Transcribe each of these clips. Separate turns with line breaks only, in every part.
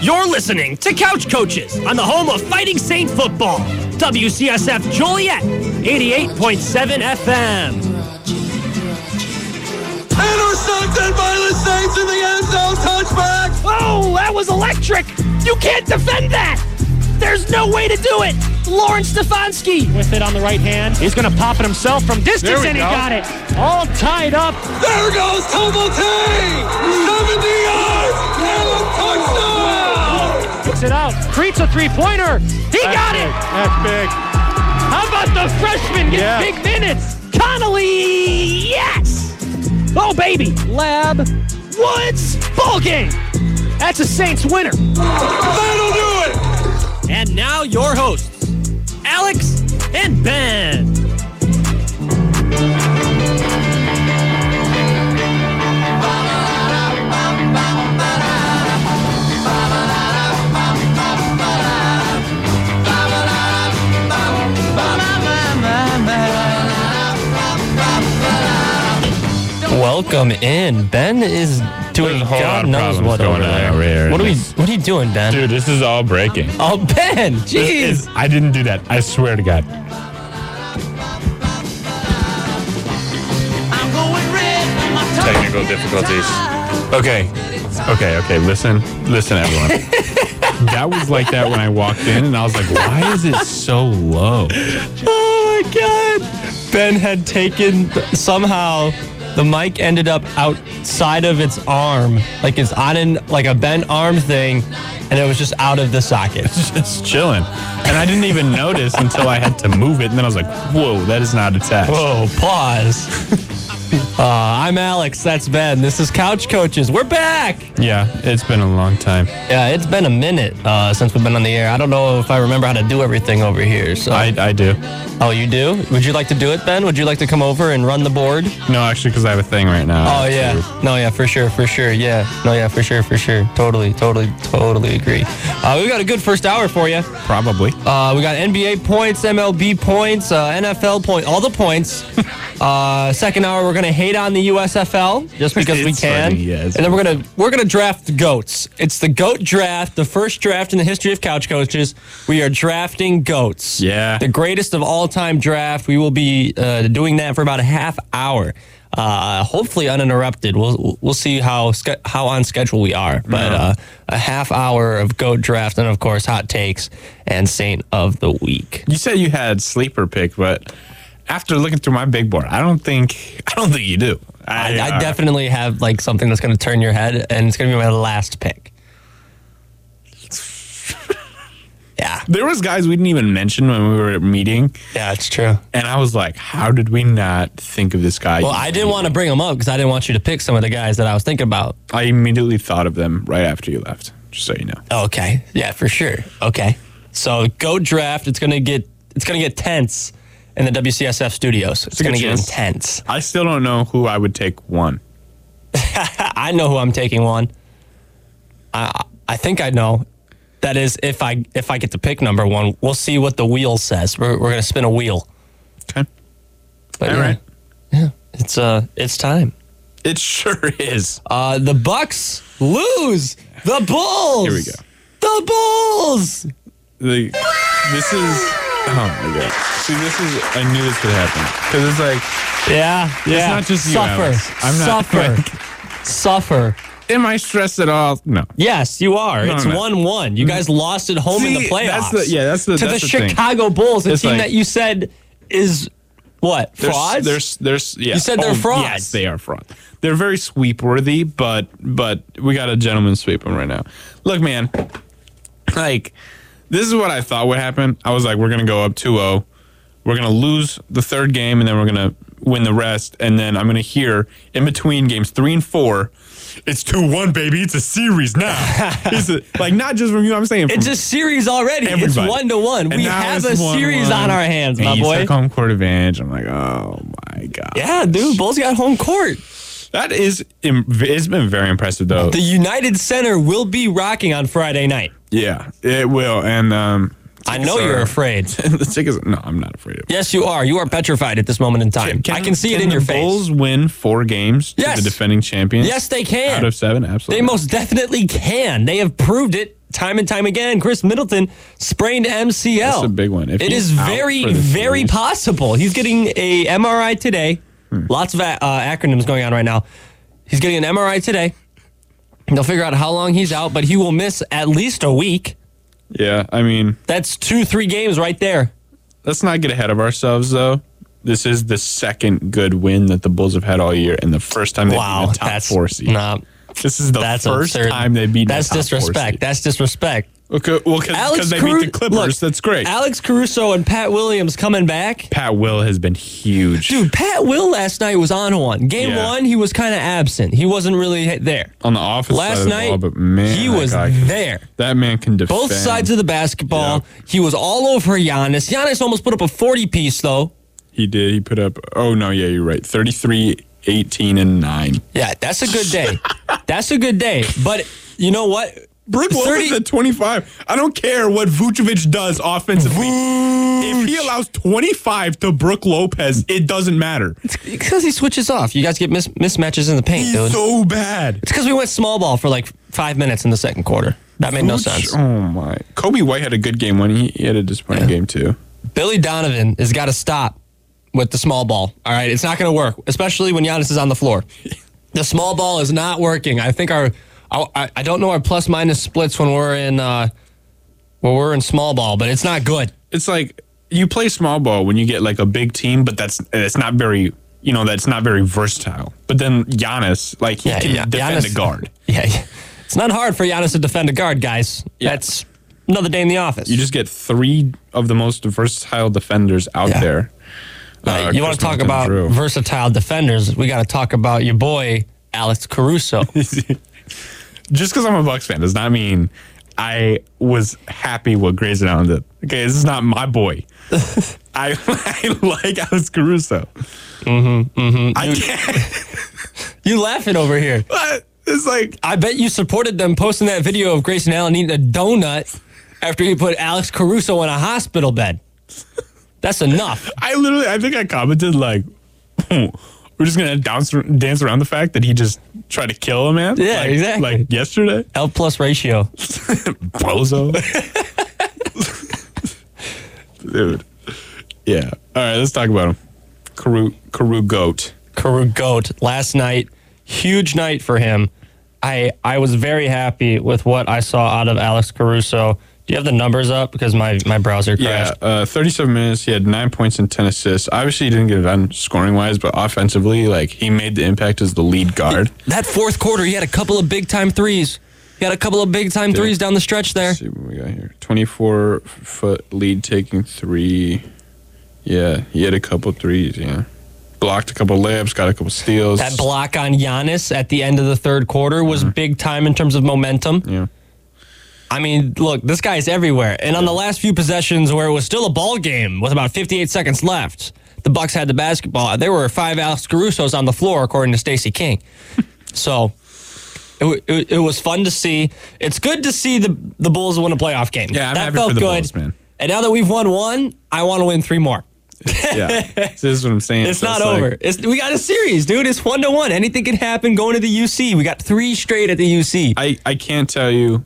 You're listening to Couch Coaches on the home of Fighting Saint Football, WCSF Joliet, 88.7 FM.
Intercepted by the Saints in the end zone. Touchback.
Oh, that was electric! You can't defend that! There's no way to do it! Lawrence Stefanski with it on the right hand. He's going to pop it himself from
There
distance,
we
and he
go.
got it. All tied up.
There goes Tumulty. 70 yards and a touchdown.
Kicks it out. Creates a three pointer. He got it.
That's big.
How about the freshman gets
Yeah.
big minutes? Connolly, yes! Oh, baby. Lab, Woods, ball game. That's a Saints winner.
That'll do it.
And now your hosts, Alex and Ben.
Welcome in. Ben is doing
There's a whole lot
God
of
knows
problems
what
going
over
on
there.
over here.
What are we? What are you doing, Ben?
Dude, this is all breaking.
Oh, Ben!
This
Jeez.
is- I didn't do that. I swear to God. Technical difficulties. Okay. Okay, okay. Listen. Listen, everyone. that was like that when I walked in, and I was like, why is it so low?
Oh my God! Ben had taken somehow. The mic ended up outside of its arm, like it's on an like a bent arm thing, and it was just out of the socket.
Just chilling. And I didn't even notice until I had to move it, and then I was like, whoa, that is not attached.
Whoa! Pause. Uh, I'm Alex. That's Ben. This is Couch Coaches. We're back.
Yeah, it's been a long time.
Yeah, it's been a minute uh, since we've been on the air. I don't know if I remember how to do everything over here. So,
I, I do.
oh, you do? Would you like to do it, Ben? Would you like to come over and run the board?
No, actually, because I have a thing right now.
Oh yeah, no yeah, for sure, for sure, yeah, no yeah, for sure, for sure, totally, totally, totally agree. Uh, we got a good first hour for you.
Probably.
Uh, we got NBA points, MLB points, uh, NFL point, all the points. uh, second hour, we're gonna hate on the USFL just because we
It's
can,
funny, yeah, it's
and then we're gonna we're gonna draft the goats. It's the goat draft, the first draft in the history of couch coaches. We are drafting goats.
Yeah.
the greatest of all time draft. We will be uh, doing that for about a half hour. Uh, hopefully uninterrupted. We'll we'll see how ske- how on schedule we are, but uh, a half hour of goat draft and of course hot takes and saint of the week.
You said you had sleeper pick, but after looking through my big board, I don't think I don't think you do.
I, I
uh,
definitely have like something that's going to turn your head, and it's going to be my last pick. yeah,
there was guys we didn't even mention when we were meeting,
yeah, it's true.
and I was like, "How did we not think of this guy?"
Well, I didn't want to bring them up because I didn't want you to pick some of the guys that I was thinking about.
I immediately thought of them right after you left. Just so you know,
Okay. Yeah, for sure. Okay. So go draft. It's gonna get it's gonna get tense in the WCSF studios. It's
a good
gonna get
chance.
intense.
I still don't know who I would take one.
I, I know who I'm taking one. I I think I know. That is if I if I get to pick number one, we'll see what the wheel says. We're we're gonna spin a wheel.
Okay,
But
All
yeah,
right.
it's uh it's time.
it sure is.
Uh the Bucks lose the Bulls.
Here we go.
The Bulls.
the this is oh my god. See, this is I knew this could happen because it's like,
Yeah, yeah.
not just you,
suffer.
Alex. I'm not-
suffer. suffer.
am I stressed at all? No.
Yes, you are.
No,
it's
no, no.
one one. You guys lost at home in the
See,
playoffs.
that's the- yeah, that's the-
to
that's
the,
the thing.
Chicago Bulls, a
It's
team
like-
that you said is what
There's,
frauds.
There's, there's, yeah.
You said they're frauds.
Yes, they are fraud. They're very sweep worthy, but but we got a gentleman sweep 'em right now. Look, man, like this is what I thought would happen. I was like, we're gonna go up 2-0. We're gonna lose the third game, and then we're gonna win the rest. And then I'm gonna hear in between games three and four, it's two one, baby. It's a series now. it's a, like not just from you. I'm saying
it's
from
a series already. It's
everybody.
one to one.
And
We
now
have a
it's
series
1-1.
on our hands,
And
my
you
boy.
took home court advantage. I'm like, oh my god.
Yeah, dude. Bulls got home court.
That is, im- it's been very impressive though.
The United Center will be rocking on Friday night.
yeah, it will. And um,
I know
are-
you're afraid.
the tickets. No, I'm not afraid of. it.
Yes, you are. You are petrified at this moment in time. I can see it in
the
your face.
Bulls win four games to
Yes.
the defending champions.
Yes, they can.
Out of seven, absolutely.
They most definitely can. They have proved it time and time again. Chris Middleton sprained MCL.
That's a big one. If
it
he's
is
out
very,
for the
very
series- Hmm.
possible. He's getting a MRI today. Lots of uh, acronyms going on right now. He's getting an MRI today. They'll figure out how long he's out, but he will miss at least a week.
Yeah, I mean,
That's two, three games right there.
let's not get ahead of ourselves though. This is the second good win that the Bulls have had all year, and the first time they've
Wow,
beaten a top
that's
four seed.
nah,
This is the
that's
first
absurd.
time they've beaten.
That's
a top Four
disrespect.
seed.
That's disrespect.
Okay, well, because they
Caru-
beat the Clippers,
look,
that's great.
Alex Caruso and Pat Williams coming back.
Pat Will has been huge,
Dude, Pat Will last night was on one. Game
Yeah.
one, he was kind of absent. He wasn't really there.
on the offense side of
Last
the
night,
ball, but man,
he
that
was
guy-
there.
That man can defend
Both sides of the basketball. He was all over Giannis. Giannis almost put up a 40 piece, though.
He did. He put up. Oh no, yeah, you're right. 33, 18, and nine.
Yeah, that's a good day. that's a good day. But you know what?
Brook Lopez
30
at 25. I don't care what Vucevic does offensively. If he allows 25 to Brook Lopez, it doesn't matter.
Because he switches off. You guys get mis- mismatches in the paint,
He's
dude.
so bad.
it's because we went small ball for like five minutes in the second quarter. That made no
Vuce-
sense.
Oh my. Kobe White had a good game when he, he had a disappointing game too.
Billy Donovan has got to stop with the small ball. All right, it's not going to work, especially when Giannis is on the floor. The small ball is not working. I think our I, I- I don't know our plus minus splits when we're in uh, when we're in small ball, but it's not good.
It's like you play small ball when you get like a big team, but that's it's not very you know that's not very versatile. But then Giannis, like he can defend
Giannis-
a guard.
Yeah, yeah. it's not hard for Giannis to defend a guard, guys. That's another day in the office.
You just get three of the most versatile defenders out
Yeah.
there.
Right,
Uh,
you want
Chris
to talk
Middleton
about
Drew.
versatile defenders? We got to talk about your boy Alex Caruso.
just because I'm a Bucks fan does not mean I was happy what Grayson Allen did. Okay, this is not my boy. I, I like Alex Caruso. Mm-hmm, mm-hmm. I can't.
you laughing over here?
but It's like
I bet you supported them posting that video of Grayson Allen eating a donut after he put Alex Caruso in a hospital bed. That's enough.
I literally. I think I commented like, "Hmm, "We're just gonna dance dance around the fact that he just tried to kill a man."
Yeah,
like,
exactly.
Like yesterday,
L plus ratio.
bozo. Dude. Yeah. All right. Let's talk about him. Caru Caru goat.
Caru Goat last night. Huge night for him. I I was very happy with what I saw out of Alex Caruso. Do you have the numbers up? Because my, my browser
Yeah,
crashed.
uh, 37 minutes. He had nine points and 10 assists. Obviously, he didn't get it done scoring wise, but offensively, like he made the impact as the lead guard.
That fourth quarter, he had a couple of big time threes. He had a couple of big time threes down the stretch there.
Let's see what we got here. 24 foot lead taking three. Yeah, he had a couple threes. Yeah, blocked a couple layups, got a couple steals.
That block on Giannis at the end of the third quarter was big time in terms of momentum.
Mm-hmm. yeah,
I mean, look, this guy's everywhere. And on the last few possessions where it was still a ball game with about 58 seconds left, the Bucks had the basketball. There were five Alex Caruso's on the floor, according to Stacey King. So it, wa- it, it was fun to see. It's good to see the, the Bulls win a playoff game.
Yeah, I'm
that
happy
felt
for the
good.
Bulls, man.
And now that we've won one, I want to win three more.
yeah. this is what I'm saying.
It's
So
not
like-
over. It's, we got a series, dude. It's one to one. Anything can happen going to the UC. We got three straight at the UC.
I I can't tell you.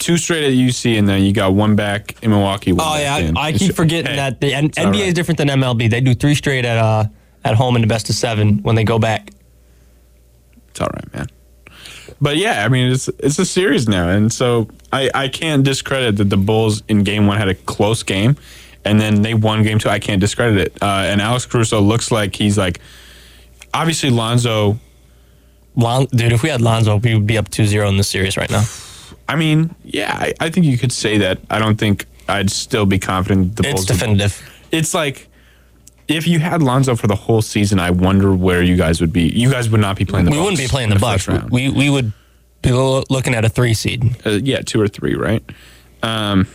Two straight at UC, and then you got one back in Milwaukee. one
Oh
back
yeah,
in.
I, I
It's-
keep forgetting
hey,
that the N-
all
NBA is
right.
different than MLB. They do three straight at uh at home in the best of seven when they go back.
It's all right, man. But yeah, I mean it's it's a series now, and so I I can't discredit that the Bulls in Game One had a close game, and then they won Game Two. I can't discredit it. Uh, and Alex Caruso looks like he's like obviously Lonzo.
Lon- dude, if we had Lonzo, we would be up 2-0 in the series right now.
I mean, yeah, I, I think you could say that. I don't think I'd still be confident the
It's
Bulls.
definitive.
it's like. If you had Lonzo for the whole season, I wonder where you guys would be. You guys would not be playing the.
We wouldn't
Bucks
be playing
in
the
first
Bucks.
round.
We we would be lo- looking at a three seed.
uh, yeah, two or three, right? Um,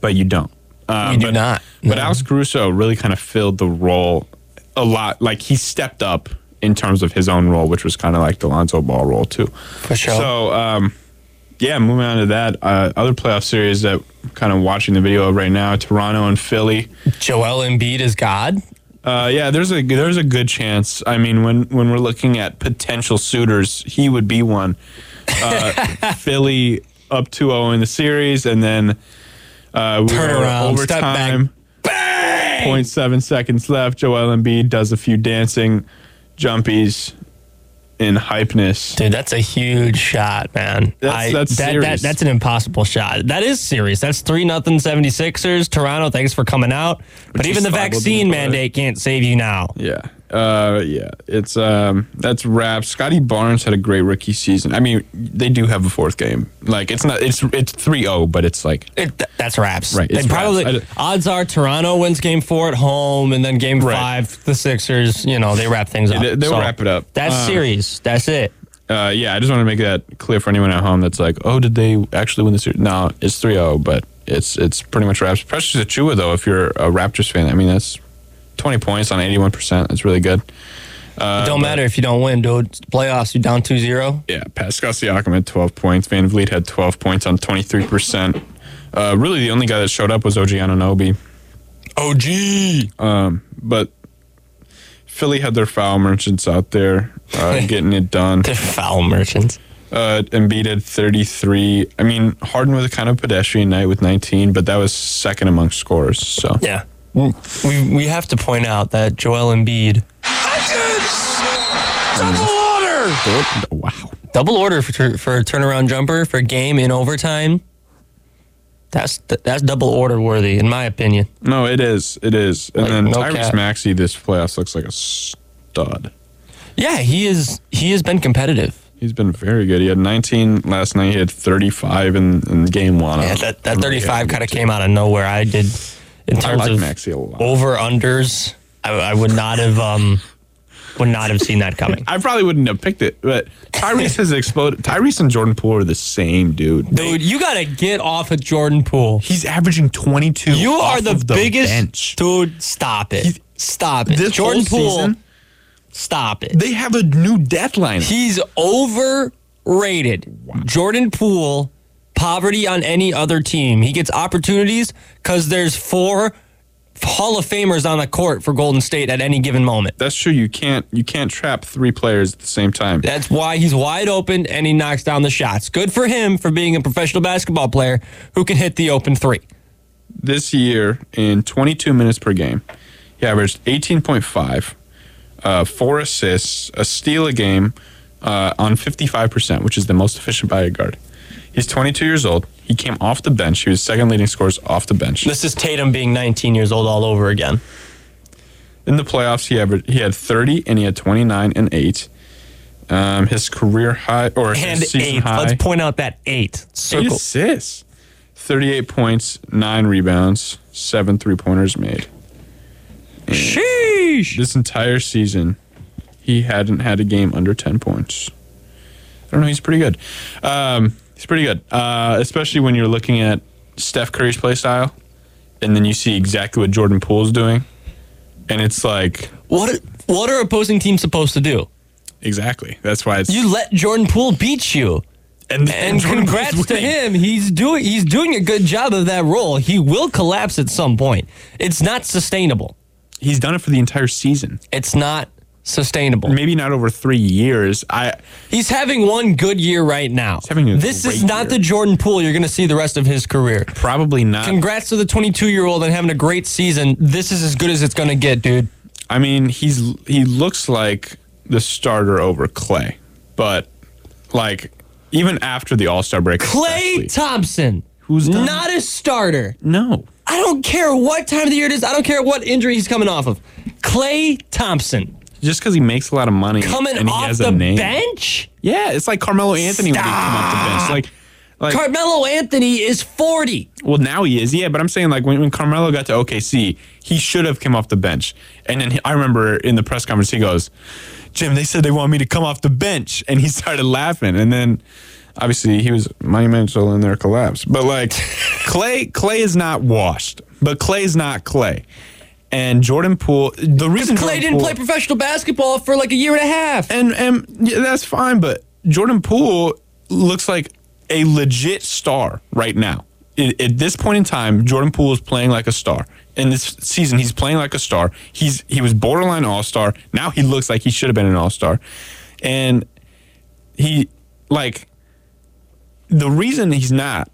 but you don't. Uh,
We do
but,
not,
But
no.
Alex Caruso really kind of filled the role a lot. Like he stepped up in terms of his own role, which was kind of like the Lonzo Ball role too.
For sure.
So um, yeah, moving on to that uh, other playoff series that kind of watching the video of right now: Toronto and Philly.
Joel Embiid is God.
Uh, yeah, there's a there's a good chance. I mean, when when we're looking at potential suitors, he would be one. Uh, Philly up 2-0 in the series, and then uh, we
Turn
go to
around, step back,
overtime. 0.7 seconds left. Joel Embiid does a few dancing jumpies in hypeness.
Dude, that's a huge shot, man.
That's- that's
that,
serious.
that, that's an impossible shot. That is serious. That's 3 nothing 76ers. Toronto, thanks for coming out. But
Which
even
is
the
fine, we'll do
vaccine
it, but-
mandate can't save you now.
Yeah. Uh, yeah. It's um, that's wrap. Scotty Barnes had a great rookie season. I mean, they do have a fourth game. Like it's not it's it's 3-0, but it's like
It, th- that's wraps.
Right, it's
They probably
wraps.
odds are Toronto wins game four at home, and then game
Right.
five the Sixers. You know they wrap things up.
they- they'll wrap it up.
That's
Uh,
series. That's it.
uh, yeah, I just want to make that clear for anyone at home that's like, "Oh, did they actually win the series?" No, it's 3-0, but it's it's pretty much wraps. Precious Achua though, if you're a Raptors fan, I mean, that's 20 points on 81%. That's really good. uh,
it don't matter if you don't win, dude. It's the playoffs. You down 2-0.
Yeah, Pascal Siakam had 12 points. Van Vliet had 12 points on 23%. Uh, really, the only guy that showed up was OG Ananobi.
OG.
But Philly had their foul merchants out there uh, getting it done.
They're foul merchants.
Uh, Embiid had 33. I mean, Harden was a kind of pedestrian night with 19, but that was second among scorers. So
Yeah. We we have to point out that Joel Embiid
wow,
double order for tur- for a turnaround jumper for a game in overtime. That's th- that's double order worthy in my opinion.
no, it is, it is. And
Like,
then
no
Tyrese
cap.
Maxey this playoffs looks like a stud.
Yeah, he is he has been competitive.
He's been very good. He had 19 last night. He had 35 in, in game one.
Yeah, that, that 35 kind of came out of nowhere. I did, in terms
like
of
Maxi a lot.
over unders, I, I would not have um, would not have seen that coming.
I probably wouldn't have picked it, but Tyrese has exploded. Tyrese and Jordan Poole are the same dude.
Dude, you gotta get off of Jordan Pool.
He's averaging 22.
You
off
are the,
of
biggest
bench.
dude. Stop it. stop it.
this
Jordan
whole
Poole.
season-
Stop it.
They have a new deadline.
He's overrated. Jordan Poole, poverty on any other team. He gets opportunities because there's four Hall of Famers on the court for Golden State at any given moment.
That's true. You can't you can't trap three players at the same time.
That's why he's wide open and he knocks down the shots. Good for him for being a professional basketball player who can hit the open three.
This year, in 22 minutes per game, he averaged 18.5, uh, four assists, a steal a game uh, on 55%, which is the most efficient by a guard. He's 22 years old. He came off the bench. He was second leading scores off the bench.
This is Tatum being 19 years old all over again.
In the playoffs, he averaged he had 30 and he had 29 and eight. Um, his career high or his
And
season
eight.
high.
Let's point out that eight.
eight
Circle.
assists, 38 points, nine rebounds, seven three pointers made.
Sheesh.
This entire season, he hadn't had a game under 10 points. I don't know. He's pretty good. Um, he's pretty good, uh, especially when you're looking at Steph Curry's play style, and then you see exactly what Jordan Poole's doing, and it's like
What, what are opposing teams supposed to do?
exactly. That's why it's
You let Jordan Poole beat you.
and,
And
Jordan Poole's
congrats to
winning.
him. He's doing he's doing a good job of that role. He will collapse at some point. It's not sustainable.
He's done it for the entire season.
It's not sustainable.
Maybe not over three years. I
He's having one good year right now.
having a
this is
great
not
year.
the Jordan Poole you're going to see the rest of his career.
probably not.
Congrats to the 22 year old and having a great season. This is as good as it's going to get, dude.
I mean, he's he looks like the starter over Clay, but like even after the All Star break,
Clay
especially-
Thompson,
Who's done-
not a starter.
no,
I don't care what time of the year it is. I don't care what injury he's coming off of. Clay Thompson
just because he makes a lot of money
coming
and he
off
has
the
a name.
bench.
Yeah, it's like Carmelo Anthony when he came off the bench. Like, like
Carmelo Anthony is 40.
well, now he is. Yeah, but I'm saying like when, when Carmelo got to OKC, he should have come off the bench. And then he- I remember in the press conference, he goes, "Jim, they said they want me to come off the bench," and he started laughing. And then obviously he was monumental in their collapse. But like Clay, Clay is not washed, but Clay's not Clay. And Jordan Poole, the reason
Clay
Jordan
didn't
Poole-
play professional basketball for like a year and a half.
and and yeah, that's fine. But Jordan Poole looks like a legit star right now. I- at this point in time, Jordan Poole is playing like a star. In this season, he's playing like a star. He's he was borderline all star. Now he looks like he should have been an all star, and he like the reason he's not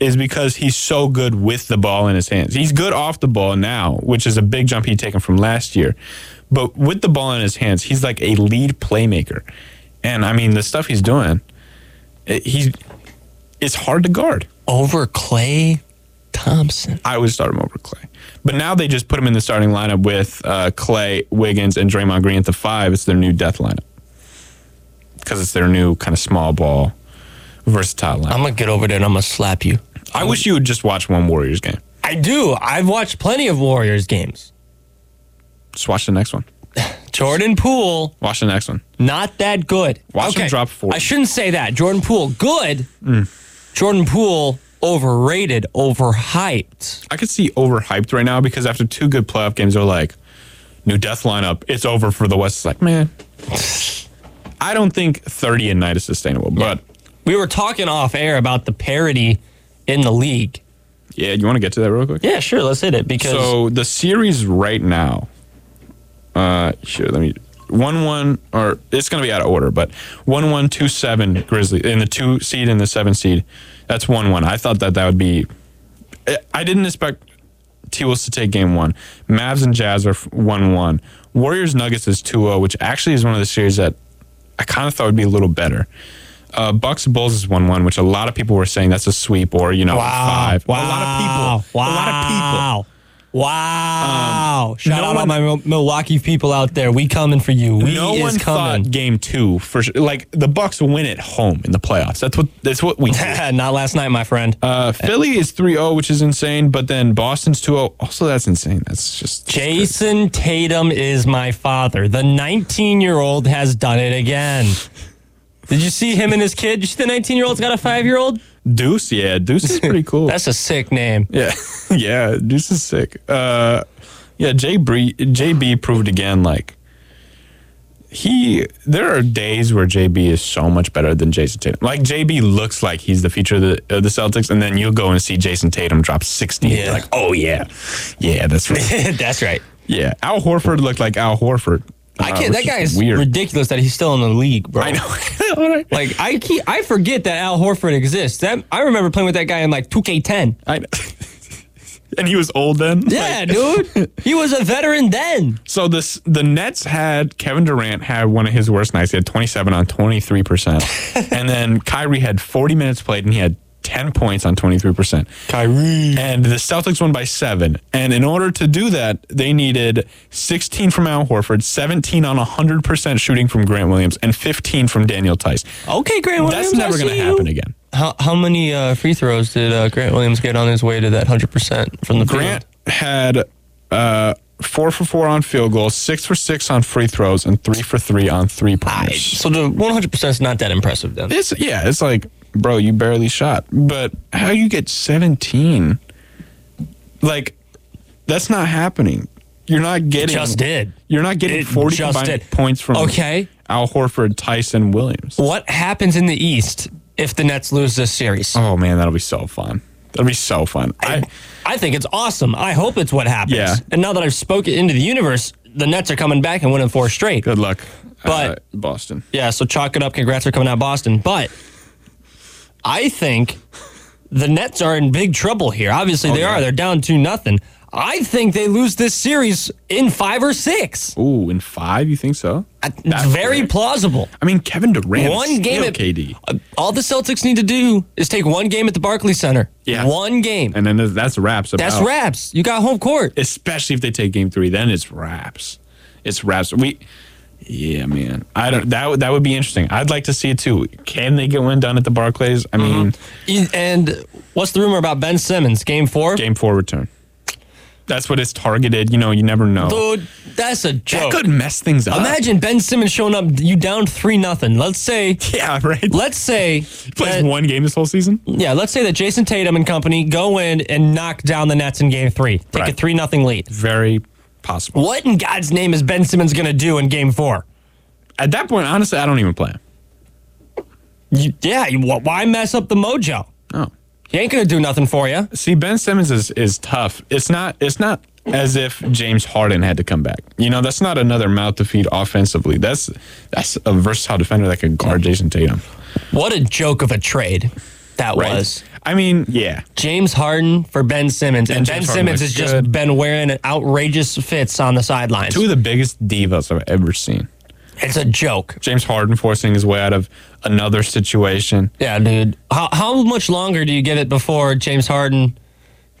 is because he's so good with the ball in his hands. He's good off the ball now, which is a big jump he'd taken from last year. But with the ball in his hands, he's like a lead playmaker. And I mean, the stuff he's doing, it, he's it's hard to guard.
Over Clay Thompson.
I would start him over Clay. But now they just put him in the starting lineup with uh, Clay, Wiggins, and Draymond Green at the five. It's their new death lineup because it's their new kind of small ball, versatile lineup.
I'm gonna get over there and I'm gonna slap you.
I wish you would just watch one Warriors game.
I do. I've watched plenty of Warriors games.
Just watch the next one.
Jordan Poole,
Watch the next one.
not that good.
Watch him drop Mm. 40.
I shouldn't say that. Jordan Poole, good. Jordan Poole, overrated, overhyped.
I could see overhyped right now because after two good playoff games, they're like, new death lineup. It's over for the West. It's like, man, I don't think 30 a night is sustainable. But
We were talking off air about the parity in the league.
yeah, you want to get to that real quick?
Yeah, sure. Let's hit it because
So the series right now, uh, sure. Let me one one or it's gonna be out of order, but one one two seven Grizzlies in the two seed and the seven seed. That's one one. I thought that that would be. I- I didn't expect T Wolves to take game one. Mavs and Jazz are one one. Warriors Nuggets is 2-0, which actually is one of the series that I kind of thought would be a little better. Uh, Bucks Bulls is one one, which a lot of people were saying that's a sweep or you know five.
Wow.
A lot of people. A
Wow.
lot of people. Um,
Wow. Shout
no
out all
one-
my Mil- Milwaukee people out there. We coming for you. We
no
is
one
coming.
thought game two for sure. Like the Bucks win at home in the playoffs. That's what that's what we. do.
Not last night, my friend.
uh, Philly is 3-0, which is insane. But then Boston's 2-0. Also, that's insane. That's just
Jason Tatum is my father. The 19 year old has done it again. Did you see him and his kid? Did you see the 19 year old's got a five year old?
Deuce. Yeah, Deuce is pretty cool.
That's a sick name.
yeah, yeah. Deuce is sick. Uh, yeah, JB JB proved again. Like he, there are days where JB is so much better than Jason Tatum. Like JB looks like he's the future of the, of the Celtics, and then you'll go and see Jason Tatum drop 60. and you're
Yeah.
Like, oh yeah, yeah, that's right.
That's right.
Yeah, Al Horford looked like Al Horford.
I
Uh,
can't.
which
that guy is
weird.
ridiculous that he's still in the league, bro.
I know.
Like I keep, I forget that Al Horford exists. That, I remember playing with that guy in like 2K10.
I know. and he was old then.
Yeah,
Like,
dude. He was a veteran then.
so this the Nets had Kevin Durant had one of his worst nights. He had 27 on 23 percent, and then Kyrie had 40 minutes played and he had 10 points on 23 percent.
Kyrie.
And the Celtics won by seven. And in order to do that, they needed 16 from Al Horford, 17 on 100% shooting from Grant Williams, and 15 from Daniel Tice.
Okay, Grant Williams.
That's never
going to
happen again.
How, how many uh, free throws did uh, Grant Williams get on his way to that 100% from the
Grant had uh, four for four on field goals, six for six on free throws, and three for three on three pointers.
So the 100% is not that impressive then.
It's yeah, it's like, bro, you barely shot. But how you get seventeen? Like, that's not happening. You're not getting
just did.
You're not getting
It
forty
just
combined
did.
points from
Okay.
Al Horford, Tyson Williams.
What happens in the East if the Nets lose this series?
Oh man, that'll be so fun. That'll be so fun. I,
I think it's awesome. I hope it's what happens.
Yeah.
And now that I've spoken into the universe, the Nets are coming back and winning four straight.
good luck,
But-
uh, Boston.
Yeah, so chalk it up. Congrats for coming out of Boston. But I think the Nets are in big trouble here. Obviously, they
Oh, yeah.
are. They're down 2 nothing. I think they lose this series in five or six.
Ooh, in five, you think so?
It's very
fair.
plausible.
I mean, Kevin Durant.
One game
still
at
KD.
uh, All the Celtics need to do is take one game at the Barclays Center.
Yeah.
One game.
And then there's- that's wraps. About.
That's wraps. You got home court.
Especially if they take game three, then it's wraps. It's wraps. We, yeah, man. I don't. That would- that would be interesting. I'd like to see it too. Can they get one done at the Barclays? I mean,
E- And what's the rumor about Ben Simmons? Game four?
game four return. That's what it's targeted. You know, you never know.
Dude, that's a
that
joke.
could mess things up.
Imagine Ben Simmons showing up, you down 3 nothing. Let's say
Yeah, right.
let's say
Plays
that-
one game this whole season.
yeah, let's say that Jason Tatum and company go in and knock down the Nets in game 3. Take a
Right.
3 nothing lead.
Very possible.
What in God's name is Ben Simmons going to do in game 4?
At that point, honestly, I don't even play him.
You, yeah, you, wh- why mess up the mojo?
Oh.
He ain't gonna do nothing for you.
See, Ben Simmons is, is tough. It's not it's not as if James Harden had to come back. You know, that's not another mouth to feed offensively. That's that's a versatile defender that can guard Jason Tatum.
What a joke of a trade that
Right.
was.
I mean, yeah.
James Harden for Ben Simmons, and,
And
Ben
James Harden
Simmons has
looks
just
good.
been wearing outrageous fits on the sidelines.
Two of the biggest divas I've ever seen.
It's a joke.
James Harden forcing his way out of another situation.
Yeah, dude. How, how much longer do you give it before James Harden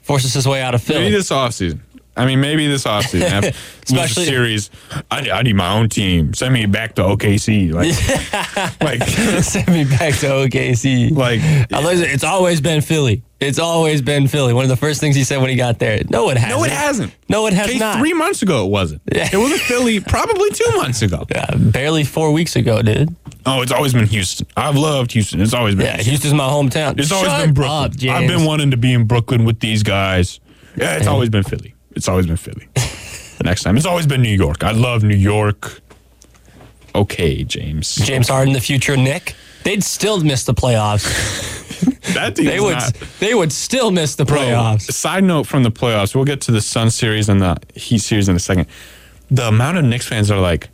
forces his way out of Philly?
Maybe this offseason. I mean, maybe this offseason. after
Especially-
Especially series. I, I need my own team. Send me back to OKC. Like, like,
Send me back to OKC.
like
I like it. it's always been Philly. It's always been Philly. One of the first things he said when he got there. No, it hasn't.
no, it hasn't.
No, it has
Okay,
not.
Three months ago, it wasn't. It was a Philly, probably two months ago.
Uh, barely four weeks ago, dude.
Oh, it's always been Houston. I've loved Houston. It's always been.
Yeah, Houston's my hometown.
It's always
Shut
been Brooklyn.
Up, James.
I've been wanting to be in Brooklyn with these guys. Yeah, it's always been Philly. It's always been Philly. Next time, it's always been New York. I love New York. Okay, James.
James Harden, the future Nick. They'd still miss the playoffs.
That team
They would. They would still miss the
Bro,
playoffs.
side note from the playoffs, we'll get to the Sun series and the Heat series in a second. The amount of Knicks fans are like,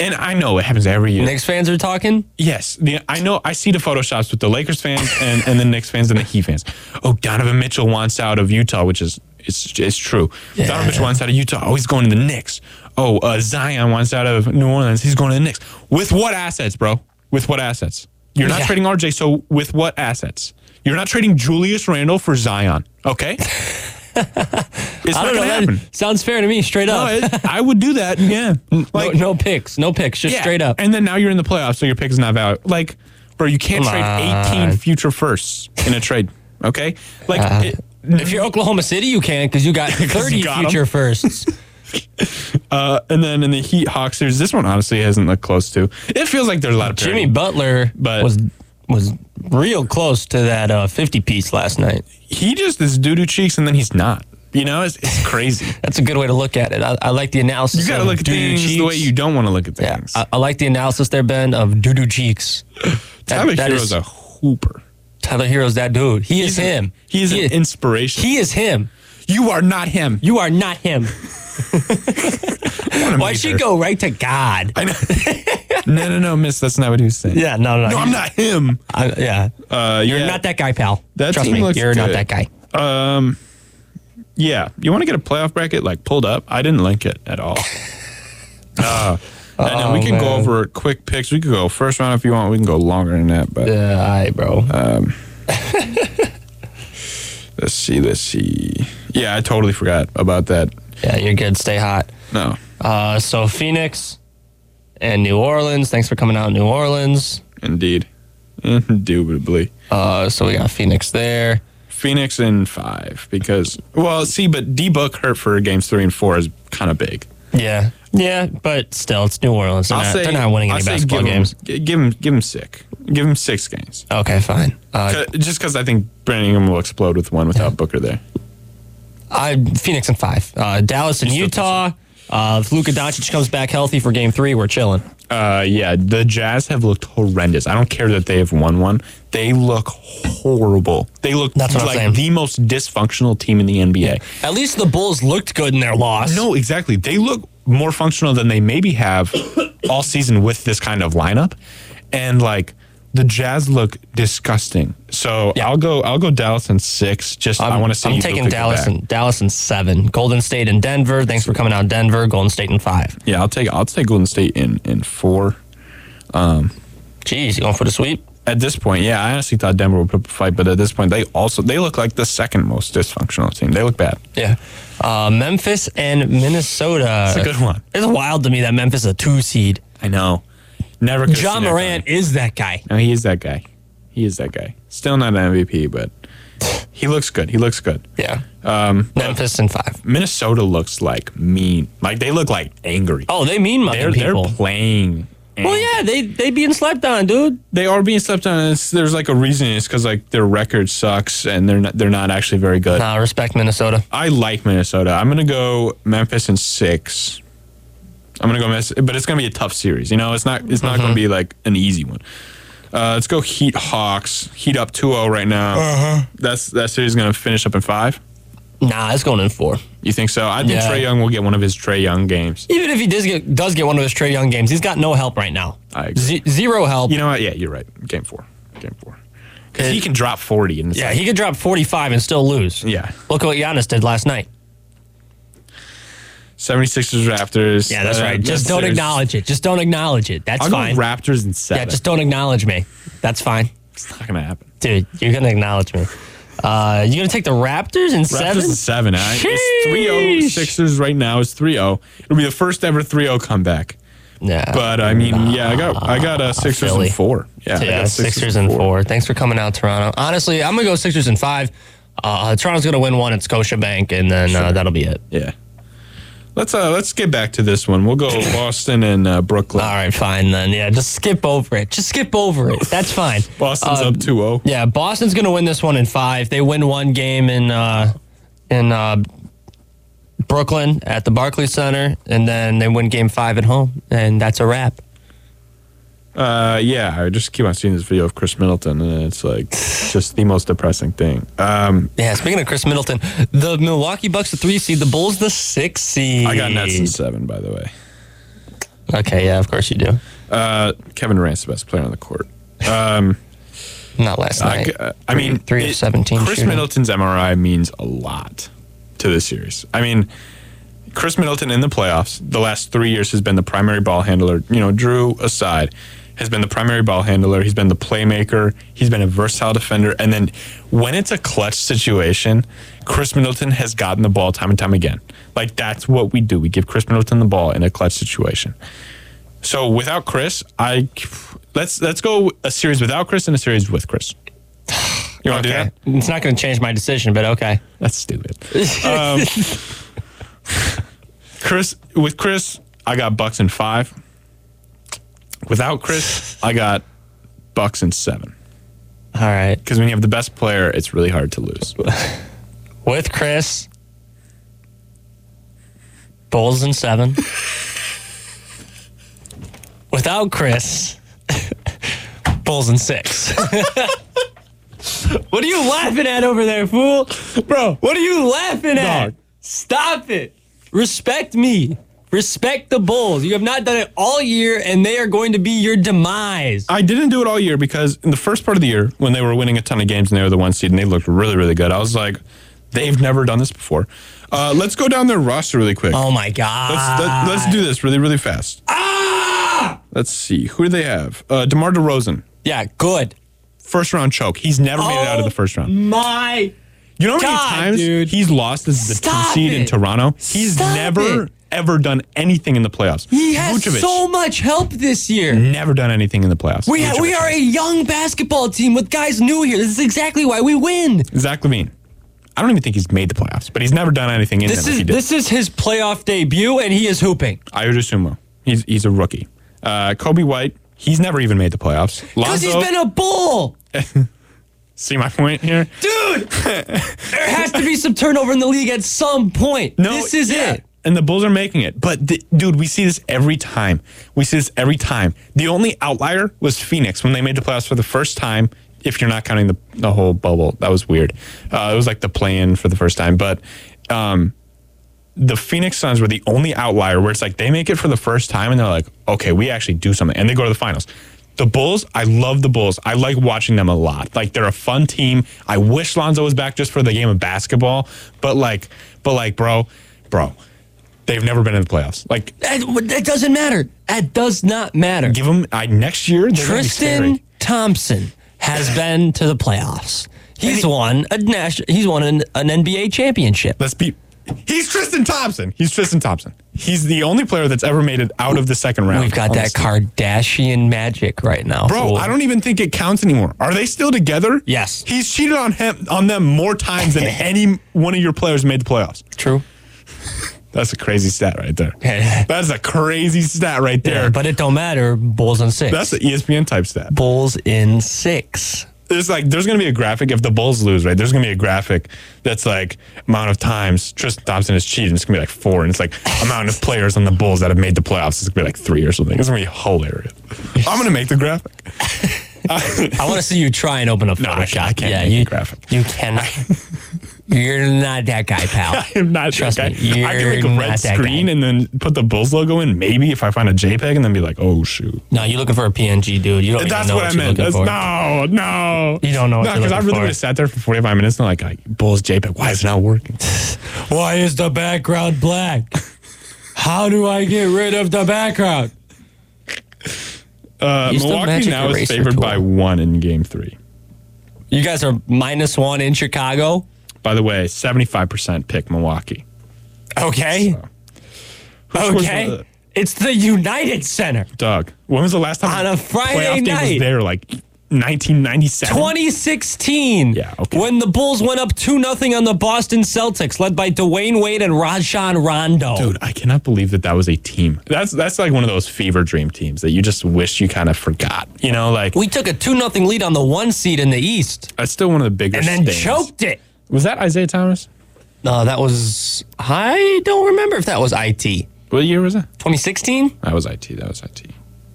and I know it happens every year.
Knicks fans are talking.
Yes, the, I know. I see the photoshops with the Lakers fans and, and the Knicks fans and the Heat fans. Oh, Donovan Mitchell wants out of Utah, which is it's it's true. Donovan Mitchell wants out of Utah. Oh, he's going to the Knicks. Oh, uh, Zion wants out of New Orleans. He's going to the Knicks. With what assets, bro? With what assets? You're not
Yeah.
trading RJ. So with what assets? You're not trading Julius Randle for Zion. Okay. it's
I
not
don't
gonna
know.
happen.
That sounds fair to me. Straight
No,
up.
it- I would do that. Yeah. Like,
no, no picks. No picks. Just
yeah.
straight up.
And then now you're in the playoffs, so your pick is not valid. Like, bro, you can't
Come
trade
on. Uh-huh.
18 future firsts in a trade. Okay, like it-
if you're Oklahoma City, you can because you got 30
you got 'em.
future firsts.
uh, and then in the Heat Hawks series, this one honestly hasn't looked close to. It feels like there's a lot of parity.
Jimmy Butler
But-
was was real close to that uh, 50 piece last night.
He just is doo doo cheeks, and then he's not. You know, it's, it's crazy.
That's a good way to look at it. I, I like the analysis.
you got to
of
look at
doo-doo
things
cheeks.
the way you don't want to look at
Yeah, uh,
things.
I, I like the analysis there, Ben, of doo doo cheeks.
Tyler
that
Hero's
is-
a hooper.
Tyler Hero's that dude. He is him.
He is
He
an
is,
inspiration.
he is him.
you are not him. You
You are not him.
want to
Why she go right to God?
I know. no, no, no, miss. That's not what he was saying.
Yeah, no, no,
No, I'm not him.
I- yeah,
Uh,
you're not that guy, pal.
That
Trust
team
me,
looks
you're not
good.
that guy.
Yeah, you want to get a playoff bracket like pulled up? I didn't link it at all. Uh, and then we
Oh,
can go
man.
over quick picks. We could go first round if you want. We can go longer than that, but
Yeah, all right, Uh, bro.
Uh, let's see, let's see. Yeah, I totally forgot about that.
yeah, you're good. Stay hot.
No,
Uh, so Phoenix and New Orleans. Thanks for coming out, New Orleans.
indeed, indubitably.
Uh, so we got Phoenix there.
Phoenix in five because well, see, but D Book hurt for games three and four is kind of big.
Yeah, yeah, but still, it's New Orleans. They're,
I'll
not,
say
they're not winning
I'll
any
say
basketball
give 'em-
games.
gi- give him, give him six, give him six games.
Okay, fine. Uh,
'Cause- Just because I think Brandon Ingram will explode with one without Booker there.
I Phoenix and five. Uh, Dallas and
You still
Utah. Uh, if Luka Doncic comes back healthy for Game Three, we're chilling.
Uh, yeah, the Jazz have looked horrendous. I don't care that they have won one; they look horrible. They look
That's what I'm
like
saying.
the most dysfunctional team in the NBA.
At least the Bulls looked good in their loss.
No, exactly. They look more functional than they maybe have all season with this kind of lineup, and like the Jazz look disgusting. So I'll go. I'll go Dallas in six. Just i want to see.
I'm taking
Luka go
Dallas
back.
and Dallas and seven. Golden State and Denver. Thanks for coming out, Denver. Golden State and five.
yeah, I'll take. I'll take Golden State in in four.
Jeez, you going for the sweep?
At this point, yeah, I honestly thought Denver would put up a fight, but at this point, they also they look like the second most dysfunctional team. They look bad.
Yeah. Uh, Memphis and Minnesota.
It's a good one.
It's wild to me that Memphis is a two seed.
I know. Never. could've
John
seen that
Morant
coming.
is that guy.
No, he is that guy. He is that guy. Still not an MVP, but he looks good. He looks good.
Yeah.
Um,
Memphis and five.
Minnesota looks like mean. Like they look like angry.
Oh, they mean
they're
mucking
they're
people.
playing.
well,
angry.
yeah, they they being slept on, dude.
they are being slept on. It's, there's like a reason. It's because like their record sucks and they're not, they're not actually very good.
Nah, respect Minnesota.
I like Minnesota. I'm gonna go Memphis in six.
Mm-hmm.
I'm gonna go Memphis, but it's gonna be a tough series. You know, it's not it's not gonna be like an easy one. Uh, let's go Heat Hawks. Heat up 2-0 right now. Uh-huh. That's that series is going to finish up in five.
Nah, it's going in four.
You think so? I think
Yeah.
Trey Young will get one of his Trey Young games.
Even if he does get does get one of his Trey Young games, he's got no help right now.
I agree.
Ze- zero help.
You know what? Yeah, you're right. Game four. Game four. Because
It-
he can drop 40 in the
yeah, he could drop forty five and still lose.
Yeah.
Look at what Giannis did last night.
76ers Raptors.
Yeah, that's
Uh,
right. Just
that
don't
series-
acknowledge it. Just don't acknowledge it. That's
I'll go
fine.
Raptors and seven.
yeah, just don't acknowledge me. That's fine.
It's not going to happen.
Dude, you're gonna acknowledge me. Uh, you gonna take the Raptors in seven?
Raptors and seven. All right? It's 3 0.
Sheesh.
Sixers right now is 3 0. It'll be the first ever 3 0 comeback.
Yeah,
But I mean, yeah, I got I got uh, Sixers
Philly.
and four. Yeah, I
yeah,
got
Sixers, and four. Thanks for coming out, Toronto. Honestly, I'm gonna go Sixers and five. Uh, Toronto's gonna win one at Scotiabank, and then uh, that'll be it.
Yeah. Let's uh let's get back to this one. We'll go Boston and uh, Brooklyn.
All right, fine then. Yeah, just skip over it. Just skip over it. That's fine. Uh,
Boston's
Um,
up oh. 2-0.
Yeah, Boston's gonna win this one in five. They win one game in uh, in uh, Brooklyn at the Barclays Center, and then they win game five at home, and that's a wrap.
Uh, yeah, I just keep on seeing this video of Chris Middleton, and it's like just the most depressing thing. Um,
Yeah, speaking of Chris Middleton, the Milwaukee Bucks the three seed, the Bulls the six seed.
I got Nets in seven, by the way.
Okay, yeah, of course you do.
Uh, Kevin Durant's the best player on the court.
Not last
I,
night.
uh, I mean,
three of 17
Chris
shooting.
Middleton's MRI means a lot to this series. I mean, Chris Middleton in the playoffs the last three years has been the primary ball handler. You know, Drew aside, has been the primary ball handler. He's been the playmaker. He's been a versatile defender. And then when it's a clutch situation, Chris Middleton has gotten the ball time and time again. Like that's what we do. We give Chris Middleton the ball in a clutch situation. So without Chris, I let's let's go a series without Chris and a series with Chris. You want to do
okay.
that?
It's not going to change my decision, but okay.
That's stupid. Um, Chris with Chris, I got Bucks in five. Without Chris, I got Bucks in seven.
All right.
Because when you have the best player, it's really hard to lose.
With Chris, Bulls in seven. Without Chris, Bulls in six. what are you laughing at over there, fool?
Bro,
What are you laughing at?
Dog.
Stop it. Respect me. Respect the Bulls. You have not done it all year, and they are going to be your demise.
I didn't do it all year because in the first part of the year, when they were winning a ton of games and they were the one seed and they looked really, really good, I was like, they've never done this before. Uh, let's go down their roster really quick.
Oh my God.
Let's, let, let's do this really, really fast.
Ah!
Let's see. Who do they have? Uh, DeMar DeRozan.
yeah, good.
First round choke. He's never made it out of the first round.
My.
You know how many
God,
times
dude.
he's lost as the
Stop
two seed in
it.
Toronto? He's
Stop
never,
it.
ever done anything in the playoffs.
He has
Vucevic,
so much help this year.
never done anything in the playoffs.
We, ha- we
Vucevic
are
has.
a young basketball team with guys new here. This is exactly why we win.
Zach Levine. I don't even think he's made the playoffs, but he's never done anything in
This
them. if
is
he did.
this is his playoff debut, and he is hooping.
I would assume so. He's he's a rookie. Uh, Kobe White, he's never even made the playoffs.
Because he's
Lonzo,
been a bull.
see my point here?
Dude, there has to be some turnover in the league at some point. this is
yeah.
it.
And the Bulls are making it. But th- dude, we see this every time. We see this every time. The only outlier was Phoenix when they made the playoffs for the first time. If you're not counting the, the whole bubble, that was weird. Uh, it was like the play in for the first time. But um, the Phoenix Suns were the only outlier where it's like they make it for the first time and they're like, okay, we actually do something. And they go to the finals. The Bulls, I love the Bulls. I like watching them a lot. Like they're a fun team. I wish Lonzo was back just for the game of basketball. But like, but like, bro, bro, they've never been in the playoffs. Like,
That, that doesn't matter. That does not matter.
give them I, next year. they're gonna be
Tristan
scary.
Thompson has been to the playoffs. He's won a national. He's won an, an NBA championship.
Let's be. He's Tristan Thompson. He's Tristan Thompson. He's the only player that's ever made it out of the second round.
We've got that
honestly.
Kardashian magic right now,
Bro,
fool.
I don't even think it counts anymore. Are they still together?
Yes.
He's cheated on him on them more times than any one of your players made the playoffs.
True.
That's a crazy stat right there.
Yeah.
That's a crazy stat right there.
Yeah, but it don't matter. Bulls in six.
That's E an ESPN type stat.
Bulls in six.
There's like there's gonna be a graphic if the Bulls lose, right? There's gonna be a graphic that's like amount of times Tristan Thompson has cheated. It's gonna be like four, and it's like amount of players on the Bulls that have made the playoffs. It's gonna be like three or something. It's gonna be hilarious. I'm gonna make the graphic.
I want to see you try and open a Photoshop.
I can't- I can't
yeah,
make a
you,
graphic.
You cannot. you're not that guy, pal.
I'm not
Trust
that
me,
guy. I
you're
can make a
not
red
that guy.
screen and then put the Bulls logo in, maybe if I find a JPEG and then be like, oh shoot.
No, you're looking for a PNG, dude. You don't even
That's
know
what,
what,
I
you're
meant.
looking
That's,
for.
no, no.
You don't know what
No,
you're
because I
looking
really
for.
would have sat there for Uh, 45 minutes and like, I, Bulls JPEG, why is it not working?
Why is the background black? How do I get rid of the background?
Uh,
Use the
Milwaukee
magic
now is
eraser
favored
tool.
by one in game three.
You guys are minus one in Chicago.
By the way, 75% pick Milwaukee.
Okay.
Who scores
okay.
the-
it's the United Center.
Doug, when was the last time
On a
the
Friday
playoff game
night.
was there? Like 1997?
2016.
Yeah, okay.
When the Bulls went up 2 0 on the Boston Celtics, led by Dwayne Wade and Rajon Rondo.
Dude, I cannot believe that that was a team. That's that's like one of those fever dream teams that you just wish you kind of forgot. You know, like
We took a 2 0 lead on the one seed in the East
that's still one of the bigger.
and then
stings.
choked it.
Was that Isaiah Thomas?
No, that was, I don't remember if that was IT.
What year was that?
2016?
That was it. That was it.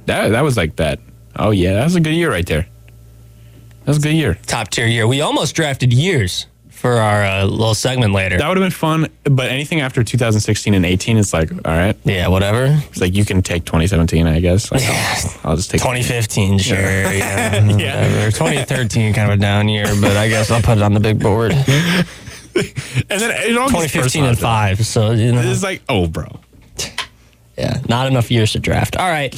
That that was like that. Oh yeah, that was a good year right there. That was a good year.
Top tier year. We almost drafted years for our uh, little segment later.
That would have been fun, but anything after 2016 and 18 is like, all right,
yeah, whatever.
it's like you can take 2017, I guess. Like,
Yeah.
I'll, I'll just take
2015, sure. Yeah.
Yeah.
whatever. 2013, kind of a down year, but I guess I'll put it on the big board.
And then it all gets
2015 and
personalized.
five. So, you know,
It's like, oh, bro.
yeah, not enough years to draft. All right.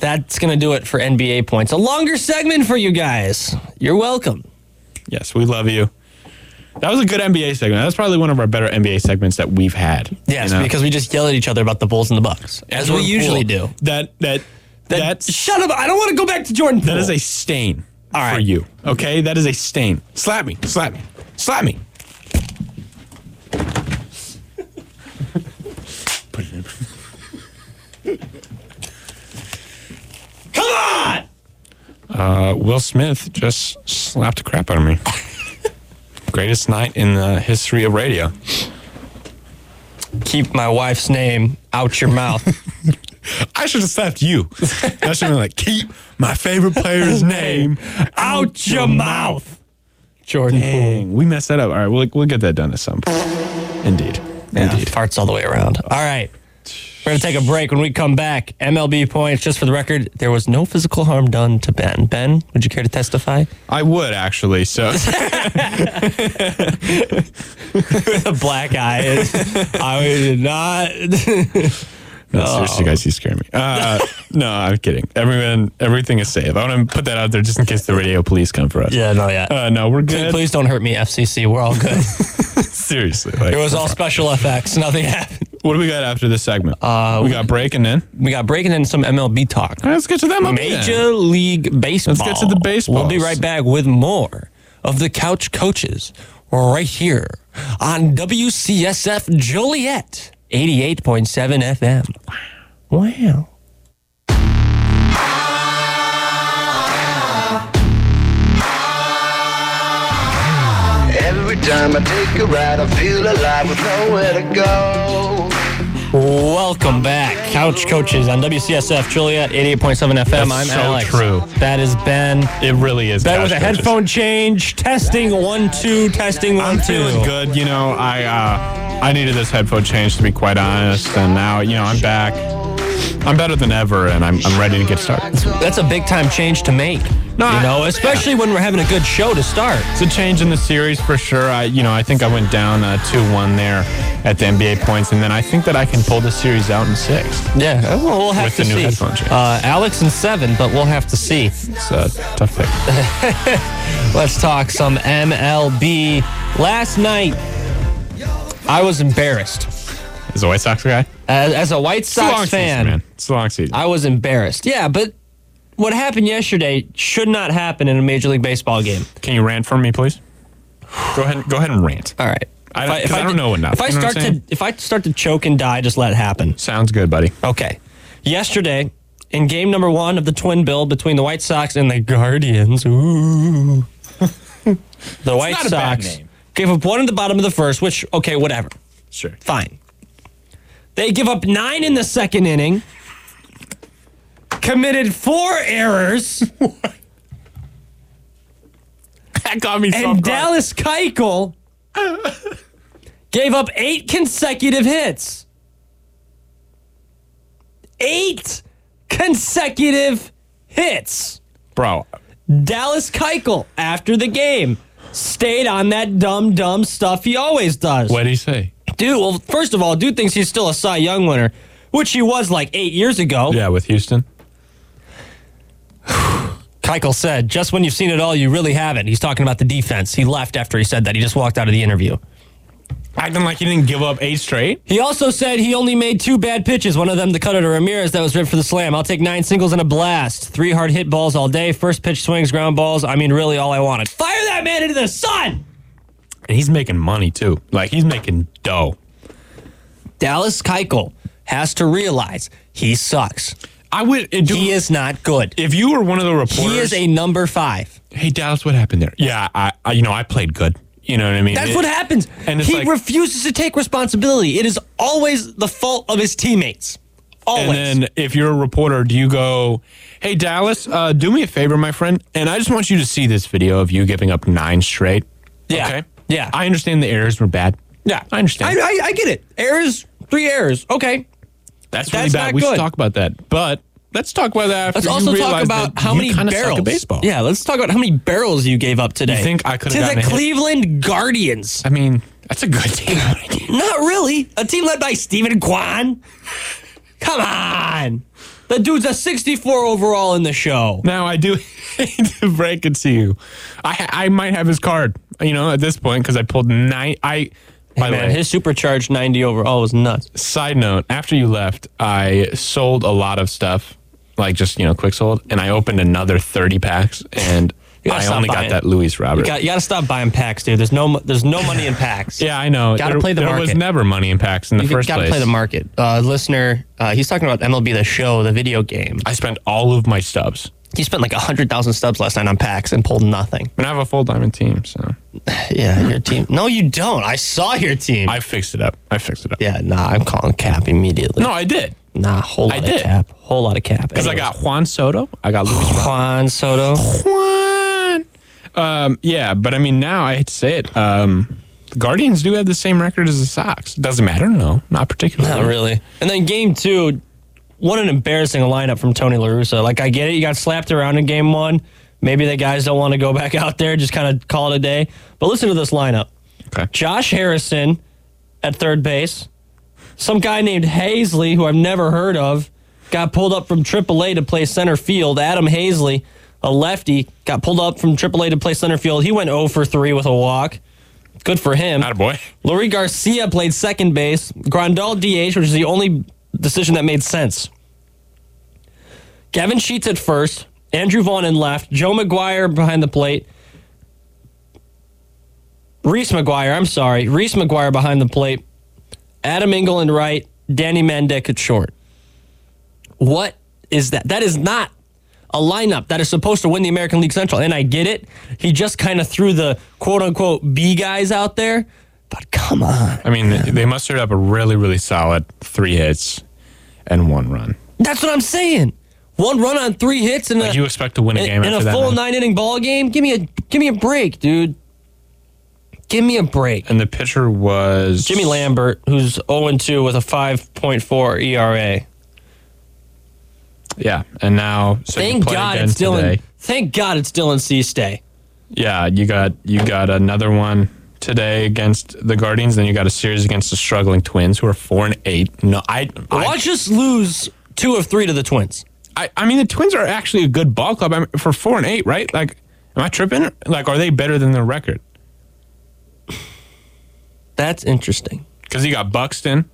That's going to do it for NBA points. A longer segment for you guys. You're welcome.
Yes, we love you. That was a good NBA segment. That's probably one of our better NBA segments that we've had.
Yes,
you know?
because we just yell at each other about the Bulls and the Bucks, as we
Jordan
usually
Poole,
do.
That that
That,
that's
shut up. I don't want to go back to Jordan.
that is
Poole.
a stain
right.
for you. Okay, that is a stain. Slap me, slap me, slap me. Put it in.
Come on!
Uh, Will Smith just slapped the crap out of me. Greatest night in the history of radio.
Keep my wife's name out your mouth.
I should have slapped you. I should have been like, keep my favorite player's name out your mouth.
Jordan Poole.
Dang, we messed that up. All right, we'll, we'll get that done at some point. Indeed. Indeed.
Farts all the way around. All right. We're going to take a break. When we come back, MLB points. Just for the record, there was no physical harm done to Ben. Ben, would you care to testify?
I would actually. So
With a black eye. I did not.
no, seriously, guys, you scare me. Uh, no, I'm kidding. Everyone, everything is safe. I want to put that out there just in case the radio police come for us.
yeah, no, yeah.
Uh, no, we're
Please-
good.
Please don't hurt me, FCC. We're all good.
Seriously, like,
It was all special effects. Nothing happened.
what do we got after this segment? Uh, we got break and then
We got breaking in some MLB talk.
All right, let's get to that. my man.
Major League Baseball.
Let's get to the baseballs.
We'll be right back with more of the Couch Coaches right here on WCSF Joliet 88.7 FM. Wow.
Every time I take a ride, I feel alive with nowhere to go.
Welcome back, Couch Coaches on WCSF Joliet 88.7 FM. I'm
so
Alex.
true.
That is Ben.
It really is.
Ben
couch
with a
coaches.
headphone change. Testing one two. Testing one
I'm
two.
feeling good. You know, I uh, I needed this headphone change to be quite honest, and now you know I'm back. I'm better than ever, and I'm I'm ready to get started.
That's a big time change to make.
No,
you
I-
know, especially when we're having a good show to start.
It's a change in the series for sure. I, you know, I think I went down uh, two one there at the NBA points, and then I think that I can pull the series out in six.
Yeah, uh, well, we'll have
With
to
the new
see.
headphone jack.
Uh, Alex and seven, but we'll have to see.
It's a tough pick.
Let's talk some MLB. Last night, I was embarrassed
Is a White Sox guy?
as, as a White
It's a long
Sox
season,
fan.
man. It's a long season.
I was embarrassed. Yeah, but what happened yesterday should not happen in a Major League Baseball game.
Can you rant for me, please? Go ahead. Go ahead and rant.
All right.
I don't- 'cause I don't
did-
know enough,
If I
you know what I'm
start to
saying?
if I start to choke and die, just let it happen.
Sounds good, buddy.
Okay. Yesterday, in game number one of the twin bill between the White Sox and the Guardians, ooh, the White
not a bad
Sox
name.
gave up one in the bottom of the first, which, okay, whatever.
Sure.
Fine. They give up nine in the second inning, committed four errors,
that got me. so
And Dallas Keuchel gave up eight consecutive hits. Eight consecutive hits.
bro.
Dallas Keuchel, after the game, stayed on that dumb, dumb stuff he always does.
What did he say?
Dude, well, first of all, dude thinks he's still a Cy Young winner, which he was like eight years ago.
Yeah, with Houston.
Keuchel said, just when you've seen it all, you really haven't. He's talking about the defense. He left after he said that. He just walked out of the interview.
Acting like he didn't give up eight straight.
He also said he only made two bad pitches, one of them the cutter to Ramirez that was ripped for the slam. I'll take nine singles and a blast. Three hard hit balls all day. First pitch swings, ground balls. I mean, really all I wanted. Fire that man into the sun!
And he's making money too. Like he's making dough.
Dallas Keuchel has to realize he sucks.
I would. It,
He is not good.
If you were one of the reporters,
He is a number five.
hey Dallas, what happened there? Yeah, I, I you know I played good. You know what I mean?
That's
It-
what happens.
and it's
he
like-
refuses to take responsibility. It is always the fault of his teammates. Always.
And then if you're a reporter, do you go, hey Dallas, uh, do me a favor, my friend, and I just want you to see this video of you giving up nine straight.
Yeah. Yeah.
I understand the errors were bad. Yeah, I
I,
understand.
I, I get it. Errors, three errors. Okay.
that's really
that's
bad.
not
We should
good.
talk about that. But let's talk about that. After
Let's
you
also talk
realize
about
that
how
you
many
kinda suck at
barrels.
baseball.
Yeah, let's talk about how many barrels you gave up today.
You think I could've
to
gotten
the
a hit?
Cleveland Guardians?
I mean, that's a good team.
Not really. A team led by Stephen Kwan. Come on, the dude's a 64 overall in the show.
now I do hate to break it to you. I ha- I might have his card. You know, at this point, because I pulled nine. I. by the
Man,
way,
his supercharged 90 overall was nuts.
Side note, after you left, I sold a lot of stuff, like just, you know, quick sold, and I opened another 30 packs and
You gotta
I
stop
only got
buying.
that Luis
You
Robert.
got, you got to stop buying packs, dude. There's no mo- there's no money in packs.
yeah, I know.
Gotta
there,
play the
there was
market.
never money in packs in the
You
first
gotta
place.
play the market. Uh, listener, uh, he's talking about MLB the Show, the video game.
I spent all of my stubs.
He spent like hundred thousand stubs last night on packs and pulled nothing.
And I have a full diamond team, so
Yeah, your team. No, you don't. I saw your team.
I fixed it up. I fixed it up.
yeah, nah, I'm calling cap immediately.
No, I did.
nah, whole lot
I
of
did.
cap. Whole lot of cap.
Because I
Anyways.
got Juan Soto. I got Luis Robert.
Juan Soto.
Juan! Um, yeah, but I mean, now I hate to say it. Um, the Guardians do have the same record as the Sox. Doesn't matter? No, not particularly.
Not really. And then game two, what an embarrassing lineup from Tony LaRusso. Like, I get it. You got slapped around in game one. Maybe the guys don't want to go back out there, just kind of call it a day. But listen to this lineup
Okay.
Josh Harrison at third base. Some guy named Hazley, who I've never heard of, got pulled up from AAA to play center field. Adam Hazley, a lefty, got pulled up from AAA to play center field. He went 0 for 3 with a walk. Good for him.
Not a boy.
Lori Garcia played second base. Grandal DH, which is the only decision that made sense. Gavin Sheets at first. Andrew Vaughn in left. Joe McGuire behind the plate. Reese McGuire, I'm sorry. Reese McGuire behind the plate. Adam Engel in right. Danny Mandek at short. What is that? That is not a lineup that is supposed to win the American League Central. And I get it. He just kind of threw the quote unquote B guys out there. But come on.
I mean, they mustered up a really, really solid three hits and one run.
That's what I'm saying. One run on three hits and a,
Like you expect to win a game
in, in a
after that,
full
man.
nine inning ball game. Give me a give me a break, dude. Give me a break.
And the pitcher was
Jimmy Lambert, who's 0 2 with a 5.4
E
ERA.
Yeah, and now so you
Thank
play
God
again
it's Dylan.
today.
Thank God it's Dylan Seastay.
Yeah, you got you got another one today against the Guardians. Then you got a series against the struggling Twins, who are four and eight. No, I I,
Watch us lose two of three to the Twins.
I, I mean the Twins are actually a good ball club I mean, for four and eight, right? Like, am I tripping? Like, are they better than their record?
That's interesting.
Because you got Buxton,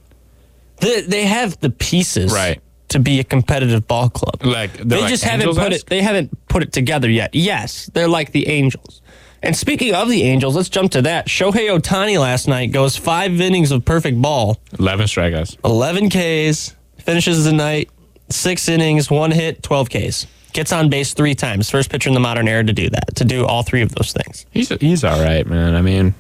They, they have the pieces
Right.
to be a competitive ball club.
like they're
they
like
just haven't put
Angels-esque.
it. They haven't put it together yet. Yes, they're like the Angels. And speaking of the Angels, let's jump to that. Shohei Otani last night goes five innings of perfect ball,
Eleven strikeouts.
eleven Ks, finishes the night six innings, one hit, twelve Ks. Gets on base three times. First pitcher in the modern era to do that, to do all three of those things.
He's he's all right, man. I mean,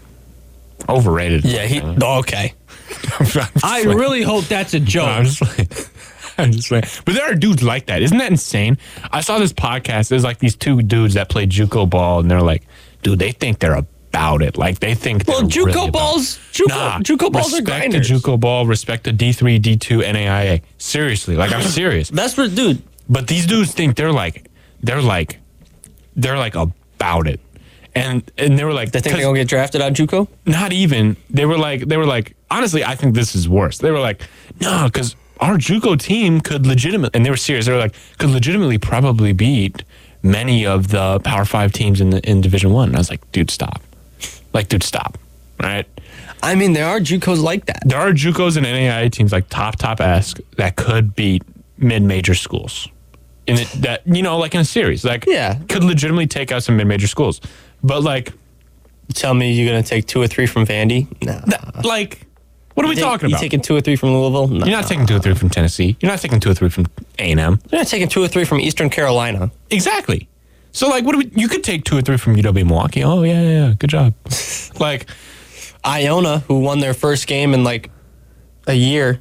overrated. Uh-huh.
okay.
I'm just
I
like-
really hope that's a joke.
I'm just like, I'm just like, but there are dudes like that. Isn't that insane? I saw this podcast. There's like these two dudes that play JUCO ball, and they're like, dude, they think they're about it. Like they think.
Well,
they're
JUCO
really about-
balls- JUCO- JUCO balls are
respect
grinders.
the JUCO ball. Respect the D three, D two, NAIA. Seriously, like I'm serious.
That's what, dude.
But these dudes think they're like, they're like, they're like about it, and and they were like,
They think
'cause
they're gonna get drafted on JUCO.
not even. They were like, they were like, honestly, I think this is worse. They were like, no, because our JUCO team could legitimately, and they were serious. They were like, could legitimately probably beat many of the Power Five teams in the in Division One. And I was like, dude, stop, like, dude, stop, right?
I mean, there are JUCOs like that.
There are JUCOs and NAIA teams like top top esque that could beat mid major schools. In it, that you know, like in a series, like
Yeah.
could legitimately take out some mid major schools, but like,
Tell me you're gonna take two or three from Vandy? No.
like, what are we
Take-
talking
Uh-huh. You
about?
taking two or three from Louisville? No.
You're not taking two or three from Tennessee. You're not taking two or three from A and M.
You're not taking two or three from Eastern Carolina.
Exactly. So like, what do we? You could take two or three from UW Milwaukee. Oh yeah, yeah, yeah. good job. like,
Iona, who won their first game in like a year.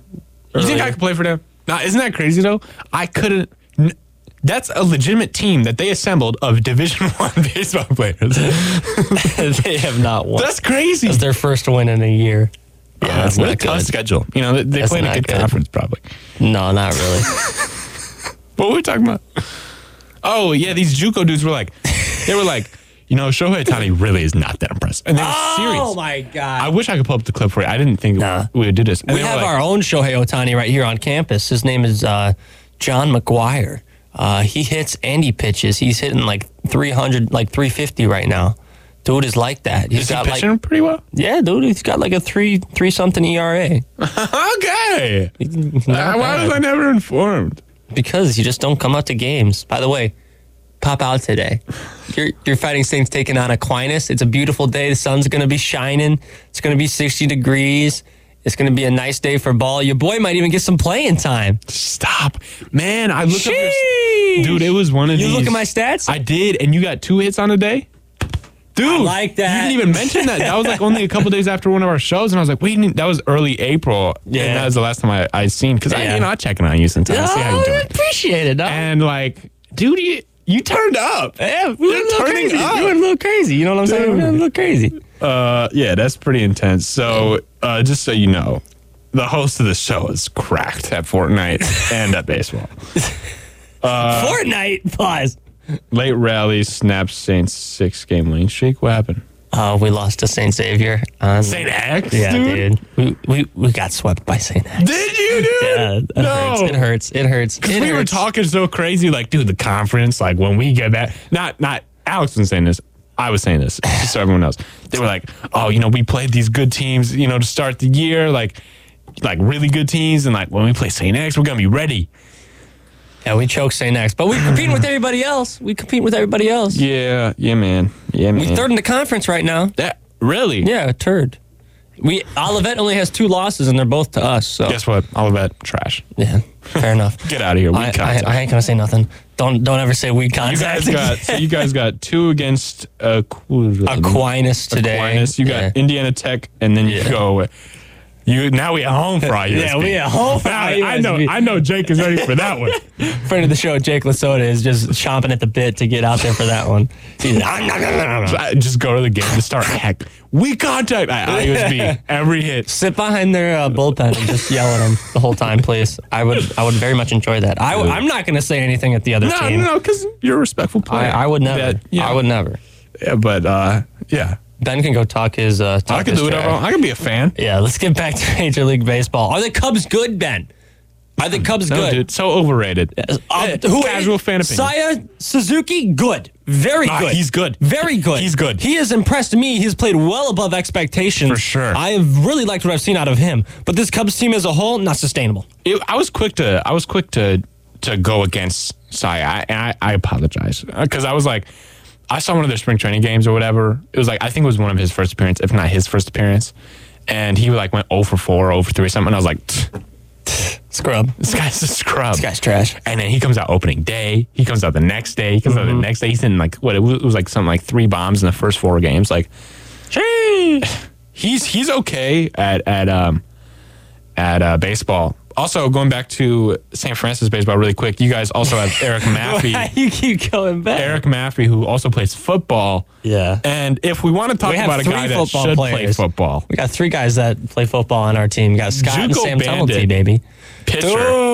you think I could play for them? Now, isn't that crazy though? I couldn't. n- That's a legitimate team that they assembled of Division One baseball players.
they have not won.
That's crazy.
That's their first win in a year.
Uh,
that's
what a
not
tough
good.
schedule. You know, they, they
That's
play in a
not
good,
good.
conference probably.
No, not really.
What were we talking about? Oh yeah, these JUCO dudes were like, they were like, you know, Shohei Itani really is not that impressive, and they were serious.
my
I
god.
wish I could pull up the clip for you. I didn't think
Oh! Nah.
we would do this. And
we
they were
have
like-
our own Shohei Otani right here on campus. His name is uh, John McGuire. Uh, he hits and he pitches. He's hitting like 300, like 350 right now. Dude is like that. He's
Is he
got
pitching
like
pretty well?
yeah, dude. He's got like a three three something ERA.
Okay. Uh,
Not
why
bad.
was I never informed?
Because you just don't come out to games. By the way, pop out today. Your your Fighting Saints taking on Aquinas. It's a beautiful day. The sun's gonna be shining. It's gonna be sixty degrees. It's gonna be a nice day for ball. Your boy might even get some playing time.
Stop, man! I looked up
Sheesh.
your dude. It was one of
You
these.
look at my stats.
I did, and you got two hits on a day. Dude,
like that.
You didn't even mention that. That was like only a couple days after one of our shows, and I was like, "Wait, that was early April."
Yeah.
and that was the last time I I seen because I
Yeah.
you know I checking on you sometimes, see how
Oh,
you
I
doing.
appreciate it. dog.
And like, dude, you you turned up.
yeah, we went a
You're
little
turning
crazy.
up.
We went a little crazy. You know what I'm saying? We went a little crazy.
Uh, yeah, that's pretty intense. So, uh, just so you know, the host of the show is cracked at Fortnite and at baseball.
Uh, Fortnite pause.
Late rally snaps Saints six game lane streak. What happened?
Uh, we lost to Saint Xavier. On,
Saint X,
yeah,
dude?
dude. We, we we got swept by Saint X.
Did you, dude?
Yeah, it hurts.
no.
It hurts. It hurts. It
we were
hurts.
talking so crazy, like, dude, the conference, like when we get back. Not not Alex was saying this. I was saying this. So everyone else. They were like, oh, you know, we played these good teams, you know, to start the year, like like really good teams, and like when we play St. X, we're gonna be ready.
Yeah, we choked St. X, but we competing with everybody else. We compete with everybody else.
Yeah, yeah, man. Yeah, man.
We third in the conference right now.
that really?
Yeah, third. We Olivet only has two losses, and they're both to us. So
Guess what? All of that trash.
yeah, fair enough.
Get out of here. We
I, I,
contact.
I ain't gonna say nothing. Don't don't ever say we
you
contact.
guys got so you guys got two against uh,
Aquinas today.
Aquinas. You got
Yeah.
Indiana Tech, and then you go away. You now we at home for our USB.
Yeah, we at home for
Now,
our
I know.
USB.
I know. Jake is ready for that one.
friend of the show, Jake Lasoda, is just chomping at the bit to get out there for that one. He's like,
So I just go to the game and start heck. We contact I, IUSB every hit.
sit behind their uh, bullpen and just yell at them the whole time, please. I would, I would very much enjoy that. I, am not going to say anything at the other
No, no,
team.
no, because you're a respectful player.
I, I would never.
That- yeah,
I would never.
Yeah, but uh, yeah,
Ben can go talk his. Uh, talk
I can
his
do it.
trash.
I can be a fan.
Yeah, let's get back to Major League Baseball. Are the Cubs good, Ben? Are the Cubs
No,
good?
dude, so overrated.
Uh,
Casual fan opinion.
Saya Suzuki, good. Very
Ah,
good.
he's good.
Very good.
He's good.
He has impressed me. He's played well above expectations.
For sure.
I have really liked what I've seen out of him. But this Cubs team as a whole, not sustainable.
it, I was quick to I was quick to to go against Saya, I, and I, I apologize because I was like, I saw one of their spring training games or whatever. It was like I think it was one of his first appearance, if not his first appearance, and he like went 0 for four, 0 for three, or something. And I was like, "Tch,
Scrub.
this guy's a scrub. This
guy's trash.
And then he comes out opening day. He comes out the next day. He comes out
Mm-hmm.
the next day. He's in like what it was, it was like something like three bombs in the first four games. Like, he's he's okay at at um at uh, baseball. Also, going back to St. Francis baseball really quick, you guys also have Eric Maffey.
you keep going back.
Eric Maffey, who also plays football.
Yeah.
And if we want to talk
We have
about a
three
guy that
football
should
players.
play football,
We got three guys that play football on our team. We got Scott and
Juco
Sam
Bandit.
Tumblety, baby.
pitcher.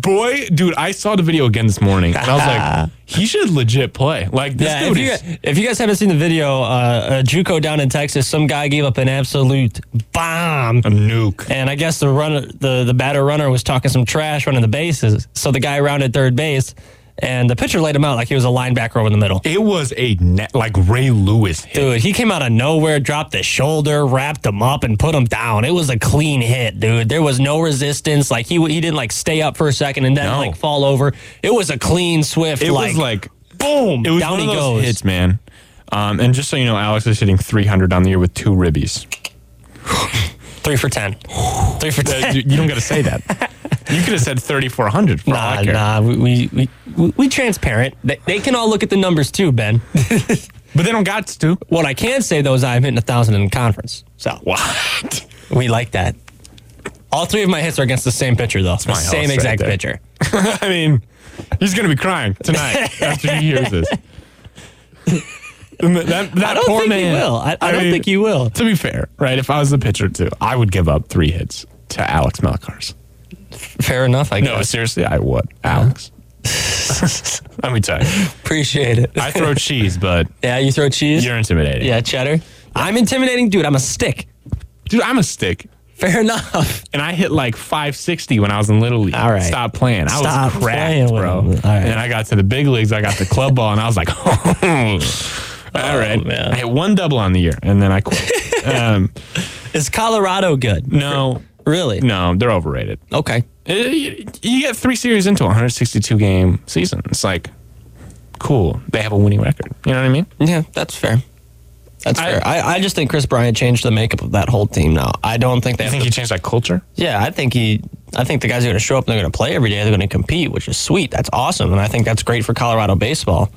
Boy, dude, I saw the video again this morning, and I was like, he should legit play. Like this
Yeah,
dude
if you,
is.
guys, if you guys haven't seen the video, uh, uh, JUCO down in Texas, some guy gave up an absolute bomb,
a nuke.
and I guess the runner, the the batter runner, was talking some trash running the bases. So the guy rounded third base, and the pitcher laid him out like he was a linebacker over the middle.
It was a net like Ray Lewis hit.
Dude, he came out of nowhere, dropped his shoulder, wrapped him up, and put him down. It was a clean hit, dude. There was no resistance. Like he he didn't like stay up for a second and then
No.
like fall over. It was a clean, swift.
It
like,
was like
boom.
it was
down
one of
he
those
goes.
hits, man. Um, and just so you know, Alex is hitting 300 on the year with two ribbies.
Three for ten. Three for
Uh,
ten.
you, you don't got to say that. You could have said 3,400. for all I
Nah,
care.
nah, we we, we, we we transparent. They, they can all look at the numbers too, Ben.
But they don't got to.
what I can say though is I'm hitting a thousand in the conference, so
What?
we like that. All three of my hits are against the same pitcher though, the
my house
same
right
exact
there.
pitcher.
I mean, he's going to be crying tonight after he hears this. And that, that
I don't
poor
think
man.
you will. I, I, don't
mean,
think you will.
To be fair, right? If I was the pitcher too, I would give up three hits to Alex Melkars.
Fair enough, I
No,
guess.
seriously, I would. Alex. Let me tell you.
Appreciate it.
I throw cheese, but
yeah, you throw cheese.
you're intimidating.
yeah, cheddar. I'm intimidating, dude. I'm a stick.
Dude, I'm a stick.
Fair enough.
And I hit like 560 when I was in Little League.
All right.
Stop playing. I
Stop
was cracked,
playing with
bro.
him. All right.
And then I got to the big leagues. I got the club ball, and I was like, all right.
man.
I hit one double on the year, and then I quit. um,
Is Colorado good?
no,
Really?
no, they're overrated.
Okay.
Uh, you, you get three series into a 162 game season. It's like, cool. They have a winning record. You know what I mean?
Yeah, that's fair. That's
I-
fair. I, I just think Chris Bryant changed the makeup of that whole team now. I don't think they
I
have
think
to-
he changed that culture.
Yeah, I think he. I think the guys are going to show up. and They're going to play every day. They're going to compete, which is sweet. That's awesome, and I think that's great for Colorado baseball.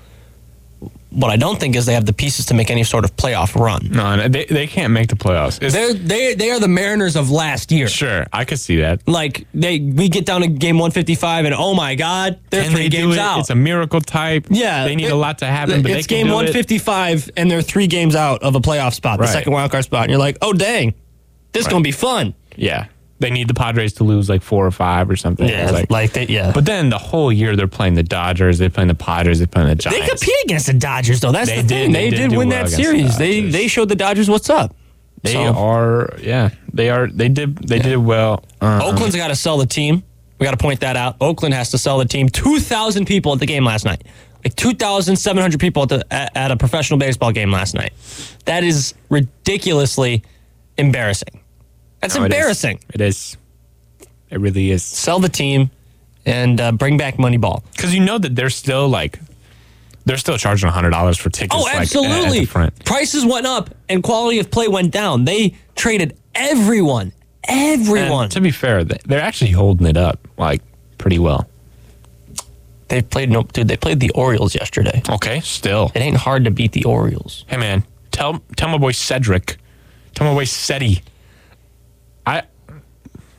What I don't think is they have the pieces to make any sort of playoff run.
No, and they, they can't make the playoffs. It's-
They're they they are the Mariners of last year.
sure, I could see that.
Like they we get down to game one fifty five and oh my god, they're
And
three
they do
games
it.
out.
It's a miracle type.
yeah,
they need
it-
a lot to happen, but
it's
they can
game
do
one
it.
fifty five and they're three games out of a playoff spot,
Right.
the second wild card spot. And you're like, oh dang, this is going to be fun.
Yeah, they need the Padres to lose like four or five or something. It's like,
they, yeah.
but then the whole year they're playing the Dodgers, they're playing the Padgers, they're playing the Giants.
They compete against the Dodgers, though. That's
They
the thing.
did-
They,
they
did,
did do
win
well
that
against the
series. they
Dodgers.
they showed the Dodgers what's up.
They
So,
are, yeah, they are. They did, they did well. Uh,
Oakland's got to sell the team. We got to point that out. Oakland has to sell the team. Two thousand people at the game last night. Like two thousand seven hundred people at, the, at, at a professional baseball game last night. That is ridiculously embarrassing. That's
no, it is.
embarrassing.
It is. It really is.
Sell the team and uh, bring back Moneyball.
Because you know that they're still like, they're still charging hundred dollars for tickets.
Oh,
like, uh, at- at the
absolutely.
front.
Prices went up and quality of play went down. They traded everyone.
And
Everyone.
to be fair, they- they're actually holding it up like pretty well.
They played no dude, they played the Orioles yesterday.
Okay, still.
It ain't hard to beat the Orioles.
Hey man, tell tell my boy Cedric, tell my boy Seti. I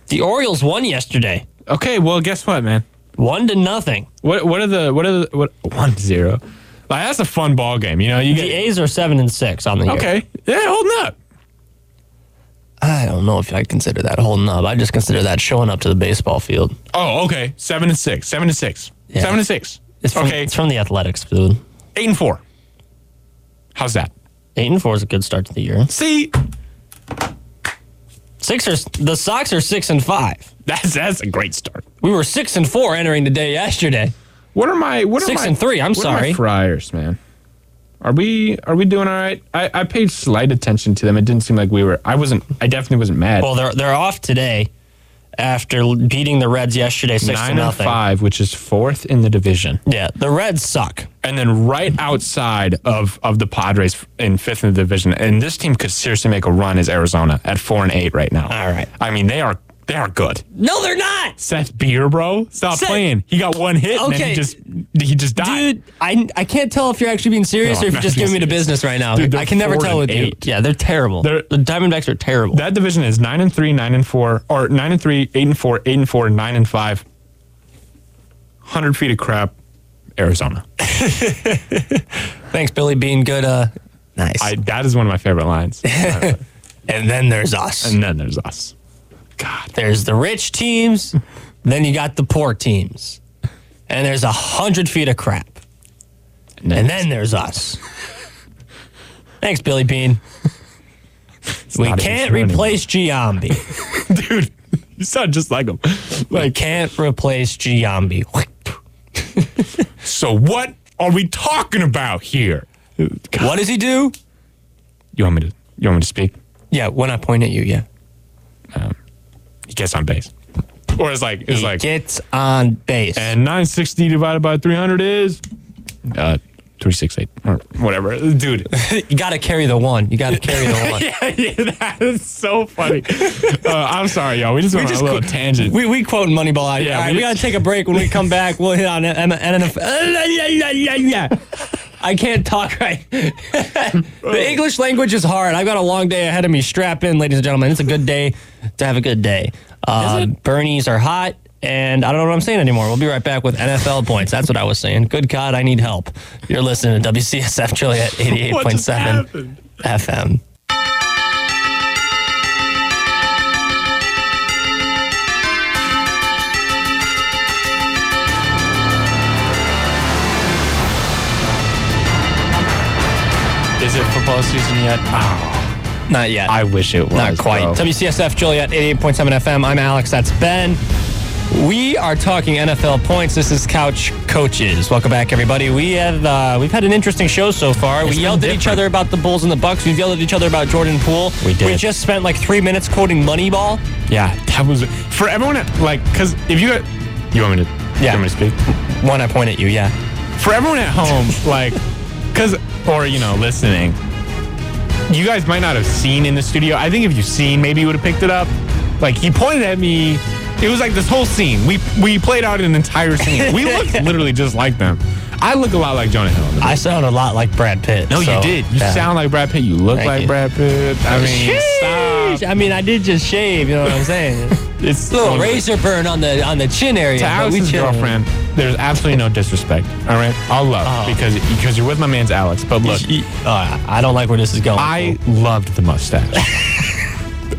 The Orioles won yesterday.
okay. Well, guess what, man.
One to nothing.
What what are the what are the what one zero? Like that's a fun ball game. You know you
The
get
A's are seven and six on the year.
okay. Yeah, holding up.
I don't know if I consider that holding up. I just consider that showing up to the baseball field.
Oh, okay. Seven and six. Seven and six.
Yeah.
Seven and six.
It's from,
okay.
it's from the athletics dude.
Eight and four. How's that?
Eight and four is a good start to the year.
See,
Six are the Sox are six and five.
that's that's a great start.
We were six and four entering the day yesterday.
What are my what are
Six
my-
and three, I'm
what are my
sorry.
Friars, man. Are we are we doing all right? I, I paid slight attention to them. It didn't seem like we were. I wasn't. I definitely wasn't mad.
Well, they're they're off today after beating the Reds yesterday six to
Nine and
nothing.
five, which is fourth in the division,
Yeah, the Reds suck.
and then right outside of of the Padres in fifth in the division. And this team could seriously make a run. Is Arizona at four and eight right now?
All right.
I mean, they are They are good.
No, they're not.
Seth Beer, bro, stop
Seth-
playing. He got one hit and then
Okay.
he just he just died.
Dude, I, I can't tell if you're actually being serious
No,
or if
I'm
you're just
not
giving me the
being serious.
business right now.
Dude, they're
I can never
four
tell with
and
you.
eight.
Yeah, they're terrible.
They're-
the Diamondbacks are terrible.
That division is nine and three, nine and four, or nine and three, eight and four, eight and four, nine and five. Hundred feet of crap, Arizona.
Thanks, Billy, being good. Uh, nice.
I, that is one of my favorite lines. and
and then there's us.
then there's us. God,
there's the rich teams, then you got the poor teams, and there's a hundred feet of crap, and then there's us. Thanks, Billy Bean. we
not an
can't
issue anymore.
replace Giambi.
dude, you sound just like him.
we
Like,
can't replace Giambi.
so what are we talking about here?
What does he do?
You want me to? You want me to speak?
Yeah, when I point at you, yeah.
He gets on base, or it's like it's
he
like
gets on base.
and nine sixty divided by three hundred is uh three six eight or whatever, dude.
you got to carry the one. You got to carry the one.
yeah, yeah, that is so funny. uh, I'm sorry, y'all. We just went on a little tangent.
We we quoting Moneyball out.
Yeah,
Yeah, All right,
we-
we, gotta take a break. When we come back, we'll hit on M- NFL. I can't talk right. the English language is hard. I've got a long day ahead of me. Strap in, ladies and gentlemen. It's a good day to have a good day. Uh, Bernies are hot, and I don't know what I'm saying anymore. We'll be right back with NFL points. That's what I was saying. Good God, I need help. You're listening to WCSF Joliet
What just
88.7
happened?
FM.
Is it football season yet?
Not yet.
I wish it was.
Not quite.
bro.
WCSF Joliet, 88.7 FM. I'm Alex. That's Ben. We are talking NFL points. This is Couch Coaches. Welcome back, everybody. We have uh, we've had an interesting show so far. we
been
yelled at each
different.
other about the Bulls and the Bucks. We've yelled at each other about Jordan Poole.
We did.
We just spent like three minutes quoting Moneyball.
Yeah, that was for everyone. At, like, because if you got, you want me to?
Yeah.
You want me to speak?
One, I point at you. Yeah.
For everyone at home, like, because or you know listening, you guys might not have seen in the studio. I think if you've seen, maybe you would have picked it up. Like he pointed at me. It was like this whole scene. We we played out an entire scene. We look literally just like them. I look a lot like Jonah Hill. in the
I sound a lot like Brad Pitt.
No,
so,
you did. You
yeah.
sound like Brad Pitt. You look
Thank
like
you.
Brad Pitt. I mean,
Sheesh.
stop.
I mean, I did just shave. You know what I'm saying?
It's
little razor burn on the on the chin area.
To
but we
Alex's
chilling.
girlfriend, there's absolutely no disrespect. All right, all love
Oh.
because because you're with my man's Alex. But look,
Uh, I don't like where this is going.
I loved the mustache.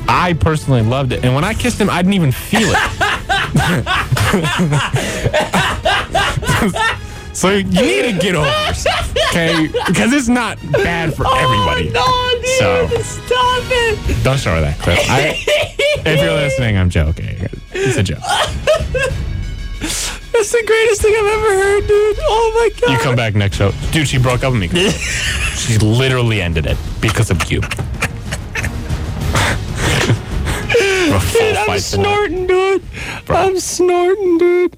I personally loved it, and when I kissed him, I didn't even feel it. so you need to get over, it, okay? Because it's not bad
Oh,
for everybody.
Oh,
So-
stop it!
Don't show her that clip. I, if you're listening, I'm joking. It's a joke.
That's the greatest thing I've ever heard, dude. Oh my god!
You come back next show. Dude, she broke up with me. she literally ended it because of you.
dude, I'm snorting, dude. I'm snorting, dude.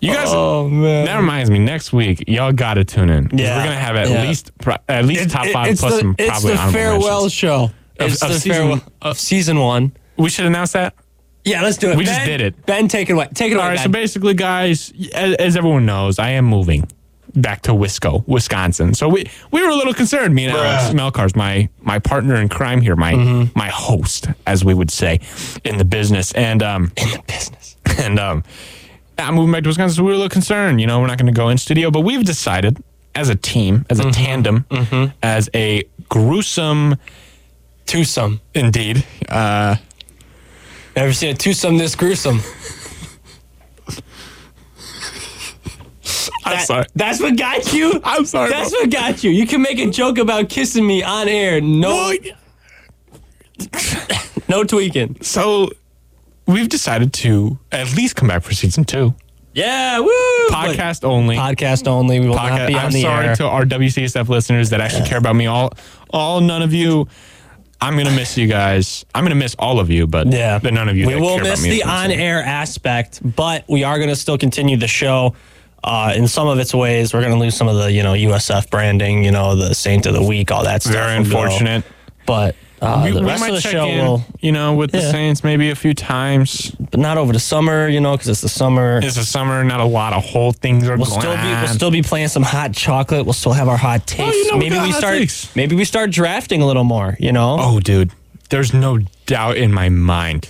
You guys.
Oh man!
That reminds me. Next week, y'all gotta tune in. 'Cause
Yeah.
We're gonna have at
Yeah.
least pro- at least top
It-
five
it's
plus
the,
some
it's
probably
the
honorable
farewell
mentions.
show. It's
of
the
season-
farewell of season one.
We should announce that.
Yeah, let's do it.
We just
Ben-
did it.
Ben, take it away. Take it
All
away.
right.
Ben.
So basically, guys, as, as everyone knows, I am moving back to Wisco, Wisconsin. So we we were a little concerned. Me and Alex Melcars, my my partner in crime here, my my host, as we would say, in the business, and um
business.
and um I'm moving back to Wisconsin. So we were a little concerned. You know, we're not going to go in studio, but we've decided as a team, as a tandem, as a gruesome.
Twosome.
Indeed. Uh,
Never seen a twosome this gruesome.
I'm sorry.
That's what got you.
I'm sorry.
That's
bro.
what got you. You can make a joke about kissing me on air. No, no tweaking.
So we've decided to at least come back for season two.
Yeah, woo.
Podcast only.
But- podcast only. We will not
Podcast.
be on
I'm
the
sorry
air.
to our WCSF listeners that actually care about me. All, all none of you. I'm gonna miss you guys. I'm gonna miss all of you, but
yeah,
but none of you.
We
that
will
care about
miss
me
the
is listening.
on-air aspect, but we are going to still continue the show. Uh, in some of its ways, we're going to lose some of the you know USF branding, you know the Saint of the Week, all that stuff.
Very
will go.
unfortunate.
but Uh,
we,
the
we
rest
might
of the
check
show
in,
will,
you know, with the
Yeah.
Saints maybe a few times.
but not over the summer, you know, because it's the summer.
It's the summer. Not a lot of whole things are
We'll
going
still be
on.
we'll still be playing some hot chocolate. We'll still have our hot takes.
Oh, you know we
maybe
got
we
hot
start
takes.
maybe we start drafting a little more. You know,
Oh, dude, there's no doubt in my mind.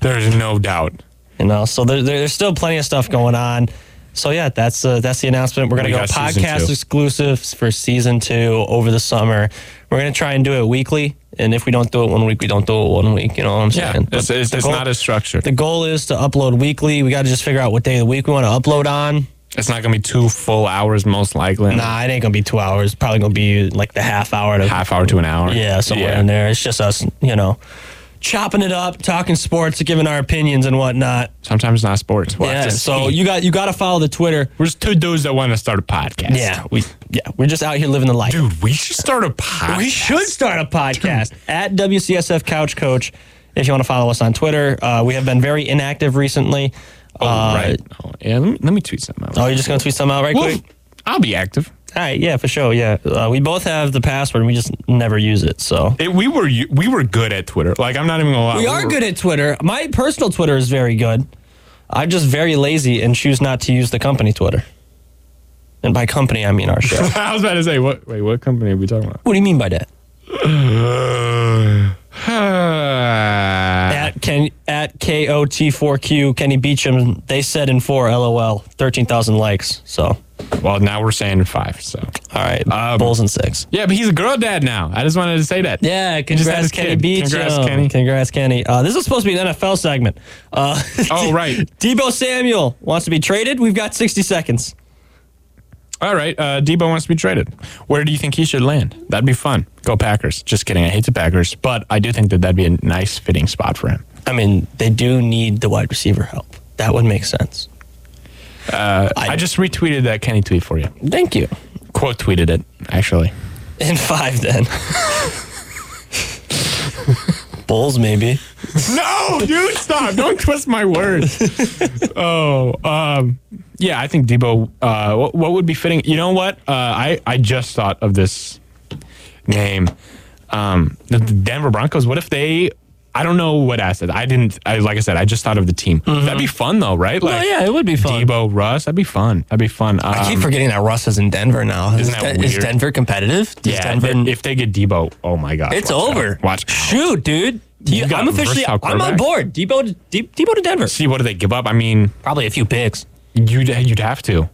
there's no doubt.
you know. So there, there- there's still plenty of stuff going on. So yeah, that's uh, that's the announcement. We're gonna
We
go
got season
podcast
two.
exclusives for season two over the summer. We're gonna try and do it weekly. And if we don't do it one week, we don't do it one week. You know what I'm
Yeah,
saying?
it's,
But
it's,
the
it's
goal-
not a structure.
The goal is to upload weekly. We got to just figure out what day of the week we want to upload on.
It's not gonna be two full hours, most likely.
Nah, it ain't gonna be two hours. Probably gonna be like the half hour to
half hour to an hour.
Yeah, somewhere in there. It's just us, you know, chopping it up, talking sports, giving our opinions and whatnot.
Sometimes not sports. We'll have
yeah.
to
So
see.
you got you got to follow the Twitter.
we're just two dudes that want to start a podcast.
Yeah, we yeah we're just out here living the life.
dude, we should start a podcast.
we should start a podcast at WCSF Couch Coach. If you want to follow us on Twitter, uh, we have been very inactive recently.
Oh,
Uh,
right. Oh, yeah. Let me, let me tweet something out.
Oh, you're just gonna tweet some out right
Well,
quick.
I'll be active.
All right, yeah, for sure. Yeah, uh, we both have the password. We just never use it. So
It- we were u- we were good at Twitter. Like I'm not even gonna lie.
We are
were-
good at Twitter. My personal Twitter is very good. I'm just very lazy and choose not to use the company Twitter. And by company, I mean our show.
I was about to say what? Wait, what company are we talking about?
what do you mean by that?
Uh,
At Ken, at KOT4Q, Kenny Beecham, they said in four, LOL, 13,000 likes. So, all
well, now we're saying five. So
right,
Um,
Bulls and six.
yeah, but he's a girl dad now. I just wanted to say that.
Yeah,
just had
congrats,
his
Kenny Oh,
kid.
Beecham.
Congrats, Kenny.
Congrats, Kenny. Uh, this is supposed to be an NFL segment. Uh,
Oh, right.
Debo Samuel wants to be traded. We've got 60 seconds.
All right, uh, Debo wants to be traded. Where do you think he should land? That'd be fun. Go Packers. Just kidding. I hate the Packers, but I do think that that'd be a nice fitting spot for him.
I mean, they do need the wide receiver help. That would make sense.
I, just retweeted that Kenny tweet for you.
Thank you.
Quote tweeted it actually.
In five, then. Bulls, maybe.
No, dude, stop! Don't twist my words. oh, um, yeah, I think Debo. Uh, what, what would be fitting? You know what? Uh, I I just thought of this name. Um, the the Denver Broncos. What if they? I don't know what asset. I didn't. I like I said. I just thought of the team. That'd be fun though, right? Like
Mm-hmm. Oh, yeah, it would be fun.
Debo Russ. That'd be fun. That'd be fun. Um,
I keep forgetting that Russ is in Denver now.
Isn't that
is
weird?
Denver competitive? Is
yeah,
Denver,
if they get Debo, oh my god,
it's over.
Watch. out.
Shoot, dude. You-
got
I'm officially.
versatile
I'm
quarterback.
on board. Debo to, De- Debo to Denver.
See what do they give up? I mean,
Probably a few picks.
You'd you'd have to.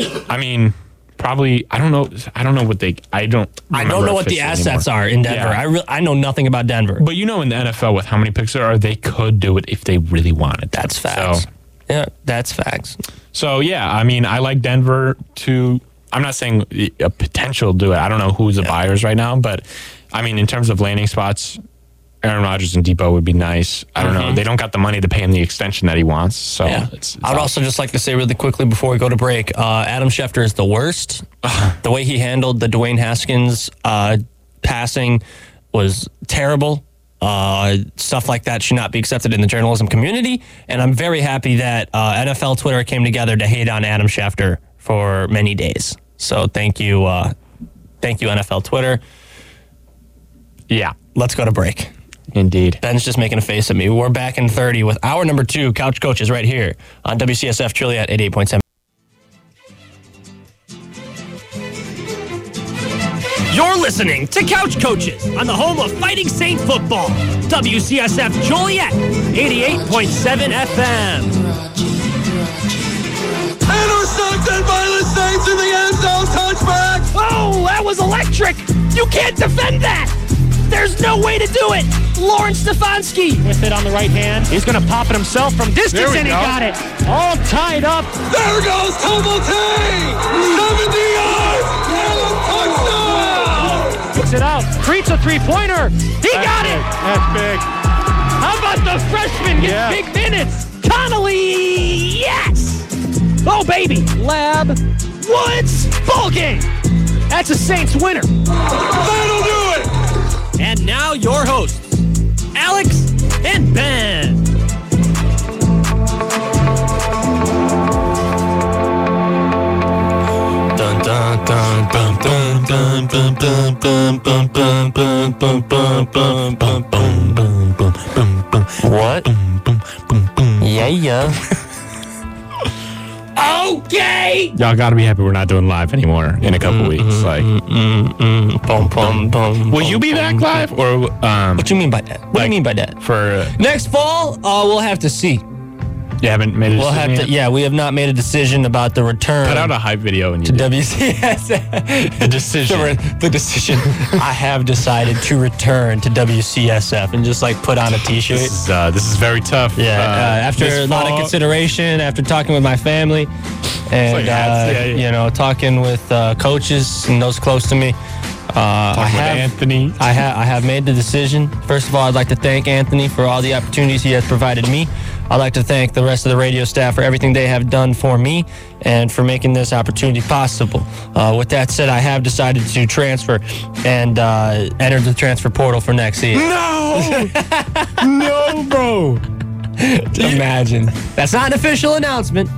I mean, probably. I don't know. I don't know what they. I don't.
I don't know what the assets are in Denver.
Yeah.
I re- I know nothing about Denver.
But you know, in the NFL, with how many picks there are, they could do it if they really wanted. to.
that's facts.
So,
Yeah, that's facts.
so yeah, I mean, I like Denver to. I'm not saying a potential do it. I don't know who's the buyers right now, but I mean, in terms of landing spots, Aaron Rodgers and Debo would be nice. I don't know. They don't got the money to pay him the extension that he wants. So
Mm-hmm. Yeah.
it's, it's
I would also just like to say really quickly before we go to break, uh, Adam Schefter is the worst. the way he handled the Dwayne Haskins uh, passing was terrible. Uh, stuff like that should not be accepted in the journalism community. And I'm very happy that uh, NFL Twitter came together to hate on Adam Schefter for many days. So thank you, uh, thank you NFL Twitter.
yeah,
Let's go to break.
indeed.
Ben's just making a face at me. We're back in 30 with our number two, Couch Coaches, right here on WCSF Trilliat 88.7.
You're listening to Couch Coaches on the home of Fighting Saint football. WCSF Joliet, 88.7 FM.
Intercepted by the Saints in the end zone. Touchback.
Oh, that was electric! You can't defend that! There's no way to do it! Lawrence Stefanski with it on the right hand. He's gonna pop it himself from
There
distance
we
and he
go.
got it. All tied up.
There goes Tumulty. 70 yards and a touchdown.
Kicks it out. Creates a three-pointer. He got it!
That's big.
How about the freshman gets
Yeah.
big minutes? Connolly, yes! Oh, baby. Lab, Woods, ball game. That's a Saints winner.
That'll do it.
And now your hosts, Alex and Ben.
Dun, dun, dun, dun, dun, dun, What? Yeah, yeah.
Y'all gotta be happy we're not doing live anymore in a
Mm-hmm,
couple weeks. Like,
Bum, bum, bum,
will you be back live or um
What do you mean by that? What do you mean by that?
for uh,
Next fall, uh, we'll have to see.
you haven't made a decision?
We'll have to.
yet?
Yeah, we have not made a decision about the return.
Put out a hype video and you did.
WCSF. The
decision.
The, decision. I have decided to return to WCSF and just like put on a t shirt.
This is uh, this is very tough.
Yeah, uh, after
this
a lot of
fall-
consideration, after talking with my family, and
like
uh,
ads, yeah, yeah.
you know, talking with uh, coaches and those close to me, uh, I
with
have
Anthony.
I have I have made the decision. First of all, I'd like to thank Anthony for all the opportunities he has provided me. I'd like to thank the rest of the radio staff for everything they have done for me and for making this opportunity possible. Uh, with that said, I have decided to transfer and uh, enter the transfer portal for next season.
No, no, bro.
Imagine. That's not an official announcement.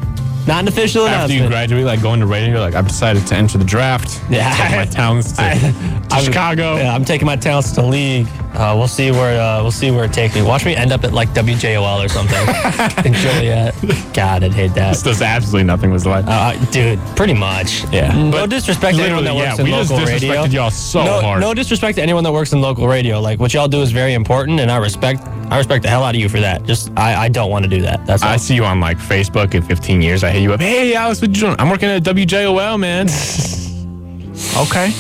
Not an official
After you
announcement.
graduate, like going to radio, you're like I've decided to enter the draft.
Yeah.
Take my talents to, to
I'm-
Chicago.
yeah, I'm taking my talents to the league. Uh, we'll see where uh, we'll see where it takes me. Watch me end up at like WJOL or something in Joliet. God, I'd hate that.
This does absolutely nothing with life.
Uh, dude, pretty much.
Yeah.
No
But
disrespect to anyone that
literally,
works
yeah,
in
we just
local radio.
disrespected y'all so
no,
hard.
no disrespect to anyone that works in local radio. Like what y'all do is very important, and I respect I respect the hell out of you for that. Just I, I don't want to do that. That's all.
I see you on like Facebook in 15 years. I hit you up. Hey, Alex, what you doing? I'm working at WJOL, man. okay.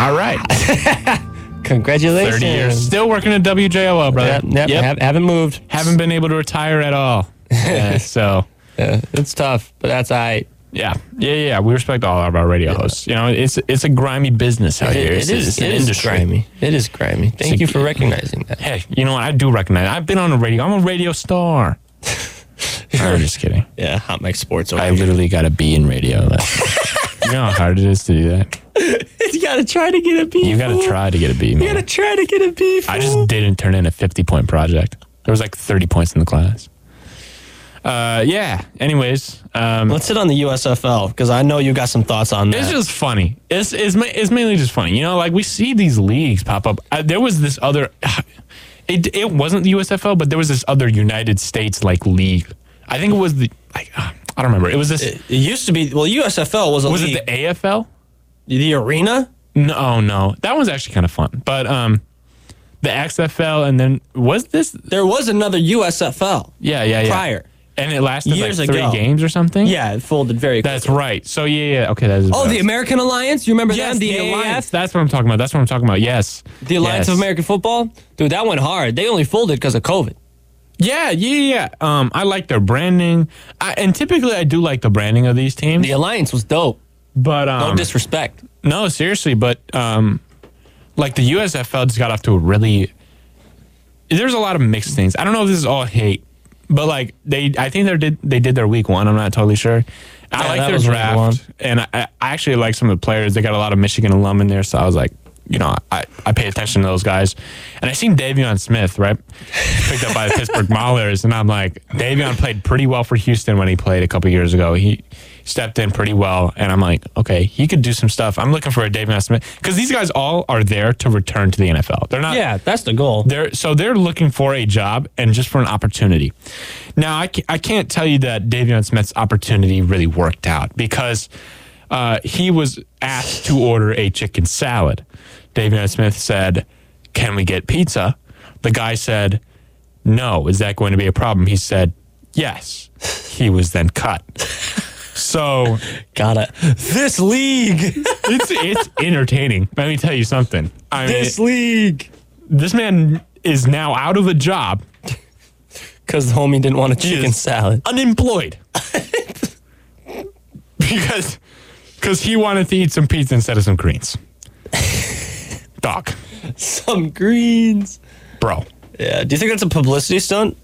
All right.
Congratulations.
30 years. Still working at WJOL, brother.
Yep, yep,
Yep.
have- haven't moved.
Haven't been able to retire at all. Yeah, so.
Yeah, it's tough, but that's all right.
Yeah, yeah, yeah. We respect all of our radio hosts. You know, it's it's a grimy business out here. It's, it's an industry.
grimy. It is grimy. Thank
a-
you for recognizing that.
Hey, you know what? I do recognize. I've been on the radio. I'm a radio star. I'm just kidding.
Yeah, Hot Mike Sports. Over
I
here.
literally got a B in radio. you know how hard it is to do that.
you gotta try to get a B.
You got to
fool.
try to get a B,
You gotta
man.
try to get a B.
I
fool.
just didn't turn in a 50 point project. There was like 30 points in the class. Uh, yeah. Anyways, um,
let's hit on the USFL because I know you got some thoughts on that.
It's just funny. It's, it's ma- it's mainly just funny. You know, like we see these leagues pop up. Uh, there was this other. It it wasn't the USFL, but there was this other United States like league. I think it was the like uh, I don't remember. It was this.
It used to be well, USFL was a
was
Uh, league.
it the AFL?
the, arena?
No, oh, no, that one's actually kind of fun. But um, the XFL, and then was this?
There was another USFL.
Yeah, yeah, yeah.
Prior.
and it lasted
Years
like three
ago.
games or something.
Yeah, it folded very.
that's right. So yeah, yeah. Okay, that is.
Oh, the
that's-
American Alliance. You remember
Yes,
them?
the,
AAF?
alliance. That's what I'm talking about. That's what I'm talking about. Yes,
The Alliance
Yes.
of American Football. Dude, that went hard. They only folded because of COVID.
Yeah, yeah, yeah. Um, I like their branding, I, and typically I do like the branding of these teams.
The Alliance was dope.
But
No
um,
disrespect.
no, seriously, but um, like the USFL just got off to a really. There's a lot of mixed things. I don't know if this is all hate, but like they, I think they did they did their week one. I'm not totally sure. I
Yeah,
like
that
their
was week one.
draft, and I, I actually like some of the players. They got a lot of Michigan alum in there, so I was like, you know, I, I pay attention to those guys. And I seen Davion Smith, right, picked up by the Pittsburgh Maulers, and I'm like, Davion played pretty well for Houston when he played a couple years ago. He stepped in pretty well, and I'm like, okay, he could do some stuff. I'm looking for a Davion Smith because these guys all are there to return to the NFL. They're not
Yeah, that's the goal.
they're so they're looking for a job and just for an opportunity. Now I ca- I can't tell you that Davion Smith's opportunity really worked out because uh, he was asked to order a chicken salad. Davion Smith said, "Can we get pizza?" The guy said, "No." Is that going to be a problem? He said, "Yes." He was then cut. So
Got it. This league.
it's it's entertaining. Let me tell you something. I mean,
This league.
this man is now out of a job
Because homie didn't want a chicken
is-
salad.
unemployed because because he wanted to eat some pizza instead of some greens. Doc,
Some greens.
bro,
Yeah. Do you think that's a publicity stunt?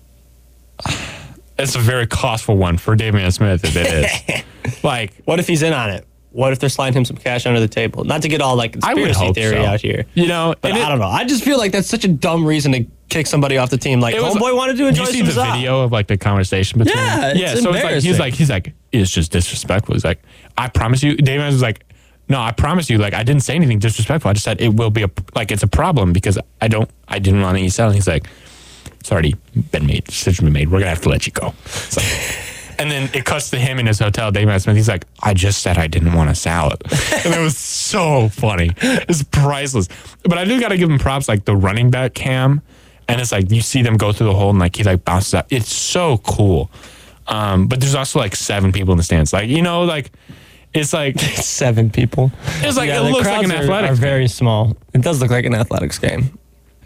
it's a very costful one for Damian Smith. If it is, like,
What if he's in on it? What if they're sliding him some cash under the table? Not to get all like
I would
conspiracy
hope
theory
so.
out here.
you know,
But
and
I
it-
don't know. I just feel like that's such a dumb reason to kick somebody off the team. Like
it was-
homeboy wanted to
Did
enjoy
you see
some
the
za-
video of like the conversation between
Yeah,
them? yeah
it's
so it's like he's
embarrassing.
like he's like it's just disrespectful he's like i promise you david was like No, I promise you, like I didn't say anything disrespectful. I just said it will be a like it's a problem because I don't I didn't want to eat salad. He's like, it's already been made, decision's been made. We're gonna have to let you go. So, and then it cuts to him in his hotel, David Matt Smith. He's like, I just said I didn't want a salad. And it was so funny. It's priceless. But I do gotta give him props, like the running back cam. And it's like you see them go through the hole and like he like bounces up. It's so cool. Um, but there's also like seven people in the stands. Like, you know, like it's like
Seven people.
It's like- it
the
looks like
crowds
an
are-
athletics
Are
game.
very small. It does look like an athletics game.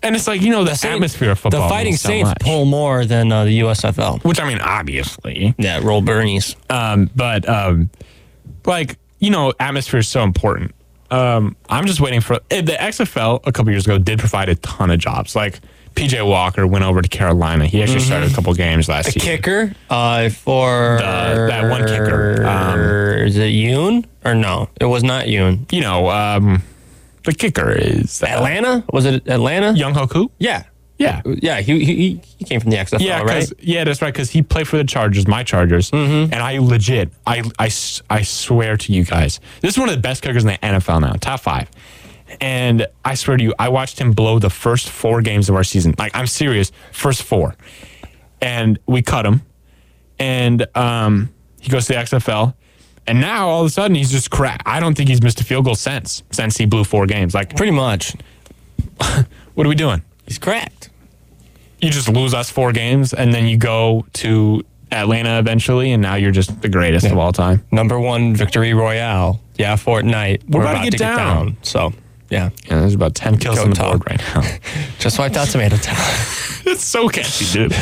And it's like you know the,
Saint-
atmosphere of football.
The Fighting
means so
Saints
much.
pull more than uh, the USFL.
which I mean, obviously.
Yeah, roll Bernie's.
Um, but um, like you know, atmosphere is so important. Um, I'm just waiting for eh, the XFL. A couple years ago, did provide a ton of jobs. Like PJ Walker went over to Carolina. He actually started a couple games last year.
Kicker uh, for
The- that one kicker, um,
is it Yoon or no? It was not Yoon.
You know, um, the kicker is uh,
Atlanta was it Atlanta?
Young Hoku.
Yeah,
Yeah,
yeah. He he, he came from the XFL,
Yeah,
right?
cause, yeah, that's right. Because he played for the Chargers, my Chargers, and I legit, I, I s- I swear to you guys, this is one of the best kickers in the NFL now, top five. And I swear to you, I watched him blow the first four games of our season. Like I'm serious, first four, and we cut him, and um, he goes to the XFL. And now all of a sudden he's just crap. I don't think he's missed a field goal since since he blew four games. Like,
Pretty much.
what are we doing?
He's cracked.
you just lose us four games and then you go to Atlanta eventually and now you're just the greatest of all time.
Number one victory royale. Yeah, Fortnite.
We're about to get down.
So yeah,
Yeah, there's about 10 kills
Go
on the
Tom.
board right now.
just wiped out Tomato Town.
it's so catchy, dude.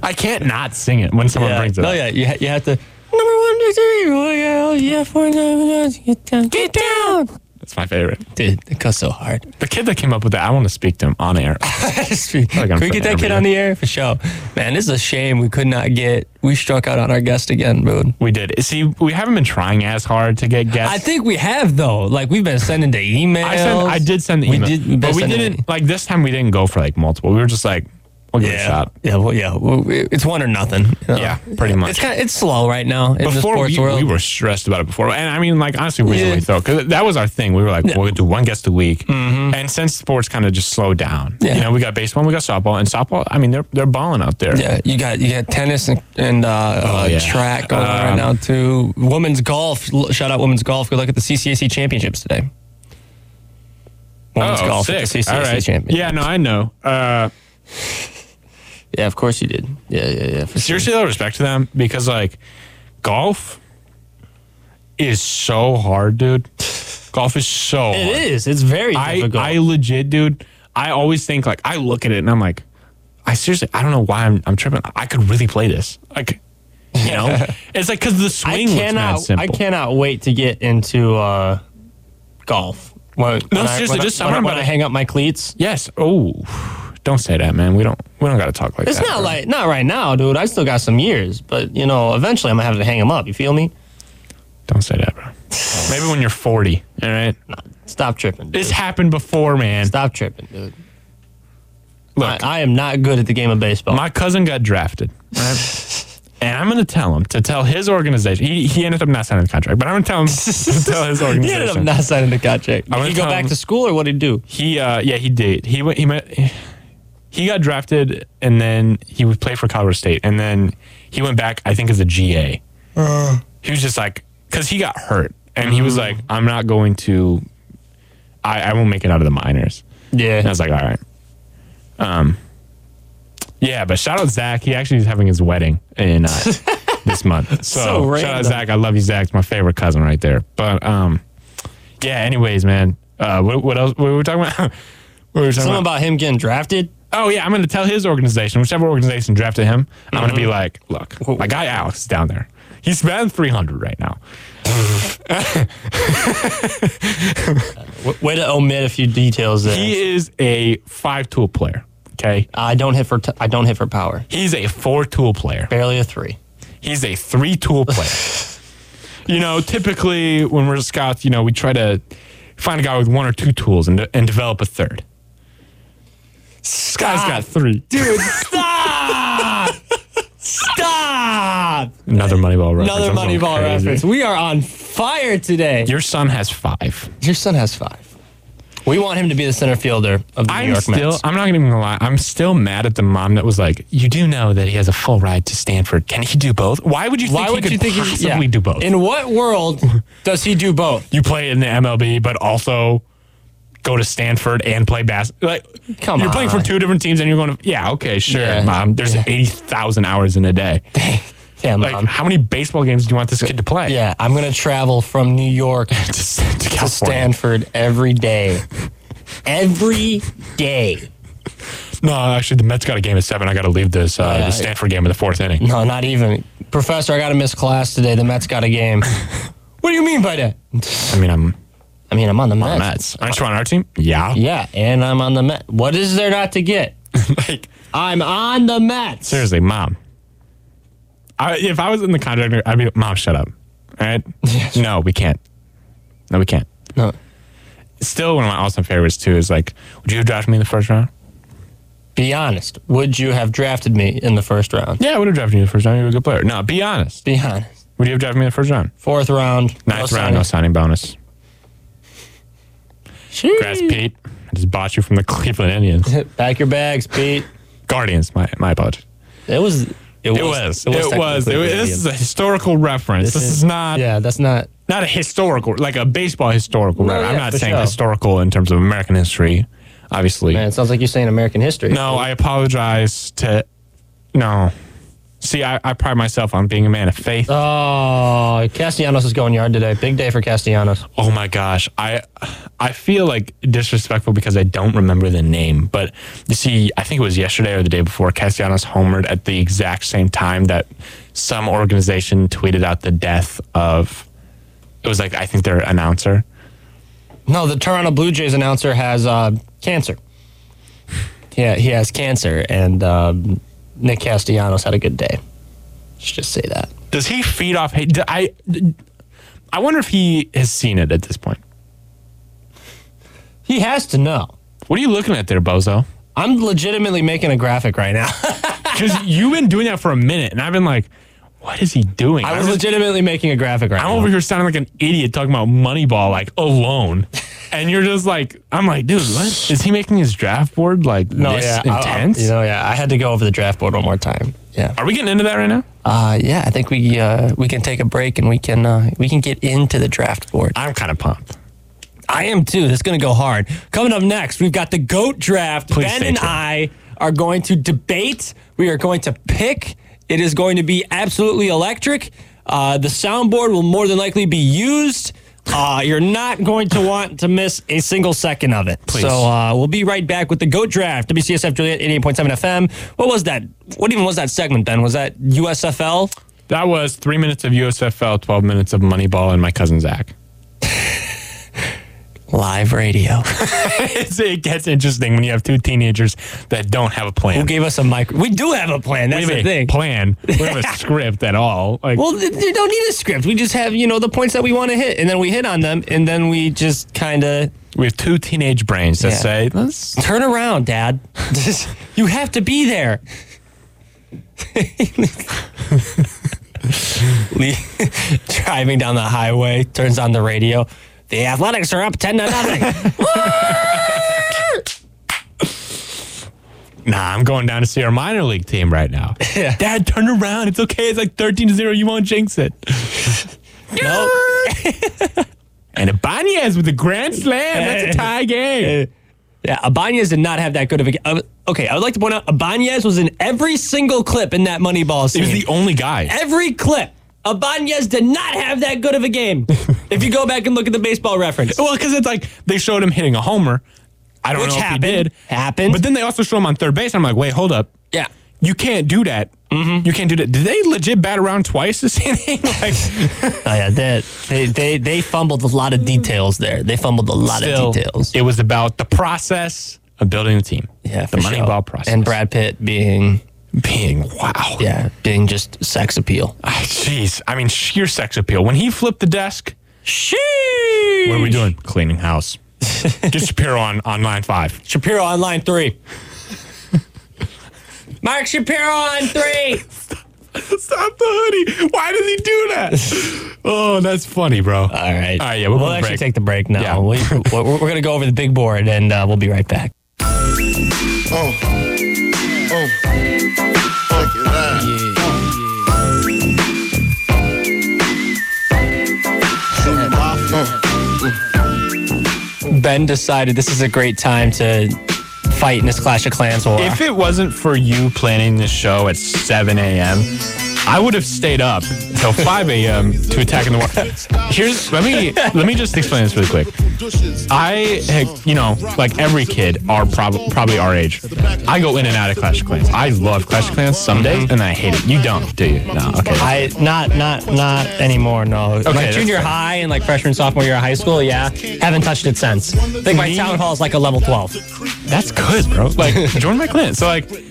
I can't not sing it when someone
yeah.
brings it
No,
up.
yeah. You ha- you have to. Number one victory royale. Yeah, Fortnite. Get down. Get down.
It's my favorite.
Dude, it cuts so hard.
The kid that came up with that, I want to speak to him on air.
Can
like I'm
we get
forever
that kid
young.
on the air for sure? Man, this is a shame we could not get. We struck out on our guest again, dude.
We did. See, we haven't been trying as hard to get guests.
I think we have though. Like we've been sending the emails.
I, sent, I did send the
We
email.
did- we've been
but we
sending
didn't,
it.
like this time we didn't go for like multiple. We were just like, we'll give it a
Yeah,
shot.
e- yeah, well, yeah. Well, we- It's one or nothing. you know?
Yeah, pretty much.
It's kind of, it's slow right now in the
before
sports
we,
world.
we were stressed about it before and i mean like honestly
Yeah.
recently though because that was our thing we were like we'll do one guest a week and since sports kind of just slowed down
Mm-hmm. Yeah.
you know we got baseball and we got softball and softball i mean they're they're balling out there
yeah, you got you got tennis and, and uh, uh,
Oh, yeah. Um,
track going on right now too. Women's golf. L- Shout out women's golf. Good luck at the CCAC championships today. Women's
Oh,
golf
sick.
at the CCAC
All right.
championships.
Yeah, no, I know. Uh,
yeah, of course you did. Yeah, yeah, yeah. for sure.
seriously, though, respect to them because, like, golf is so hard, dude. Golf is so hard.
It is. It's very
I,
difficult.
I legit, dude. I always think like I look at it and I'm like, I seriously, I don't know why I'm I'm tripping. I could really play this, like, you know, it's like because the
I
swing looks mad
cannot.
simple.
I cannot wait to get into uh, golf. When,
No,
when
seriously,
I, when
just
I, when, I,
something
when
about
I
it.
hang up my cleats.
Yes. Oh, don't say that, man. We don't we don't got to talk like
It's
that.
not
bro.
like not right now, dude. I still got some years, but you know, eventually I'm gonna have to hang them up. You feel me?
don't say that, bro. Maybe when you're 40. All right,
Stop tripping. Dude.
this happened before, man.
Stop tripping, dude.
Look,
I, I am not good at the game of baseball.
my cousin got drafted. right? And I'm going to tell him to tell his organization. He, he ended up not signing the contract, but I'm going to tell him to tell his organization.
He ended up not signing the contract.
Did
I'm gonna
he go
tell
back
him-
to school or what did he do?
He uh yeah, he did. He went he met he got drafted and then he would play for Colorado State and then he went back I think as a GA. he was just like cuz he got hurt and he was like I'm not going to I I won't make it out of the minors. And I
Yeah.
was like all right. Um yeah, but shout out Zach. He actually is having his wedding in uh, this month. So, shout
random.
out Zach. I love you, Zach. It's my favorite cousin right there. But um, yeah. Anyways, man. Uh, what, what else? What were we talking about? what were we talking
Something about him getting drafted.
oh yeah, I'm gonna tell his organization, whichever organization drafted him, I'm gonna
Mm-hmm.
be like, look, my guy Alex is down there. He's batting 300 right now.
W- Way to omit a few details there.
He is a five-tool player. Okay,
I don't hit for t- I don't hit for power.
he's a four-tool player.
Barely a three.
He's a three-tool player. you know, typically when we're scouts, you know, we try to find a guy with one or two tools and and develop a third. This guy's got three.
Dude, stop! stop!
Another Moneyball reference.
Another
I'm going
Moneyball
crazy.
reference. We are on fired today.
Your son has five.
Your son has five. We want him to be the center fielder of the New
I'm
York
still.
Mets.
I'm not even gonna lie. I'm still mad at the mom that was like, "You do know that he has a full ride to Stanford. Can he do both? Why would you?
Why
think
would
he could
you think he
possibly
yeah.
do both?
In what world does he do both?
you play in the MLB, but also go to Stanford and play bas. Like,
Come
you're playing for
on.
two different teams, and you're going to. Yeah, okay, sure,
Yeah.
mom. There's eighty thousand hours in a day.
Yeah,
Like,
mom.
how many baseball games do you want this kid to play?
Yeah, I'm gonna travel from New York
to, to
to
California.
Stanford every day. Every day.
No, actually, the Mets got a game at seven. I got to leave this uh,
Yeah.
the Stanford game in the fourth inning.
No, not even. Professor, I gotta miss class today. The Mets got a game. what do you mean by that?
I mean, I'm
I mean, I'm on the Mets.
Mets. Aren't you on our team? Yeah.
Yeah, and I'm on the Mets. What is there not to get?
like
I'm on the Mets.
seriously, mom. I, if I was in the contract, I'd be like, mom, shut up. All right. No, we can't. No, we can't.
No.
Still, one of my all-time favorites too is like, would you have drafted me in the first round?
Be honest. Would you have drafted me in the first round?
Yeah, I would have drafted you in the first round. You're a good player. No, be honest.
Be honest.
Would you have drafted me in the first round?
Fourth round.
Ninth
no
round, no signing
signing.
bonus. Congrats,
Sheesh.
Pete. I just bought you from the Cleveland Indians.
Pack your bags, Pete.
Guardians. My my apologies.
It was. It was.
It was. It was. It was.
technically
this
Indians.
is a historical reference. This,
This
is,
is-
not
Yeah, that's not.
not a historical, like a baseball historical.
No,
reference. I'm
yeah,
not
for
saying
sure.
historical in terms of American history, obviously.
Man, it sounds like you're saying American history.
No, I apologize to. No, see, I, I pride myself on being a man of faith.
Oh, Castellanos is going yard today. Big day for Castellanos.
oh my gosh, I I feel like disrespectful because I don't remember the name, but you see, I think it was yesterday or the day before. Castellanos homered at the exact same time that some organization tweeted out the death of. It was like I think their announcer.
No, the Toronto Blue Jays announcer has uh, cancer. Yeah, he has cancer, and um, Nick Castellanos had a good day. Let's just say that.
Does he feed off hate? Do- I I wonder if he has seen it at this point.
He has to know.
What are you looking at there, bozo?
I'm legitimately making a graphic right now.
Because you've been doing that for a minute, and I've been like, what is he doing?
I
I'm
was
just-
legitimately making a graphic right
I'm
now.
over here sounding like an idiot talking about Moneyball like alone, and you're just like, I'm like, dude, what is he making his draft board like this
I- I-
intense?
you know, yeah. I had to go over the draft board one more time. Yeah.
Are we getting into that right now?
Uh, yeah. I think we uh, we can take a break and we can uh, we can get into the draft board.
I'm kind of pumped.
I am too. This is going to go hard. Coming up next, we've got the GOAT draft.
Please
ben
stay
and
tuned.
I are going to debate. We are going to pick. It is going to be absolutely electric. Uh, the soundboard will more than likely be used. Uh, you're not going to want to miss a single second of it. So uh, we'll be right back with the GOAT draft. WCSF Juliet 88.7 FM. What was that? What even was that segment, Ben? Was that USFL?
That was three minutes of USFL, twelve minutes of Moneyball, and my cousin Zach.
Live radio.
It's, it gets interesting when you have two teenagers that don't have a plan.
Who gave us a mic? We do have a plan.
we
That's
have
the
a
thing.
plan. We don't have a script at all. Like,
Well, th- you don't need a script. We just have, you know, the points that we want to hit, and then we hit on them, and then we just kind of
we have two teenage brains that
Yeah.
say, let's
turn around, Dad. Just- you have to be there. Le- Driving down the highway, turns on the radio. The Athletics are up ten to nothing.
Nah, I'm going down to see our minor league team right now. Dad, turn around. It's okay. It's like 13 to 0. You won't jinx it.
nope.
And Ibanez with a grand slam. That's a tie game.
Yeah, Abanez did not have that good of a. g- Uh, okay, I would like to point out Abanez was in every single clip in that Moneyball
He
scene.
was the only guy.
every clip. Abanez did not have that good of a game. if you go back and look at the baseball reference,
Well, because it's like they showed him hitting a homer. I don't
Which
know if
happened.
he did.
Happened.
But then they also show him on third base. I'm like, wait, hold up.
yeah,
You can't do that.
Mm-hmm.
You can't do that. Did they legit bat around twice this inning? like,
oh yeah, that they they they fumbled a lot of details there. They fumbled a lot
still,
of details.
It was about the process of building the team.
yeah,
the
for
money
sure.
ball process.
and Brad Pitt being
being wow.
yeah being just sex appeal.
Ah, Jeez, I mean sheer sex appeal. When he flipped the desk,
Sheesh.
what are we doing? Cleaning house. Get Shapiro on on line five.
Shapiro on line three. Mark Shapiro on three.
Stop the hoodie. Why does he do that? Oh, that's funny, bro. All
All right.
All right, yeah, we'll go
we'll
to
actually
break.
take the break now.
Yeah.
We, we're we're going to go over the big board and uh, we'll be right back.
Oh. Oh. Check it out. Shoot my phone.
Ben decided this is a great time to fight in this Clash of Clans war.
If it wasn't for you planning this show at 7 a.m., I would have stayed up till 5 a.m. to attack in the war. Here's let me let me just explain this really quick. I, had- you know, like every kid, are prob- probably our age. I go in and out of Clash of Clans. I love Clash of Clans some days, and I hate it. You don't, do you? No, okay.
I not not not anymore. No, like
that's
junior
fair.
high and like freshman sophomore year of high school. Yeah, haven't touched it since. I think my town hall is like a level twelve.
That's good, bro. Like join my clan. So like
Join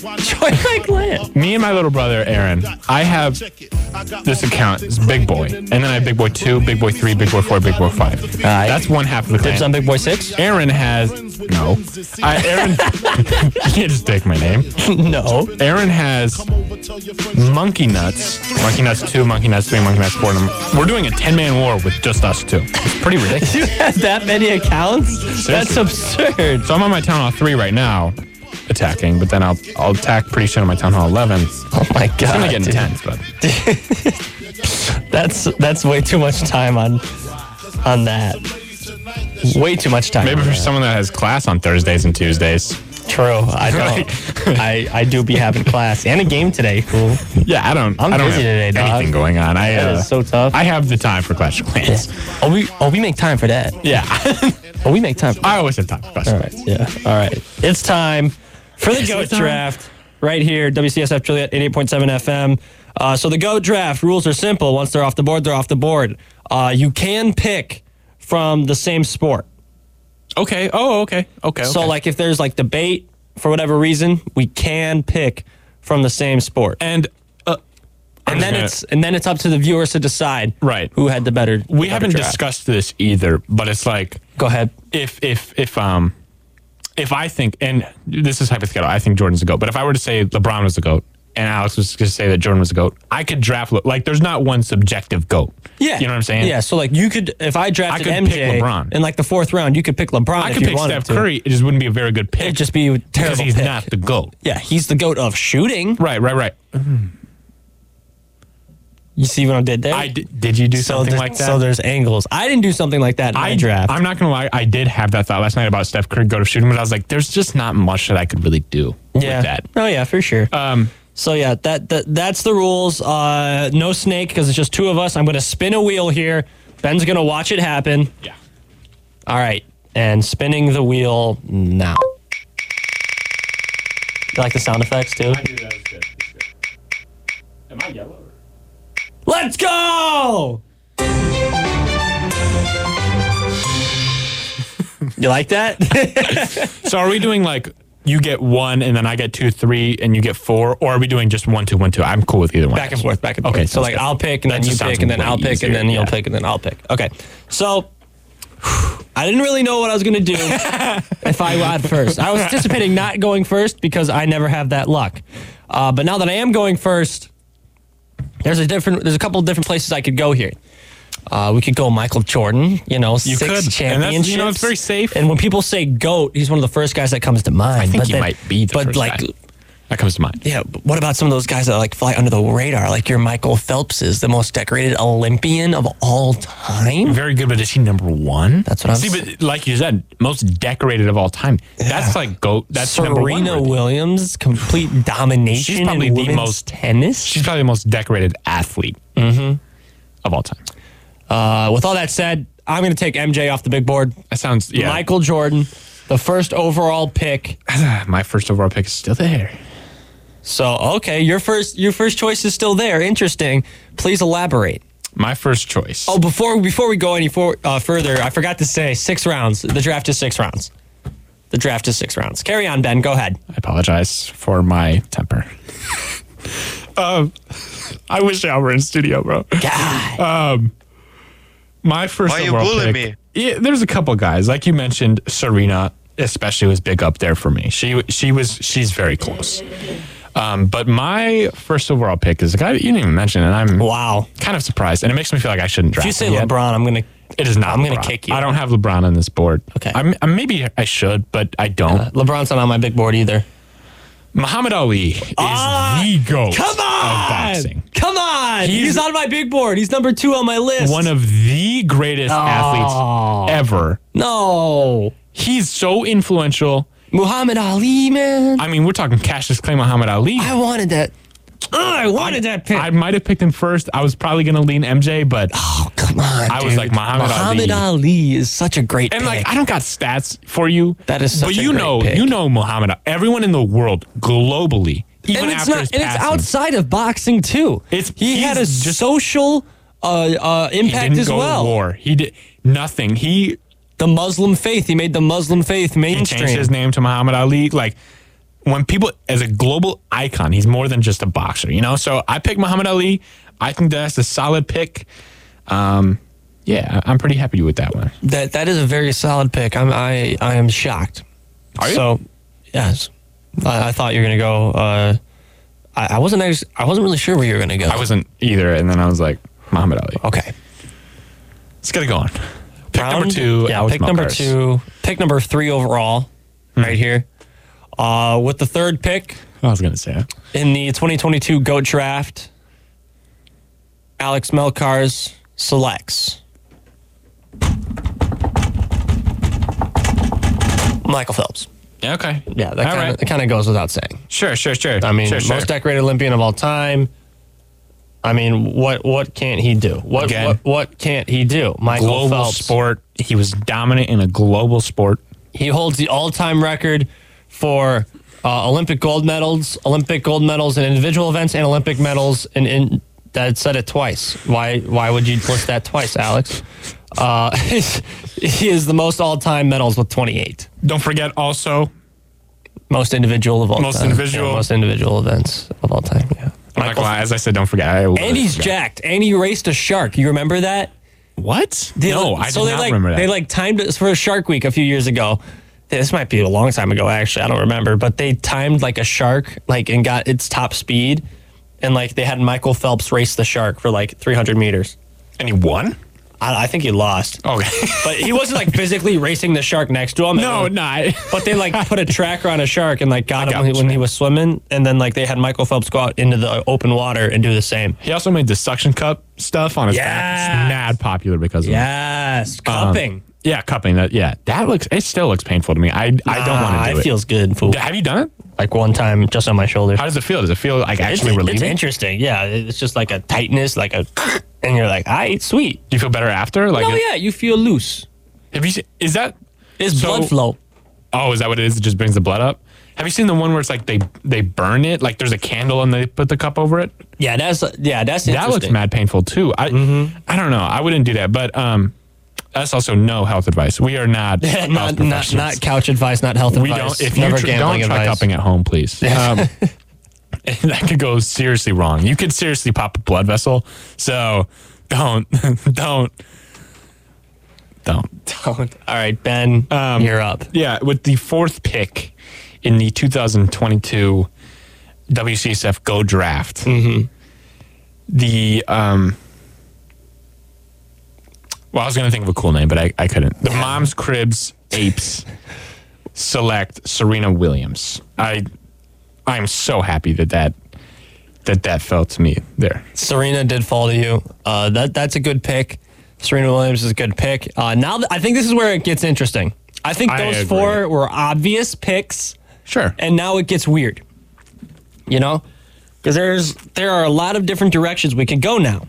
my clan.
me and my little brother Aaron, I have this account. It's Big Boy, and then I have Big Boy Two, Big Boy Three, Big Boy Four, Big Boy Five.
right.
That's one half of the
Dibs
clan.
on Big Boy Six.
Aaron has no. I, Aaron, you can't just take my name.
No.
Aaron has Monkey Nuts, Monkey Nuts Two, Monkey Nuts Three, Monkey Nuts Four. and I'm- We're doing a ten-man war with just us two. It's pretty ridiculous.
You have that many accounts? That's
Seriously.
absurd.
So I'm on my town hall three right now, attacking. But then I'll I'll attack pretty soon on my town hall eleven. It's
Oh my god.
gonna get
dude.
intense, but
That's that's way too much time on on that. Way too much time.
maybe
on
for
that.
someone that has class on Thursdays and Tuesdays.
True. I don't. I, I do be having class and a game today. Cool.
Yeah, I don't.
I'm
I don't
busy
have
today, dog.
anything going on. I
That
uh,
is so tough.
I have the time for Clash of Clans.
Oh, we oh we make time for that.
Yeah,
Oh, we make time. For
I always have time for Clash
All
of
right.
Clans.
Yeah. All right. It's time for the GOAT draft right here, WCSF Juliet 88.7 FM. Uh, so the GOAT draft rules are simple. Once they're off the board, they're off the board. Uh, you can pick from the same sport.
Okay. Oh, okay. Okay.
So,
okay.
like, if there's like debate for whatever reason, we can pick from the same sport.
and uh,
And then
gonna-
it's and then it's up to the viewers to decide
Right.
who had the better. the
we
better
haven't
draft.
discussed this either, but it's like
Go ahead.
if if if um if I think and this is hypothetical, I think Jordan's the goat. But if I were to say LeBron was the goat and Alex was to say that Jordan was the goat, I could draft Le- like there's not one subjective goat.
Yeah.
you know what I'm saying?
Yeah. So like you could if I drafted
could
MJ
pick LeBron.
in like the fourth round, you could pick LeBron.
I
if
could
you
pick
wanted
Steph
to.
Curry. It just wouldn't be a very good pick.
It'd just be a terrible.
because he's
pick.
not the goat.
Yeah, he's the goat of shooting.
Right, right, right.
You see what I did there?
I d- did you do
so
something
there-
like that?
So there's angles. I didn't do something like that in my
I
draft.
I'm not gonna lie. I did have that thought last night about Steph Curry go to shooting, but I was like, there's just not much that I could really do
yeah.
with that.
Oh yeah, for sure.
Um,
so yeah, that, that that's the rules. Uh, no snake because it's just two of us. I'm gonna spin a wheel here. Ben's gonna watch it happen.
yeah.
All right, and spinning the wheel now. You like the sound effects too?
Am I yellow?
Let's go! you like that?
So are we doing like you get one and then I get two, three, and you get four, or are we doing just one, two, one, two? I'm cool with either one.
back and forth, back and forth.
Okay,
so
sounds
like
good.
I'll pick and
That
then you
just sounds
pick and then
way
I'll pick
easier,
and then you'll
yeah.
pick and then I'll pick. Okay, so I didn't really know what I was gonna do if I went first. I was anticipating not going first because I never have that luck. Uh, but now that I am going first, there's a different. There's a couple of different places I could go here. Uh, we could go Michael Jordan, you know, six
could, and that's- you know,
championships.
it's very safe.
And when people say goat, he's one of the first guys that comes to mind.
I think
but
you
then-
might be the
but
first
like
guy. That comes to mind.
yeah, but what about some of those guys that like fly under the radar? Like your Michael Phelps is the most decorated Olympian of all time.
Very good, but is he number one?
That's what I'm
See,
saying.
but like you said, most decorated of all time. That's like goat. That's number one
Serena
worthy.
Williams, complete domination.
She's probably
in
the
women's
most-
tennis.
She's probably the most decorated athlete of all time.
uh, with all that said, I'm going to take MJ off the big board.
That sounds yeah.
Michael Jordan, the first overall pick.
my first overall pick is still there.
So okay, your first your first choice is still there. Interesting. Please elaborate.
My first choice.
Oh, before before we go any for, uh, further, I forgot to say six rounds. The draft is six rounds. The draft is six rounds. Carry on, Ben. Go ahead.
I apologize for my temper. um, I wish I were in studio, bro.
God.
My first.
Why you
overall
bullying
pick- Yeah, there's a couple guys like you mentioned. Serena, especially, was big up there for me. She she was she's very close. Um, but my first overall pick is a guy that you didn't even mention, and I'm
Wow.
kind of surprised. And it makes me feel like I shouldn't draft.
If you say
him yet.
LeBron, I'm gonna.
it is not.
I'm gonna
LeBron.
kick you.
I don't have LeBron on this board.
Okay. Uh,
I'm, i maybe I should, but I don't.
LeBron's not on my big board either.
Muhammad Ali is the goat
Ah, Come on!
of boxing.
Come on! He's,
He's-
on my big board. He's number two on my list.
One of the greatest
Ah.
athletes ever.
no.
He's so influential.
Muhammad Ali, man.
I mean, we're talking Cassius Clay, Muhammad Ali.
I wanted that. Ugh, I wanted that pick.
I might have picked him first. I was probably going to lean MJ, but
oh, come on.
I was
dude.
like, Muhammad
Muhammad Ali is such a great
and
pick.
like I don't got stats for you.
That is such
but
a
you
great
know,
pick.
you know Muhammad. Ali. Everyone in the world, globally, even
and it's
after
not,
his
and it's
passing,
outside of boxing too.
It's-
he had a
he's just-
social uh, uh,
he
impact
didn't
as
go
well.
to war. He did nothing. He
The Muslim faith, he made the Muslim faith
he
mainstream.
changed his name to Muhammad Ali. Like when people as a global icon, he's more than just a boxer. You know. So I picked Muhammad Ali. I think that's a solid pick. Um, yeah, I- I'm pretty happy with that one.
That that is a very solid pick. I'm I I am shocked.
Are you?
So yes, I, I thought you were gonna go. Uh, I, I wasn't. ex- I wasn't really sure where you were gonna go.
I wasn't either, and then I was like Muhammad Ali.
okay.
Let's get it going. Pick number
Round-
two.
Yeah,
Alex Hmm.
pick number
Monkarz.
two. Pick number three overall, right here. Uh, with the third pick
I was gonna say.
in the 2022 GOAT draft, Alex Melkars selects Michael Phelps.
Yeah, okay.
Yeah, that
All
kind
right.
of kind of goes without saying.
Sure, sure, sure.
I mean,
sure, sure.
most decorated Olympian of all time. I mean, what what can't he do? What
Again.
what, what can't he do? Michael
global
Phelps.
sport. He was dominant in a global sport.
He holds the all-time record for uh, Olympic gold medals, Olympic gold medals in individual events, and Olympic medals in. in that said it twice. Why? Why would you list that twice, Alex? Uh, he is the most all-time medals with 28.
Don't forget also.
Most individual of all
Most
time.
individual.
Yeah, most individual events of all time. Yeah.
I'm not gonna lie, as I said, don't forget. I will-
And he's jacked. And he raced a shark. You remember that?
what? no, I
so
do
they
not
like
remember that.
they like timed it for Shark Week a few years ago. This might be a long time ago, actually. I don't remember, but they timed like a shark, like and got its top speed, and like they had Michael Phelps race the shark for like 300 meters.
and he won.
I, I think he lost,
Okay.
but he wasn't like physically racing the shark next to him.
no,
It was-
not.
But they like put a tracker on a shark and like got him
got
when he,
what
when he was swimming, and then like they had Michael Phelps go out into the open water and do the same.
He also made the suction cup stuff on his back.
Yes.
It's mad popular because of that.
Yes, cupping.
Yeah, cupping that. Yeah, that looks. It still looks painful to me. I I don't want
Ah,
to do
it
it.
feels good, fool.
Have you done it?
Like one time, just on my shoulder.
How does it feel? Does it feel like
It's,
actually
it's
relieving?
interesting. Yeah, it's just like a tightness, like a, and you're like, I sweet.
Do you feel better after? Like,
Oh yeah, you feel loose.
have you? se- Is that
It's
So-
blood flow.
Oh, is that what it is? It just brings the blood up. Have you seen the one where it's like they they burn it? Like there's a candle and they put the cup over it.
Yeah, that's yeah, that's
That looks
interesting. Mm-hmm.
mad painful too. I I don't know. I wouldn't do that, but um, that's also no health advice. We are not health
not, not
professionals.
not couch advice, not health
we
advice.
don't. If
Never
you tr-
gambling
don't try
advice.
cupping at home, please. Um, that could go seriously wrong. You could seriously pop a blood vessel. So don't don't don't.
Don't. All right, Ben,
Um,
you're up.
Yeah, with the fourth pick in the 2022 WCSF Go Draft, the um, well, I was gonna think of a cool name, but I, I couldn't. The Mom's Cribs Apes select Serena Williams. I I'm so happy that that that that fell to me there.
Serena did fall to you. Uh, that that's a good pick. Serena Williams is a good pick. Uh, now th- I think this is where it gets interesting. I think
I
those
agree.
four were obvious picks.
Sure.
and now it gets weird. You know, because there's there are a lot of different directions we can go now.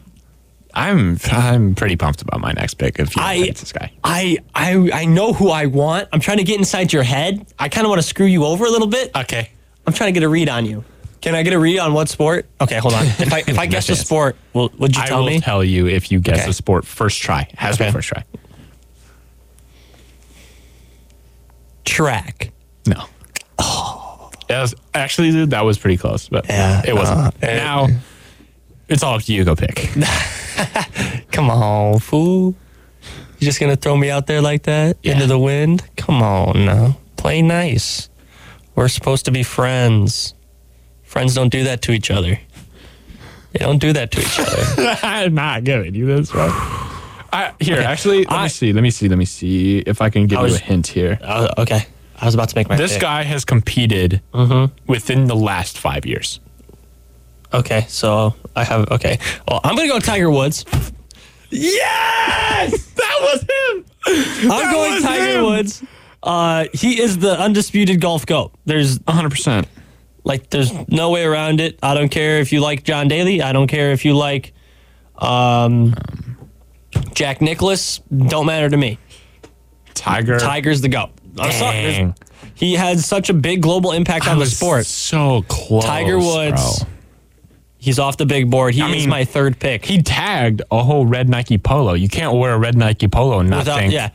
I'm I'm pretty pumped about my next pick. If you
I-
I, think it's this guy,
I I I know who I want. I'm trying to get inside your head. I kind of want to screw you over a little bit.
okay.
I'm trying to get a read on you. Can I get a read on what sport? Okay, hold on. If I if I guess the
chance.
sport, will, would you
I
tell
will
me?
tell you if you guess
Okay.
the sport first try. Has to
Okay.
be first try.
Track.
No. That was- actually, dude, that was pretty close, but
Yeah, uh,
it wasn't. now it's all up to you. Go pick.
Come on, fool. You just gonna throw me out there like that into the wind? Come on now. Play nice. We're supposed to be friends. Friends don't do that to each other. They don't do that to each other.
I'm not giving you this one. I, here, actually, let
I-
me see. Let me see. Let me see if I can give you
was-
a hint here.
Uh, okay. I was about to make my
This
pick.
guy has competed
Mm-hmm.
within the last five years.
Okay, so I have okay. Well, I'm gonna go Tiger Woods.
Yes, that was him.
I'm going
was
Tiger
him.
Woods. Uh, he is the undisputed golf goat. There's
100. percent
like there's no way around it. I don't care if you like John Daly. I don't care if you like um, Jack Nicholas. Don't matter to me.
Tiger.
Tiger's the goat. I'm sorry. there's-
Dang.
He had such a big global impact on the sport.
So close.
Tiger Woods.
bro.
He's off the big board. He
I
is
mean,
my third pick.
He tagged a whole red Nike polo. You can't wear a red Nike polo and not
Without-
think
yeah.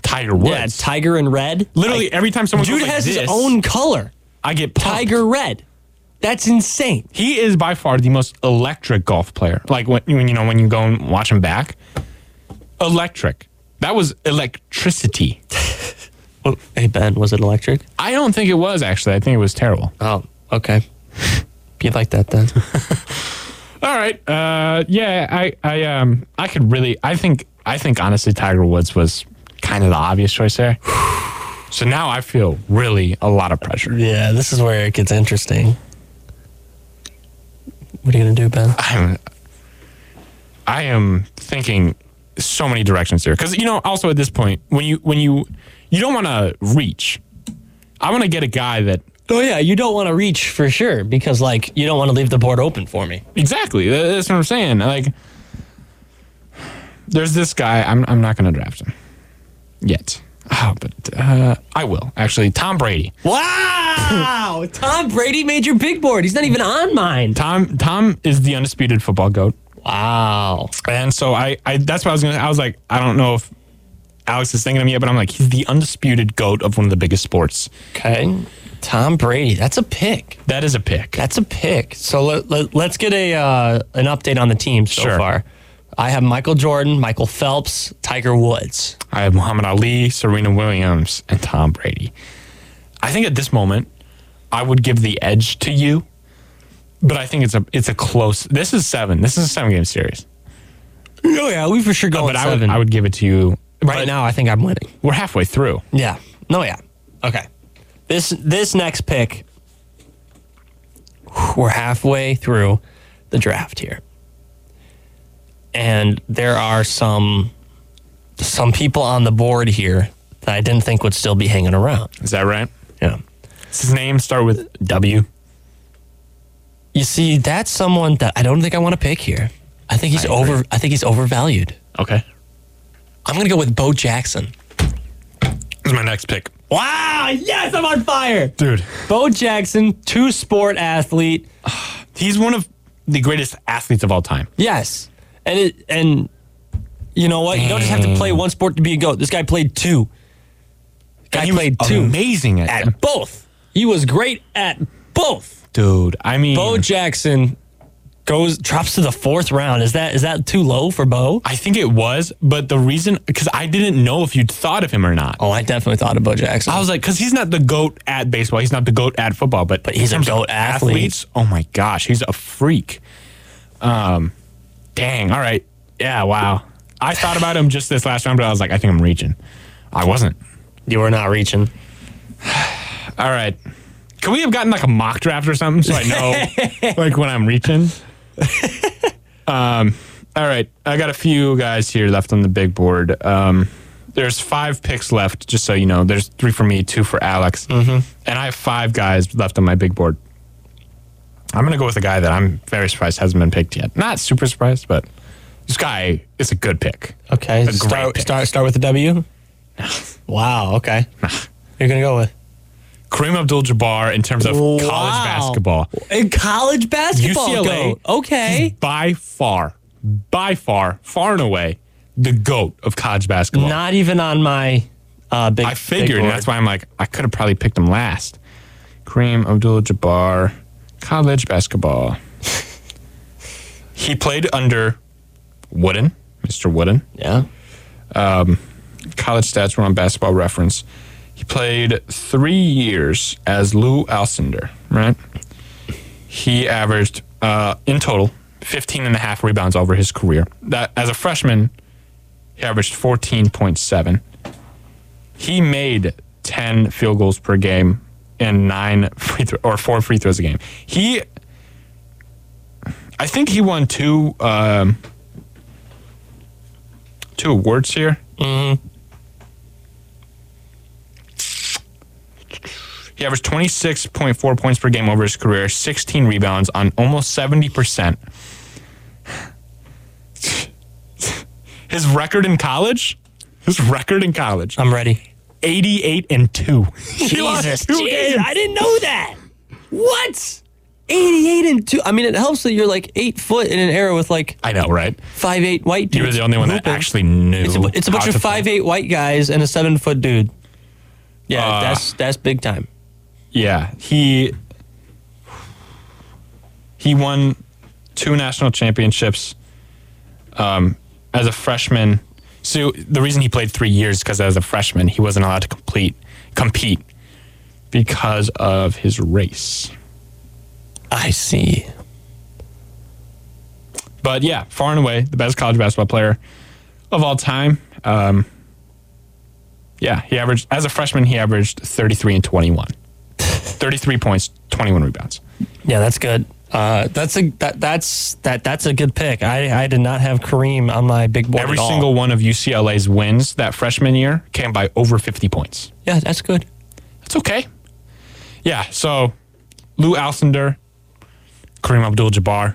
Tiger Woods.
yeah, Tiger in red.
Literally every time someone
Dude
goes like
has his
this,
own color.
I get pumped.
Tiger Red. That's insane.
He is by far the most electric golf player. Like when, when you know when you go and watch him back, electric. That was electricity.
Oh, Hey Ben, was it electric?
I don't think it was actually. I think it was terrible.
Oh, okay. you like that then?
All right. Uh, yeah, I, I, um, I could really. I think. I think honestly, Tiger Woods was kind of the obvious choice there. So now I feel really a lot of pressure.
yeah, this is where it gets interesting. What are you gonna do, Ben?
I'm, I am thinking so many directions here because you know. Also, at this point, when you when you you don't want to reach, I want to get a guy that
Oh yeah, you don't want to reach for sure because like you don't want to leave the board open for me.
exactly. tha- That's what I'm saying. Like, there's this guy. I'm I'm not going to draft him yet. Oh, but uh, I will actually. Tom Brady.
Wow! Tom Brady made your big board. He's not even on mine.
Tom Tom is the undisputed football goat.
Wow.
And so I, I that's what I was gonna. I was like, I don't know if Alex is thinking of me yet, but I'm like, he's the undisputed goat of one of the biggest sports.
Okay. Tom Brady. That's a pick.
That is a pick.
That's a pick. So let, let, let's get a uh, an update on the team so
Sure.
far. I have Michael Jordan, Michael Phelps, Tiger Woods.
I have Muhammad Ali, Serena Williams, and Tom Brady. I think at this moment, I would give the edge to you, but I think it's a it's a close. This is seven. This is a seven game series.
Oh yeah, we for sure go
But I would I would give it to you
right now, I think I'm winning.
We're halfway through.
Yeah. No. Yeah. Okay. This this next pick. We're halfway through the draft here, and there are some some people on the board here that I didn't think would still be hanging around.
Is that right?
Yeah.
Does his name start with W?
You see, that's someone that I don't think I want to pick here. I think he's over. I think he's overvalued.
Okay.
I'm gonna go with Bo Jackson.
This is my next pick,
Wow! Yes, I'm on fire.
dude.
Bo Jackson, two sport athlete.
He's one of the greatest athletes of all time.
Yes, and it and you know what? You don't just have to play one sport to be a goat. This guy played two. Guy
And he
played
was
two
Amazing at, them.
at both. He was great at both.
dude. I mean,
Bo Jackson goes drops to the fourth round. Is that is that too low for Bo?
I think it was, but the reason because I didn't know if you'd thought of him or not.
Oh, I definitely thought of Bo Jackson.
I was like, because he's not the goat at baseball. He's not the goat at football, but,
But he's
in
a
terms of
goat athlete.
Oh my gosh, he's a freak. Um, dang. All right. Yeah. Wow. I thought about him just this last round, but I was like, I think I'm reaching. I wasn't.
you were not reaching.
All right. Can we have gotten like a mock draft or something so I know like when I'm reaching? um. All right. I got a few guys here left on the big board. Um, there's five picks left, just so you know. There's three for me, two for Alex, and I have five guys left on my big board. I'm gonna go with a guy that I'm very surprised hasn't been picked yet. Not super surprised, but this guy is a good pick.
Okay.
great
Start,
pick.
start start with the W. wow. Okay. You're gonna go with
Kareem Abdul-Jabbar in terms of college
Wow.
basketball.
in college basketball.
UCLA.
goat. Okay.
by far, by far, far and away, the goat of college basketball.
Not even on my uh, big.
I figured,
big
and
board.
that's why I'm like, I could have probably picked him last. Kareem Abdul-Jabbar, college basketball. he played under Wooden, Mr. Wooden. Um,
Yeah.
College stats were on Basketball Reference. He played three years as Lou Alcindor, right? he averaged uh, in total 15 and a half rebounds over his career. That as a freshman, he averaged 14.7. He made 10 field goals per game and nine free throw or four free throws a game. He I think he won two um, two awards here. Mm-hmm. He averaged 26.4 points per game over his career, 16 rebounds on almost 70%. His record in college? His record in college,
I'm ready.
88 and 2. He lost
Jesus,
two
Jesus,
games.
I didn't know that.
What? 88 and 2. I mean, it helps that you're like 8 foot in an era with like
I know, right?
five eight white dudes.
You were the only one that
hooping.
actually knew.
It's a, bu- it's a bunch
how
of
to play.
five eight white guys and a 7 foot dude. Yeah,
Uh,
that's that's big time.
Yeah, he he won two national championships um, as a freshman. So the reason he played three years because as a freshman he wasn't allowed to complete compete because of his race.
I see.
But yeah, far and away the best college basketball player of all time. Um, yeah, he averaged as a freshman he averaged 33 and 21. 33 points, 21 rebounds.
Yeah, that's good. Uh, that's a that that's that that's a good pick. I I did not have Kareem on my big board.
Every
at all.
single one of UCLA's wins that freshman year came by over 50 points.
Yeah, that's good.
That's okay. Yeah, so Lou Alcindor, Kareem Abdul-Jabbar.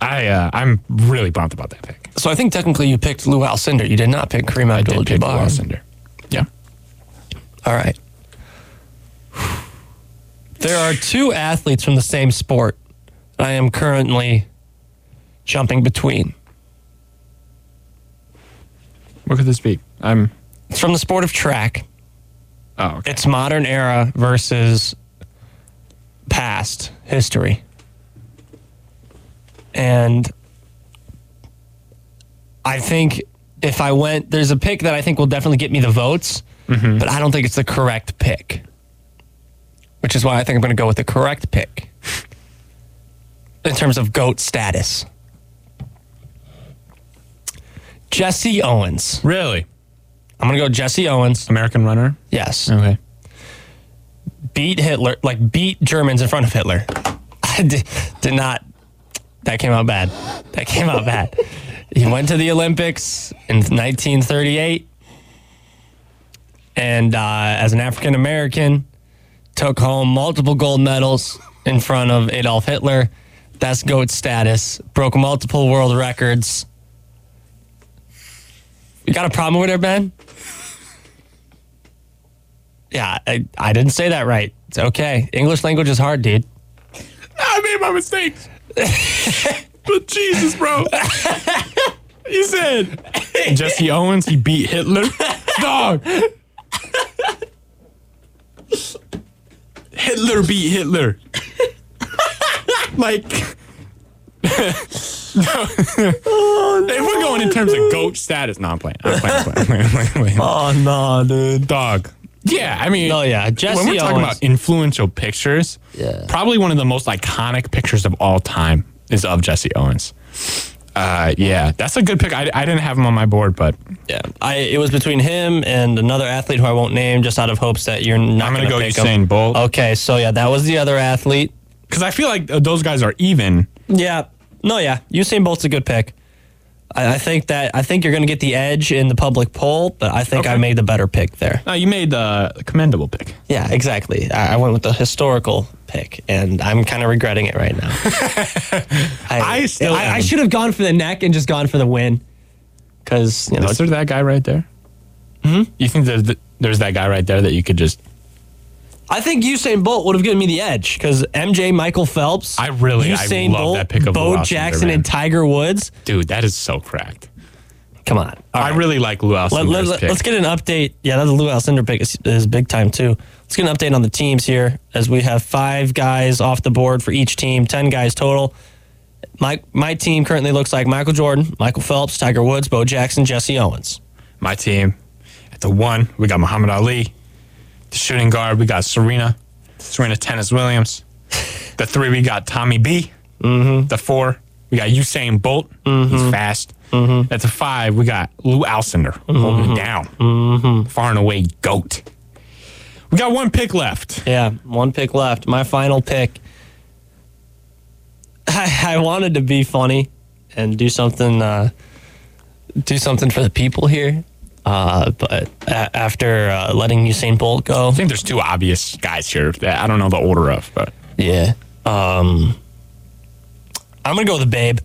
I uh, I'm really bummed about that pick.
So I think technically you picked Lou Alcindor. You did not pick Kareem
I did pick Lou
Abdul-Jabbar.
Alcindor. Yeah.
All right. There are two athletes from the same sport that I am currently jumping between.
What could this be? I'm
It's from the sport of track.
oh okay.
It's modern era versus past history. And I think if I went, there's a pick that I think will definitely get me the votes, but I don't think it's the correct pick, which is why I think I'm going to go with the correct pick in terms of GOAT status. Jesse Owens.
really
I'm going to go Jesse Owens.
American runner.
Yes
Okay.
beat Hitler, like beat Germans in front of Hitler. I did, did not. That came out bad. That came out bad. He went to the Olympics in 1938, and uh, as an African American, took home multiple gold medals in front of Adolf Hitler. That's goat status. Broke multiple world records. You got a problem with her, Ben? Yeah, I, I didn't say that right. It's okay. English language is hard, dude.
I made my mistakes. but Jesus, bro. you said Jesse Owens, he beat Hitler. Dog. Hitler beat Hitler. like No. if we're going in terms of goat status, no, I'm playing. I'm playing. I'm playing. I'm playing, I'm playing, I'm playing.
Oh no, dude.
Dog. Yeah, I mean,
Oh yeah, Jesse
when we're talking
Owens.
about influential pictures, probably one of the most iconic pictures of all time is of Jesse Owens. Uh, yeah, that's a good pick. I, I didn't have him on my board, but
yeah, I it was between him and another athlete who I won't name, just out of hopes that you're not.
I'm gonna, go
pick
Usain
him.
Bolt
Okay, so yeah, that was the other athlete.
because I feel like uh, those guys are even.
Yeah, no, yeah, Usain Bolt's a good pick. I, I think that I think you're gonna get the edge in the public poll, but I think I
Okay.
made the better pick there.
No, Uh, you made the commendable pick.
Yeah, exactly. I, I went with the historical pick, and I'm kind of regretting it right now.
I still
I, I
am.
should have gone for the neck and just gone for the win, because you know
Is there that guy right there?
Hmm?
Mm-hmm. You think there's, th- there's that guy right there that you could just?
I think Usain Bolt would have given me the edge because MJ, Michael Phelps,
I really- I
Usain
love
Bolt,
that pick of Lou
Bo
Alcindor,
Jackson,
man.
and Tiger Woods.
Dude, that is so cracked.
Come on, All
I really like Lou Alcindor's
let, let, let,
pick.
us get an update. Yeah, that's Lou Alcindor pick is, is big time too. Let's get an update on the teams here as we have five guys off the board for each team, ten guys total. My my team currently looks like Michael Jordan, Michael Phelps, Tiger Woods, Bo Jackson, Jesse Owens.
My team at the one, we got Muhammad Ali. The shooting guard, we got Serena, Serena Tennis Williams. The three, we got Tommy B. The four, we got Usain Bolt. He's fast. At the five, we got Lou Alcindor holding it down. Far and away goat. We got one pick left.
Yeah, one pick left. My final pick. I, I wanted to be funny and do something, uh, do something for the people here. Uh, but a- after uh, letting Usain Bolt go,
I think there's two obvious guys here that I don't know the order of, but
yeah, um, I'm gonna go with the Babe.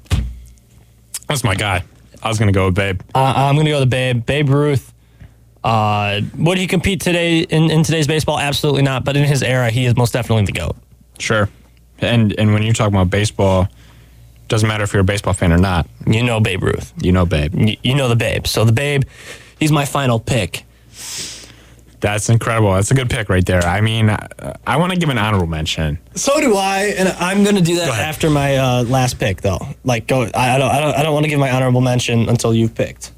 that's my guy. I was gonna go with Babe.
Uh, I'm gonna go with the Babe. Babe Ruth. Uh, would he compete today in, in today's baseball? Absolutely not. But in his era, he is most definitely the goat.
Sure. And and when you're talking about baseball, doesn't matter if you're a baseball fan or not.
You know Babe Ruth.
You know, Babe.
Y- you know the Babe. So the Babe, he's my final pick.
That's incredible. That's a good pick right there. I mean, I, I want to give an honorable mention.
So do I, and I'm gonna do that
ahead.
after my uh, last pick, though. Like, go. I, I don't. I don't. I don't want to give my honorable mention until you've picked.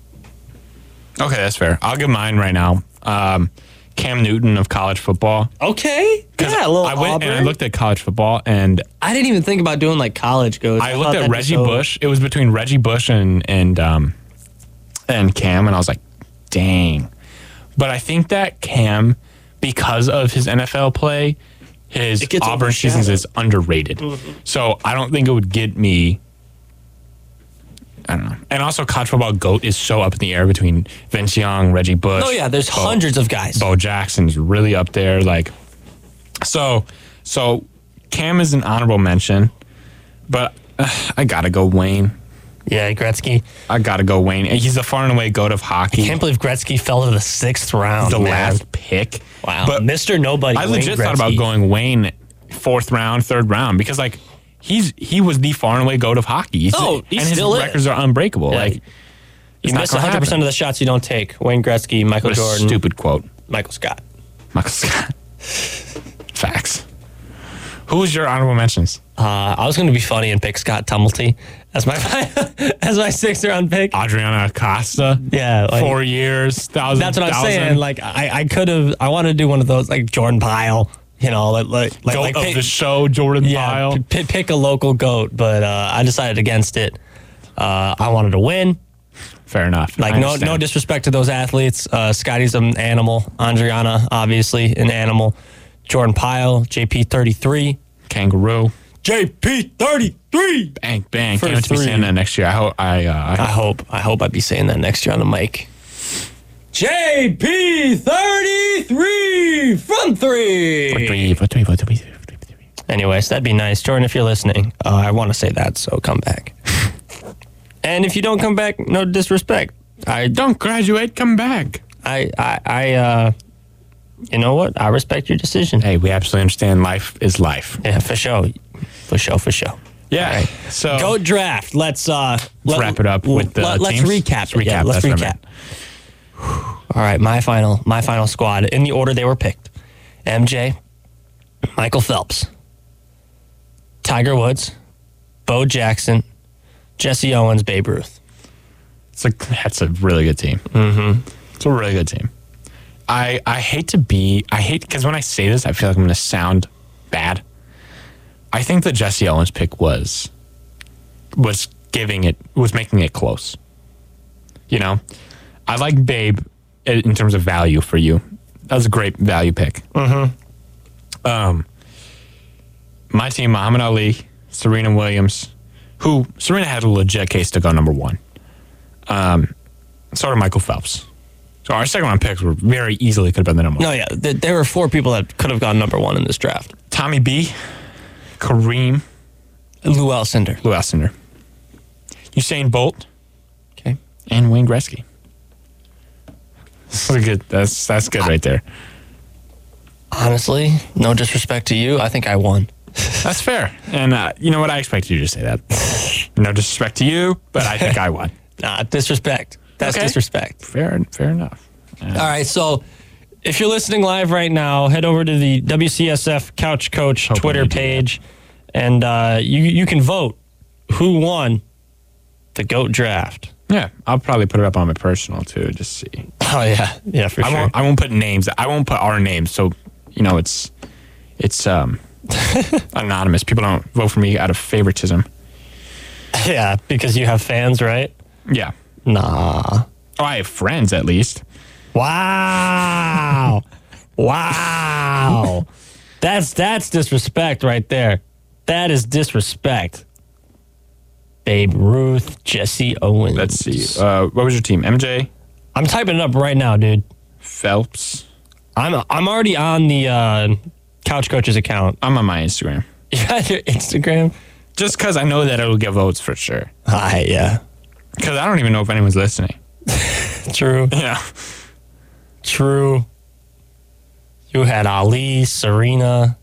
Okay, that's fair. I'll give mine right now. Um, Cam Newton of college football.
Okay.
'Cause
Yeah, a little
I went and I
Auburn.
looked at college football, and
I didn't even think about doing like college goes.
I looked
thought
at
that'd be
Reggie
so-
Bush. It was between Reggie Bush and and um, and Cam, and I was like, dang. But I think that Cam, because of his NFL play, his
It gets Mm-hmm.
Auburn seasons is underrated. So I don't think it would get me. I don't know. And also, college football goat is so up in the air between Vince Young, Reggie Bush.
Oh yeah, there's
Bo-
hundreds of guys.
Bo Jackson's really up there. Like, so, so Cam is an honorable mention, but uh, I gotta go Wayne.
Yeah, Gretzky.
I gotta go Wayne. And He's the far and away goat of hockey.
Can't believe Gretzky fell to the sixth round.
the
man.
last pick.
Wow.
But
Mr. Nobody.
I
Wayne
legit thought about
Gretzky.
going Wayne fourth round, third round because like he's he was the far and away goat of hockey. He's-
Oh, he
and
still
his
is.
records are unbreakable. Like
You
not
miss
gonna
100 percent
happen.
of the shots you don't take. Wayne Gretzky, Michael
what a
Jordan,
stupid quote,
Michael Scott.
Michael Scott. Facts. Who's your honorable mentions?
Uh, I was going to be funny and pick Scott Tumulty as my as my sixth round pick.
Adriana Acosta.
Yeah, like-
four years, thousand.
That's what I'm
thousand.
saying. Like I, I could have. I wanted to do one of those like Jordan Pyle. You know, like like like,
goat
like
of
pick,
the show, Jordan
yeah,
Pyle.
p- p- pick a local goat. But uh, I decided against it. Uh, I wanted to win.
Fair enough.
Like
I
no
understand.
no disrespect to those athletes. Uh, Scotty's an animal. Andriana obviously an animal. Jordan Pyle, JP thirty three.
kangaroo.
JP thirty three.
Bang bang.
For
Can't wait to be
three.
saying that next year. I hope I. Uh,
I hope. I hope I'd be saying that next year on the mic. JP33 from three.
Three, four, three, four, three, three, three, three.
Anyways, that'd be nice. Jordan, if you're listening, uh, I want to say that, so come back. and if you don't come back, no disrespect. I don't.
Don't graduate. Come back.
I, I, I, uh, you know what? I respect your decision.
Hey, we absolutely understand. Life is life.
Yeah, for sure. For sure, for sure.
Yeah.
All right.
So
Go draft. Let's uh let,
Oh. wrap it up with the
let, us
teams.
recap.
Let's
it. Yeah,
recap,
let's
that's what I
recap. All right, my final my final squad in the order they were picked. MJ, Michael Phelps, Tiger Woods, Bo Jackson, Jesse Owens, Babe Ruth.
It's a, that's a really good team. Mm-hmm. It's a really good team. I I hate to be I hate because when I say this, I feel like I'm going to sound bad. I think the Jesse Owens pick was was giving it was making it close. You know, I like Babe in in terms of value for you. That was a great value pick. Mm-hmm. Um, my team: Muhammad Ali, Serena Williams, who Serena had a legit case to go number one Um, so did Michael Phelps. So our second round picks were very easily could have been the number one.
No, yeah, th- there were four people that could have gone number one in this draft.
Tommy B, Kareem,
Lou Alcindor.
Lou Alcindor, Usain Bolt,
Okay.
and Wayne Gretzky. That's a good. That's that's good right there.
Honestly, no disrespect to you, I think I won.
That's fair. And uh, you know what? I expected you to say that. No disrespect to you, but I think I won.
Nah, disrespect. That's
Okay.
disrespect.
Fair, fair enough.
All right, so if you're listening live right now, head over to the WCSF Couch Coach
Hoping
Twitter
you do that.
page, and uh, you you can vote who won the goat draft.
Yeah, I'll probably put it up on my personal too, just see.
Oh yeah, yeah for
I won't. I won't put names. I won't put our names. So you know, it's it's um anonymous. People don't vote for me out of favoritism.
yeah, because you have fans, right?
Yeah.
Nah.
Oh, I have friends at least.
Wow. wow. That's that's disrespect right there. That is disrespect. Babe Ruth, Jesse Owens.
Let's see. Uh, what was your team? MJ,
I'm typing it up right now, dude.
Phelps.
I'm I'm already on the uh, Couch Coaches account.
I'm on my Instagram.
You got your Instagram?
Just because I know that it'll get votes for sure.
Hi, yeah.
Because I don't even know if anyone's listening.
True.
Yeah.
True. You had Ali, Serena.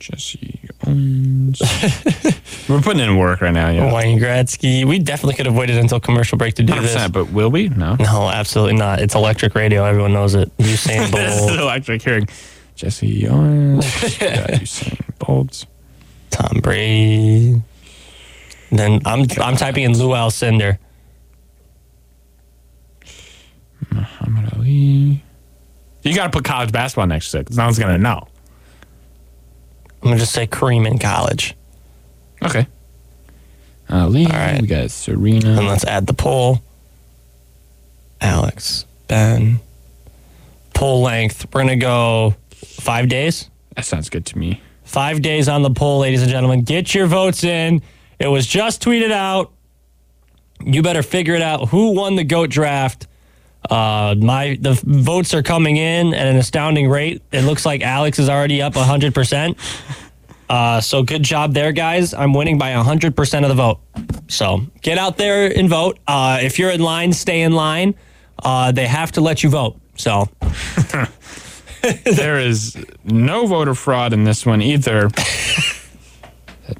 Jesse Owens. We're putting in work right now. Yeah.
Wayne Gretzky. We definitely could have waited until commercial break to do this.
100%, but will we? No.
No, absolutely not. It's electric radio. Everyone knows it. Usain
This is
Bolt,
electric hearing. Jesse Owens. yeah, Usain Bolt.
Tom Brady. Then I'm I'm typing in Lou Alcindor.
Muhammad Ali. You got to put college basketball next to it 'cause no one's going to know.
I'm gonna just say Kareem in college,
Okay. Ali. All
right.
right. Uh, We got Serena.
and let's add the poll. Alex, Ben, poll length. We're gonna go five days.
That sounds good to me.
Five days on the poll, ladies and gentlemen. Get your votes in. It was just tweeted out. You better figure it out who won the goat draft. Uh, my the votes are coming in at an astounding rate. It looks like Alex is already up 100%. Uh, so good job there, guys. I'm winning by 100% of the vote. So get out there and vote. Uh, if you're in line, stay in line. Uh, they have to let you vote. So
there is no voter fraud in this one either.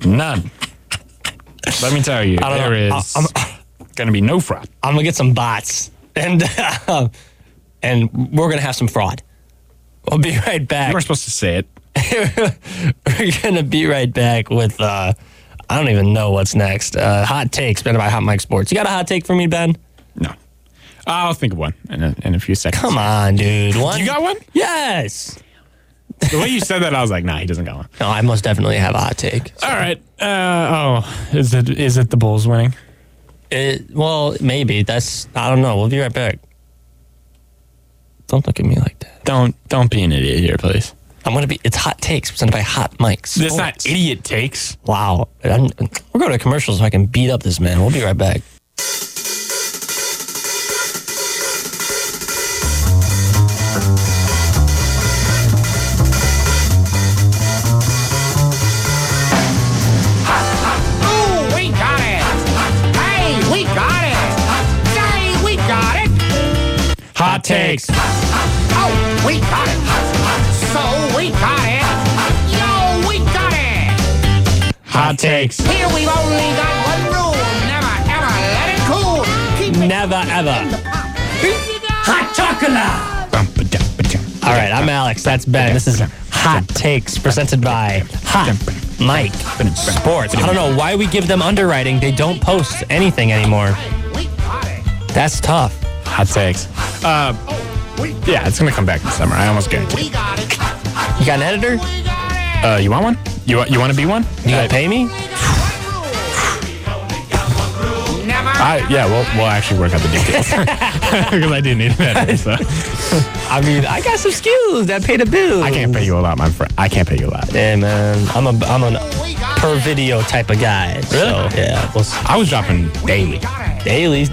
None. Let me tell you,
don't know.
there
I-
is going to be no fraud.
I'm gonna get some bots, and um, and we're gonna have some fraud. We'll be right
You
back.
weren't supposed to say it.
we're gonna be right back with uh, I don't even know what's next. Uh, hot takes, Ben by Hot Mike Sports. You got a hot take for me, Ben?
No. I'll think of one in a, in a few seconds.
Come on, dude. One?
You got one?
Yes.
The way you said that, I was like, nah, he doesn't got one.
No, I most definitely have a hot take.
All right. Uh, oh, is it is it the Bulls winning?
It, well, maybe that's I don't know. We'll be right back. Don't look at me like that.
Don't don't be an idiot here, please.
I'm gonna be. It's hot takes presented by Hot Mike's.
That's not idiot takes.
Wow. I'm, we're going to commercials so I can beat up this man. We'll be right back.
Ooh, we got it! Hey, we got it! Hey, we got it!
Hot takes.
Oh, we got it! So we got it! Yo, we got it!
Hot takes.
Here we've only got one rule: never ever let it cool. Keep it
Never ever.
hot chocolate.
All right, I'm Alex. That's Ben. This is Hot Takes presented by Hot Mike Sports. I don't know why we give them underwriting. They don't post anything anymore.
We got it.
That's tough.
Hot takes.
Oh, we
Yeah, it's gonna come back in summer. I almost guarantee.
we got it.
You got an editor? You
We got it.
it. Uh, you want one? You want you want to be one?
gonna pay me?
Never.
I yeah. We'll we'll actually work out the details because I do need an editor. So
I mean, I got some skills that pay the bills.
I can't pay you a lot, my friend. I can't pay you a lot.
Hey man, I'm a I'm a per video type of guy. Really? So, yeah. Well,
I was dropping daily.
daily,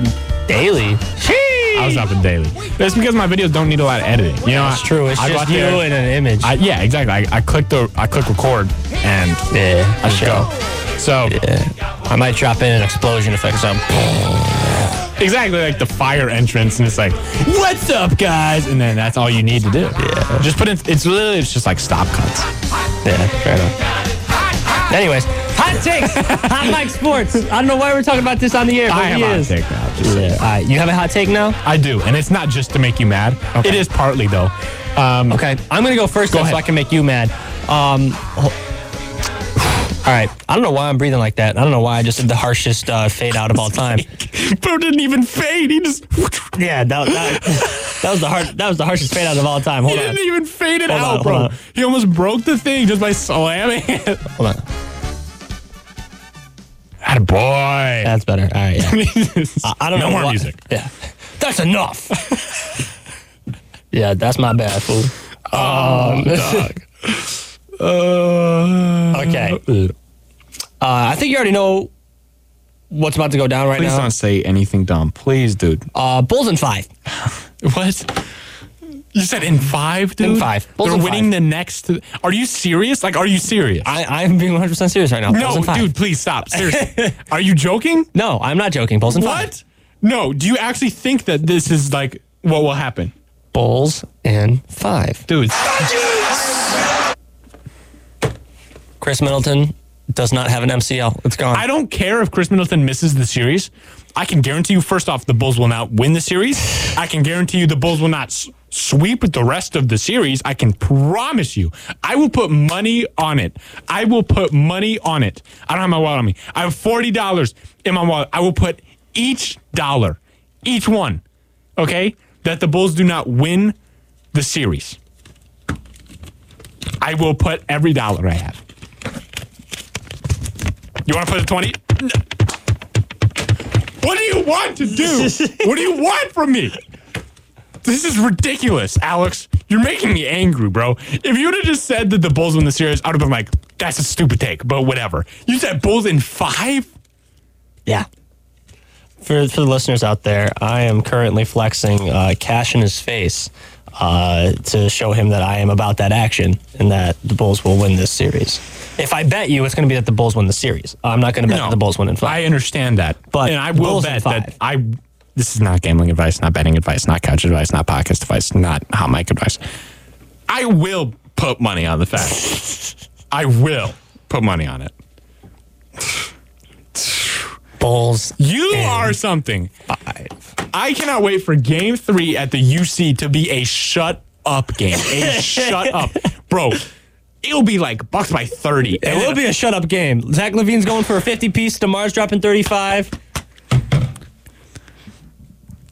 daily.
I was dropping daily. But it's because my videos don't need a lot of editing. You know,
It's true. It's
I go
just
out
you
there-
and an image.
I, yeah, exactly. I, I click the I click record and
yeah,
I just go. So
I might drop in an explosion effect or something.
exactly like the fire entrance, and it's like, "What's up, guys?" And then that's all you need to do. Yeah. Just put in. It's literally it's just like stop cuts.
Oh, Yeah, fair enough. Anyways, hot takes, hot Mike sports. I don't know why we're talking about this on the air, but
I
he
have
is.
a hot take now. Just
Yeah. All right, you have a hot take now?
I do, and it's not just to make you mad. It is partly though. Um,
Okay, I'm gonna go first,
Go
then, so
ahead.
I can make you mad. Um, ho- all right, I don't know why I'm breathing like that. I don't know why I just did the harshest uh, fade out of all time.
Bro didn't even fade. He just
Yeah, that, that, That was the hard. That was the harshest fade out of all time.
He
Hold on.
didn't even fade it
Hold on,
out,
hold
bro.
on.
He almost broke the thing just by slamming it.
Hold on.
Atta boy.
That's better. All right. Yeah. I, I don't
No
know.
more
why-
music.
Yeah. That's enough. yeah, that's my bad, fool.
Oh,
Um,
Uh,
Okay.
Please
Uh, I think you already know what's about to go down right now.
don't say anything dumb. Please, dude.
Uh, Bulls in five.
What? You said in five, dude?
five. Bulls
They're
in
winning
five.
the next. Are you serious? Like, are you serious?
I, I'm being 100 percent serious right now. Bulls
no,
in five.
dude, please stop. Seriously. are you joking?
No, I'm not joking. Bulls in five.
What? No, do you actually think that this is like what will happen?
Bulls in five.
Dude,
Chris Middleton does not have an MCL. It's gone.
I don't care if Chris Middleton misses the series. I can guarantee you, first off, the Bulls will not win the series. I can guarantee you the Bulls will not s- sweep the rest of the series. I can promise you. I will put money on it. I will put money on it. I don't have my wallet on me. I have $40 in my wallet. I will put each dollar, each one, okay, that the Bulls do not win the series. I will put every dollar I have. You want to put a 20? What do you want to do? what do you want from me? This is ridiculous, Alex. You're making me angry, bro. If you would have just said that the Bulls win the series, I would have been like, that's a stupid take, but whatever. You said Bulls in five?
Yeah. For, for the listeners out there, I am currently flexing uh, cash in his face uh, to show him that I am about that action and that the Bulls will win this series. If I bet you, it's going to be that the Bulls win the series. I'm not going to bet that the Bulls win in five.
I understand that.
But
and I will
Bulls in
bet
five.
that I this is not gambling advice, not betting advice, not couch advice, not podcast advice, not hot mic advice. I will put money on the fact. I will put money on it.
Bulls.
You are something. I cannot wait for game three at the UC to be a shut up game. A shut up. Bro, it'll be like bucks by 30.
It will be a shut up game. Zach Levine's going for a 50 piece. DeMar's dropping 35.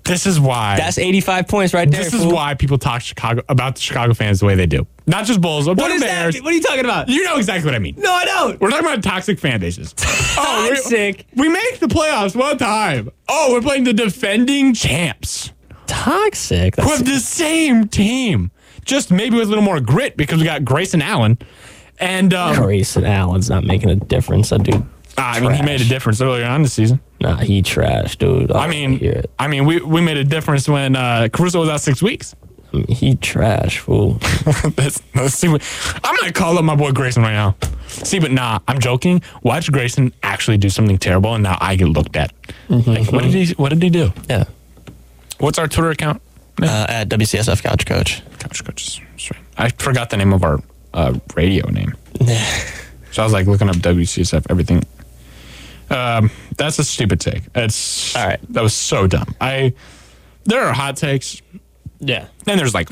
This is why.
That's 85 points right there.
this is
fool.
why people talk Chicago about the Chicago fans the way they do. Not just Bulls, but
What is
Bears.
that? What are you talking about?
You know exactly what I mean.
no, I don't.
We're talking about toxic fan bases. Oh, we-
Toxic.
We make the playoffs one time. Oh, we're playing the defending champs.
Toxic.
We're
That's,
the same team, just maybe with a little more grit because we got Grayson Allen. And um,
Grayson Allen's not making a difference. That dude.
I mean, he made a difference earlier on this season.
Nah, he trash, dude.
I mean, I mean, we, we made a difference when uh, Caruso was out six weeks.
he trash, fool.
That's, that's see, I'm gonna call up my boy Grayson right now. See, but nah, I'm joking. Watch Grayson actually do something terrible, and now I get looked at. Like, what did he? What did he do?
Yeah.
What's our Twitter account?
Uh, at WCSF Couch Coach.
Couch coaches. That's right. I forgot the name of our uh, radio name. so I was like looking up WCSF everything. Um, that's a stupid take. It's
All right.
That was so dumb. I there are hot takes.
Yeah.
Then there's like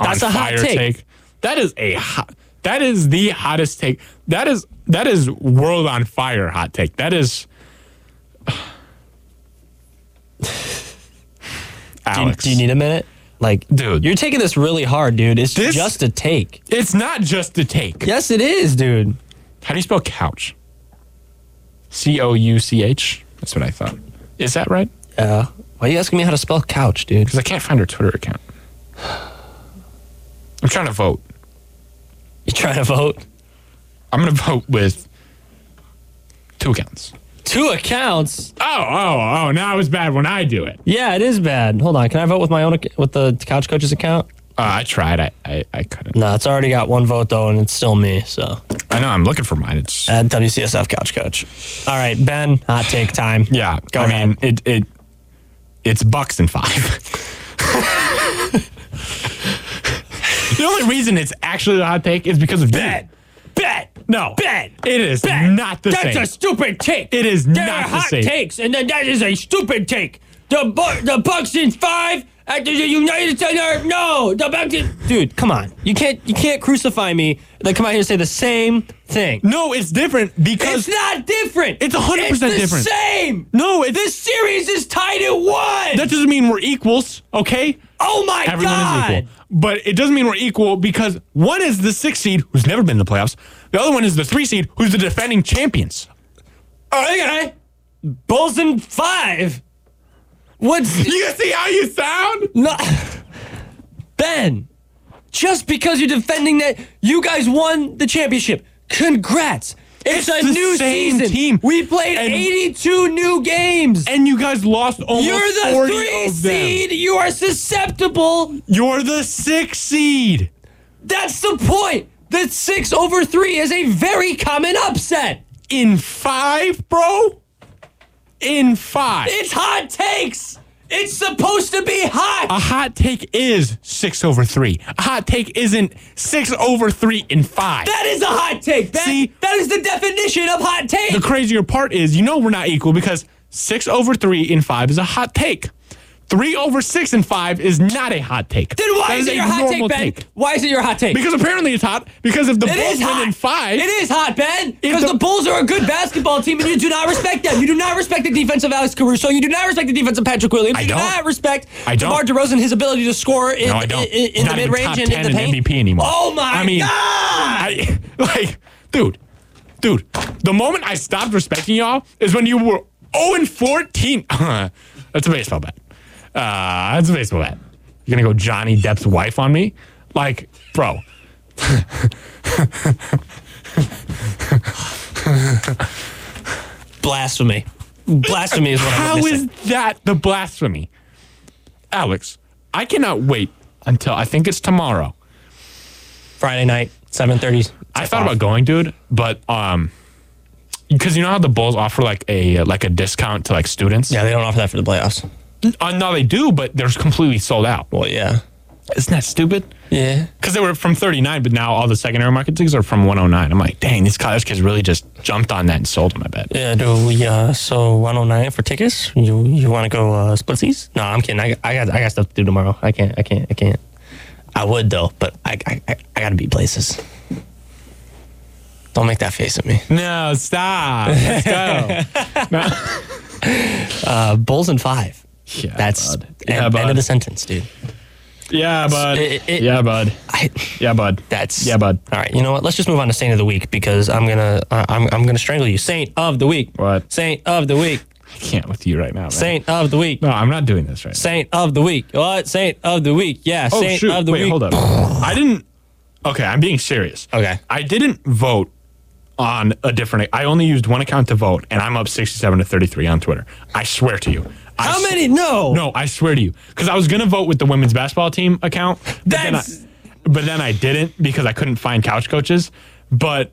on
That's a hot
fire
take.
That is a hot. That is the hottest take. That is that is world on fire hot take. That is.
Do you,
Alex,
do you need a minute? Like,
Dude.
you're taking this really hard, dude. It's
This-
just a take.
it's not just a take.
Yes, it is, dude.
How do you spell couch? C O U C H. That's what I thought. Is that right?
Yeah. Uh, Why are you asking me how to spell couch, dude?
Because I can't find her Twitter account. I'm trying to vote.
You trying to vote?
I'm going to vote with two accounts.
Two accounts.
Oh, oh, oh! Now it's bad when I do it. Uh,
Yeah, it is bad. Hold on. Can I vote with my own ac- with the couch coach's account?
Uh, I tried. I, I, I couldn't.
No, it's already got one vote though, and it's still me. So
I know. I'm looking for mine. It's
at WCSF couch coach. All right, Ben. Hot take time.
yeah.
Go
I
ahead.
mean, it, it, it's bucks and five. the only reason it's actually a hot take is because of that.
Bet.
No.
Bet.
It is
Bet.
not the same.
stupid take.
It is
There
not
are
the
hot
same.
takes, and then that is a stupid take. The Bu- the Bucks in five at the United Center. No, the Bucks. In- Dude, come on. You can't you can't crucify me. Then come out here and say the same thing.
No, it's different because
It's not different.
It's 100%
It's the
different.
Same.
no, it's,
This series is tied at one.
that doesn't mean we're equals, okay?
Oh my
Everyone
god!
is equal. But it doesn't mean we're equal because one is the six seed who's never been in the playoffs. The other one is the three seed who's the defending champions.
Okay. Bulls in five. What's
You see how you sound?
not Ben? Just because you're defending that, you guys won the championship. Congrats! It's, a
the
new
same
season.
team.
We played
And-
82 new games.
And you guys lost almost
You're the
40
three
of them.
seed. You are susceptible.
You're the six seed.
That's the point. The six over three is a very common upset.
In five, bro? In five.
It's hot takes. It's supposed to be hot.
a hot take is six over three. A hot take isn't six over three in five.
That is a hot take. That,
See?
that is the definition of hot take.
the crazier part is you know we're not equal because six over three in five is a hot take. Three over six in five is not a hot take.
then why
That
is
a
it your hot
normal
take, Ben? Why is it your hot take?
Because apparently it's hot. Because if the
it
Bulls
is hot.
win in five,
It is hot, Ben. Because
the-
the, Bulls are a good basketball team, and you do not respect them. You do not respect the defense of Alex Caruso. You do not respect the defense of Patrick Williams.
I
you
don't.
do not respect
I don't.
DeMar DeRozan his ability to score in,
No, I don't.
in, in the
Not
mid
even
range
top
and in
10
the
in
paint.
MVP anymore.
Oh my
I mean,
god!
I like, dude, dude. The moment I stopped respecting y'all is when you were 0 and 14. that's a baseball bat. Uh, that's a baseball bat. You're gonna go Johnny Depp's wife on me, like, bro.
Blasphemy. Blasphemy is what I'm
How is
witnessing.
that the blasphemy? Alex, I cannot wait until I think it's tomorrow.
Friday night, 7:30.
I thought about going, dude, but um, because you know how the Bulls offer like a like a discount to like students.
Yeah, they don't offer that for the playoffs.
Uh, no, they do, but they're completely sold out.
Well, yeah.
Isn't that stupid?
Yeah.
Because they were from 39, but now all the secondary market things are from 109. I'm like, dang, these college kids really just jumped on that and sold them. I bet.
Yeah, do we, uh, so 109 for tickets? You you want to go uh, splitsies? No, I'm kidding. I, I got I got stuff to do tomorrow. I can't I can't I can't. I would though, but I I, I- I got to be places. Don't make that face at me.
No, stop. Let's go.
Uh, bulls and five.
Yeah,
That's
bud.
en-
Yeah,
end,
bud.
of the sentence, dude.
yeah, bud.
It- it-
yeah, bud.
I,
Yeah, bud.
that's
Yeah, bud.
All right, you know what? Let's just move on to saint of the week because I'm gonna I- I'm I'm gonna strangle you. Saint of the week.
What?
Saint of the week.
I can't with you right now, man.
Saint of the week.
No, I'm not doing this right. now.
Saint of the week. What? Saint of the week. Yeah.
Oh
saint
shoot!
of the
Wait,
week.
hold up. I didn't. Okay, I'm being serious.
Okay.
I didn't vote on a different. I only used one account to vote, and I'm up 67 to 33 on Twitter. I swear to you. I
How
s-
many? No.
No, I swear to you, because I was gonna vote with the women's basketball team account. But
That's-
Then I, but then I didn't because I couldn't find couch coaches. But,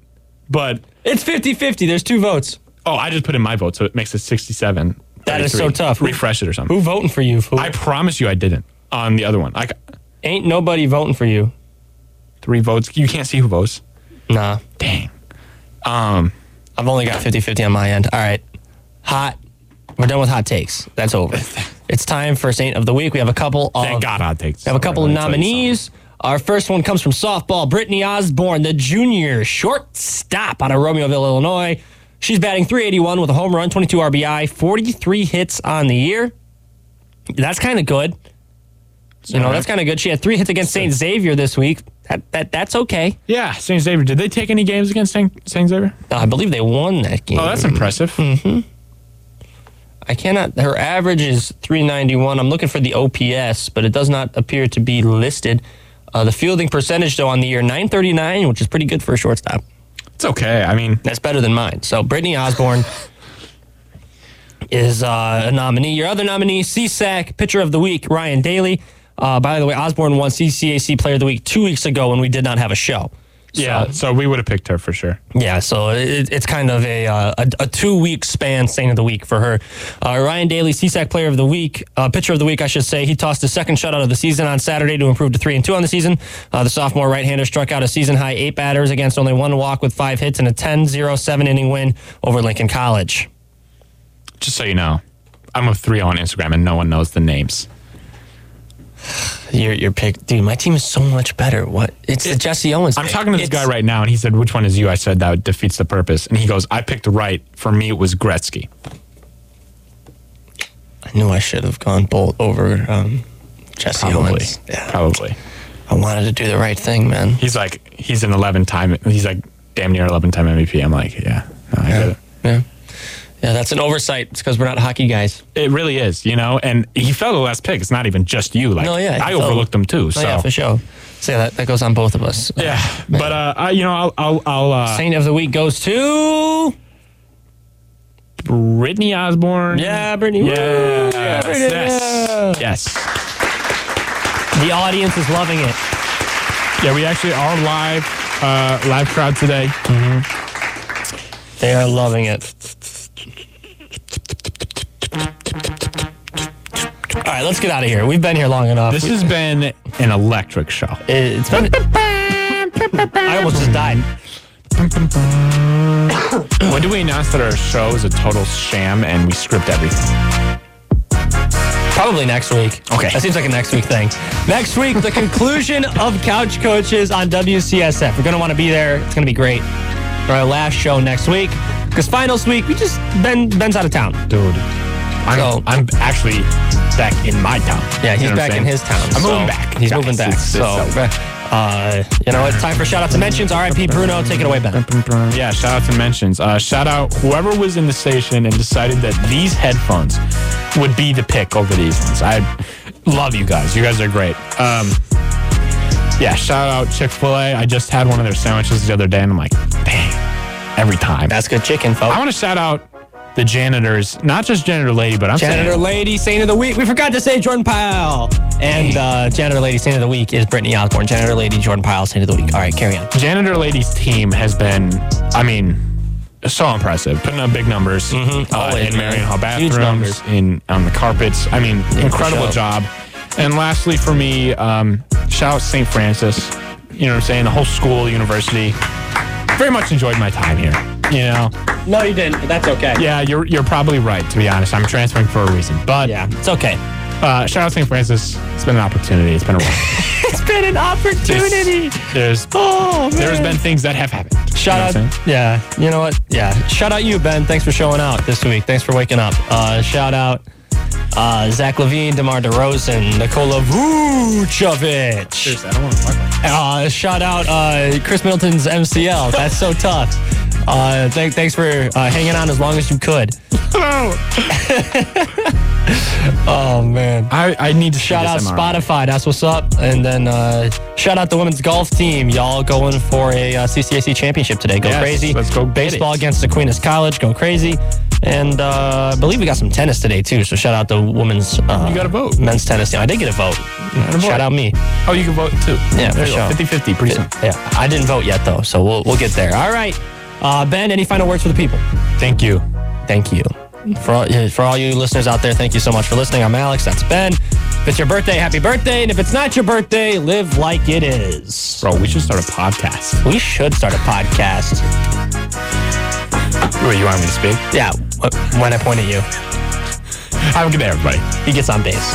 but
It's 50 50. There's two votes.
oh, I just put in my vote, so it makes it sixty-seven.
That is so
33.
tough.
Refresh it or something.
Who voting for you? Fool?
I promise you, I didn't on the other one. I got
Ain't nobody voting for you.
three votes. You can't see who votes.
Nah.
Dang.
I've only got 50 50 on my end. All right. Hot. We're done with hot takes. That's over. it's time for Saint of the Week. We have a couple of.
Thank God, I take.
We have a couple of nominees. Our first one comes from softball. Brittany Osborne, the junior shortstop out of Romeoville, Illinois. She's batting 381 with a home run, 22 RBI, 43 hits on the year. That's kind of good. You know, that's kind of good. She had three hits against St. Xavier this week. That, that That's okay.
Yeah, Saint Xavier. Did they take any games against Saint, Saint Xavier?
Uh, I believe they won that game.
Oh, that's impressive.
Mm. I cannot. Her average is 391. I'm looking for the OPS, but it does not appear to be listed. Uh, the fielding percentage, though, on the year 939, which is pretty good for a shortstop.
It's okay. I mean,
That's better than mine. So Brittany Osborne is uh, a nominee. Your other nominee, CSAC Pitcher of the Week, Ryan Daly. Uh, by the way, Osborne won CCAC Player of the Week two weeks ago when we did not have a show.
yeah. So, we would have picked her for sure.
Yeah, so it, it's kind of a, uh, a a two week span saint of the week for her. Uh, Ryan Daly, CSAC player of the week, uh, pitcher of the week, I should say. He tossed his second shutout of the season on Saturday to improve to three and two on the season. Uh, the sophomore right hander struck out a season high eight batters against only one walk with five hits and a 10 0 7 inning win over Lincoln College.
Just so you know, I'm a three on Instagram, and no one knows the names.
Your your pick, dude. My team is so much better. What? It's the Jesse Owens.
I'm
pick.
talking to this
It's-
guy right now, and he said, "Which one is you?" I said, "That defeats the purpose." And he goes, "I picked right. For me, it was Gretzky."
I knew I should have gone Bolt over um, Jesse
Probably.
Owens. Yeah.
Probably.
I wanted to do the right thing, man.
He's like, he's an 11 time, he's like damn near 11 time MVP. I'm like, yeah, no, I get it.
Yeah. Yeah, that's an oversight. It's because we're not hockey guys.
It really is, you know? And he fell to the last pick. It's not even just you. Like,
No, yeah, he
I
fell.
overlooked him too.
Oh,
So,
yeah, for sure. So yeah, that, that goes on both of us.
Yeah, but, uh, I, you know, I'll, I'll, I'll uh,
Saint of the week goes to
Brittany Osborne.
yeah, Brittany.
Yes.
Brittany.
Yes. Yes.
The audience is loving it.
Yeah, we actually are live, uh, live crowd today.
They are loving it. All right, let's get out of here. We've been here long enough.
This has been an electric show.
It's been. I almost just died.
When do we announce that our show is a total sham and we script everything?
Probably next week.
Okay.
That seems like a next week thing. Next week, the conclusion of Couch Coaches on WCSF. We're going to want to be there. It's going to be great for our last show next week. Because finals week, we just, Ben Ben's out of town.
Dude, I'm,
So-
I'm actually back in my town.
Yeah, he's
You know what
back
I'm saying?
in his town.
I'm
so-
moving back.
He's
guys.
moving back.
It's-
so,
it's-
uh, you know, it's time for shout out to mentions. RIP Bruno, take it away, Ben.
Yeah, shout out to mentions. Uh, shout out whoever was in the station and decided that these headphones would be the pick over these ones. I love you guys. You guys are great. Um, yeah, shout out Chick Fil A. I just had one of their sandwiches the other day, and I'm like, dang, every time.
That's good chicken, folks.
I want to shout out the janitors, not just janitor lady, but I'm
Janitor
saying
Lady Saint of the Week. We forgot to say Jordan Pyle. And uh, Janitor Lady Saint of the Week is Brittany Osborne. Janitor Lady Jordan Pyle Saint of the Week. All right, carry on.
janitor lady's team has been. I mean. So impressive, putting up big numbers uh,
Always,
in Marion
Mm-hmm. Oh, man.
Hall
Huge numbers.
bathrooms, in on the carpets. I mean, incredible
sure.
job. And lastly, for me, um, shout out St. Francis. You know what I'm saying? The whole school, university. Very much enjoyed my time here. You know,
No, you didn't. That's okay. Yeah.
yeah, you're you're probably right. To be honest, I'm transferring for a reason. But
Yeah, it's okay.
uh, shout out St. Francis. It's been an opportunity. It's been a while.
It's been an opportunity.
There's
Oh, man.
there's been things that have happened.
Shout
You know what I'm
out.
saying?
Yeah. You know what? Yeah. Shout out you, Ben. Thanks for showing out this week. Thanks for waking up. Uh, shout out uh, Zach Levine, DeMar DeRozan, Nikola Vucevic.
I don't want to talk about it.
Uh, shout out uh, Chris Middleton's MCL. That's so tough. Uh, th- thanks for uh, hanging on as long as you could. oh, man.
I, I need to see
Shout out
this MRI.
Spotify. That's what's up. And then uh, shout out the women's golf team. Y'all going for a uh, CCAC championship today. Go
Yes,
crazy.
let's go get
Baseball
it.
against Aquinas College. Go crazy. And uh, I believe we got some tennis today, too. So shout out the women's. Uh,
You got a vote.
Men's tennis team. I did get a vote.
a
Shout
vote.
out me.
Oh, you can vote too.
Yeah, for sure.
50 50 pretty soon.
Yeah, I didn't vote yet though, so we'll we'll get there. All right, uh, Ben. Any final words for the people?
Thank you.
Thank you for all, yeah, for all you listeners out there. Thank you so much for listening. I'm Alex. That's Ben. If it's your birthday, happy birthday. And if it's not your birthday, live like it is.
Bro, we should start a podcast.
We should start a podcast.
Wait, you want me to speak?
Yeah, wh- when I point at you,
Have a good day, everybody.
he gets on base.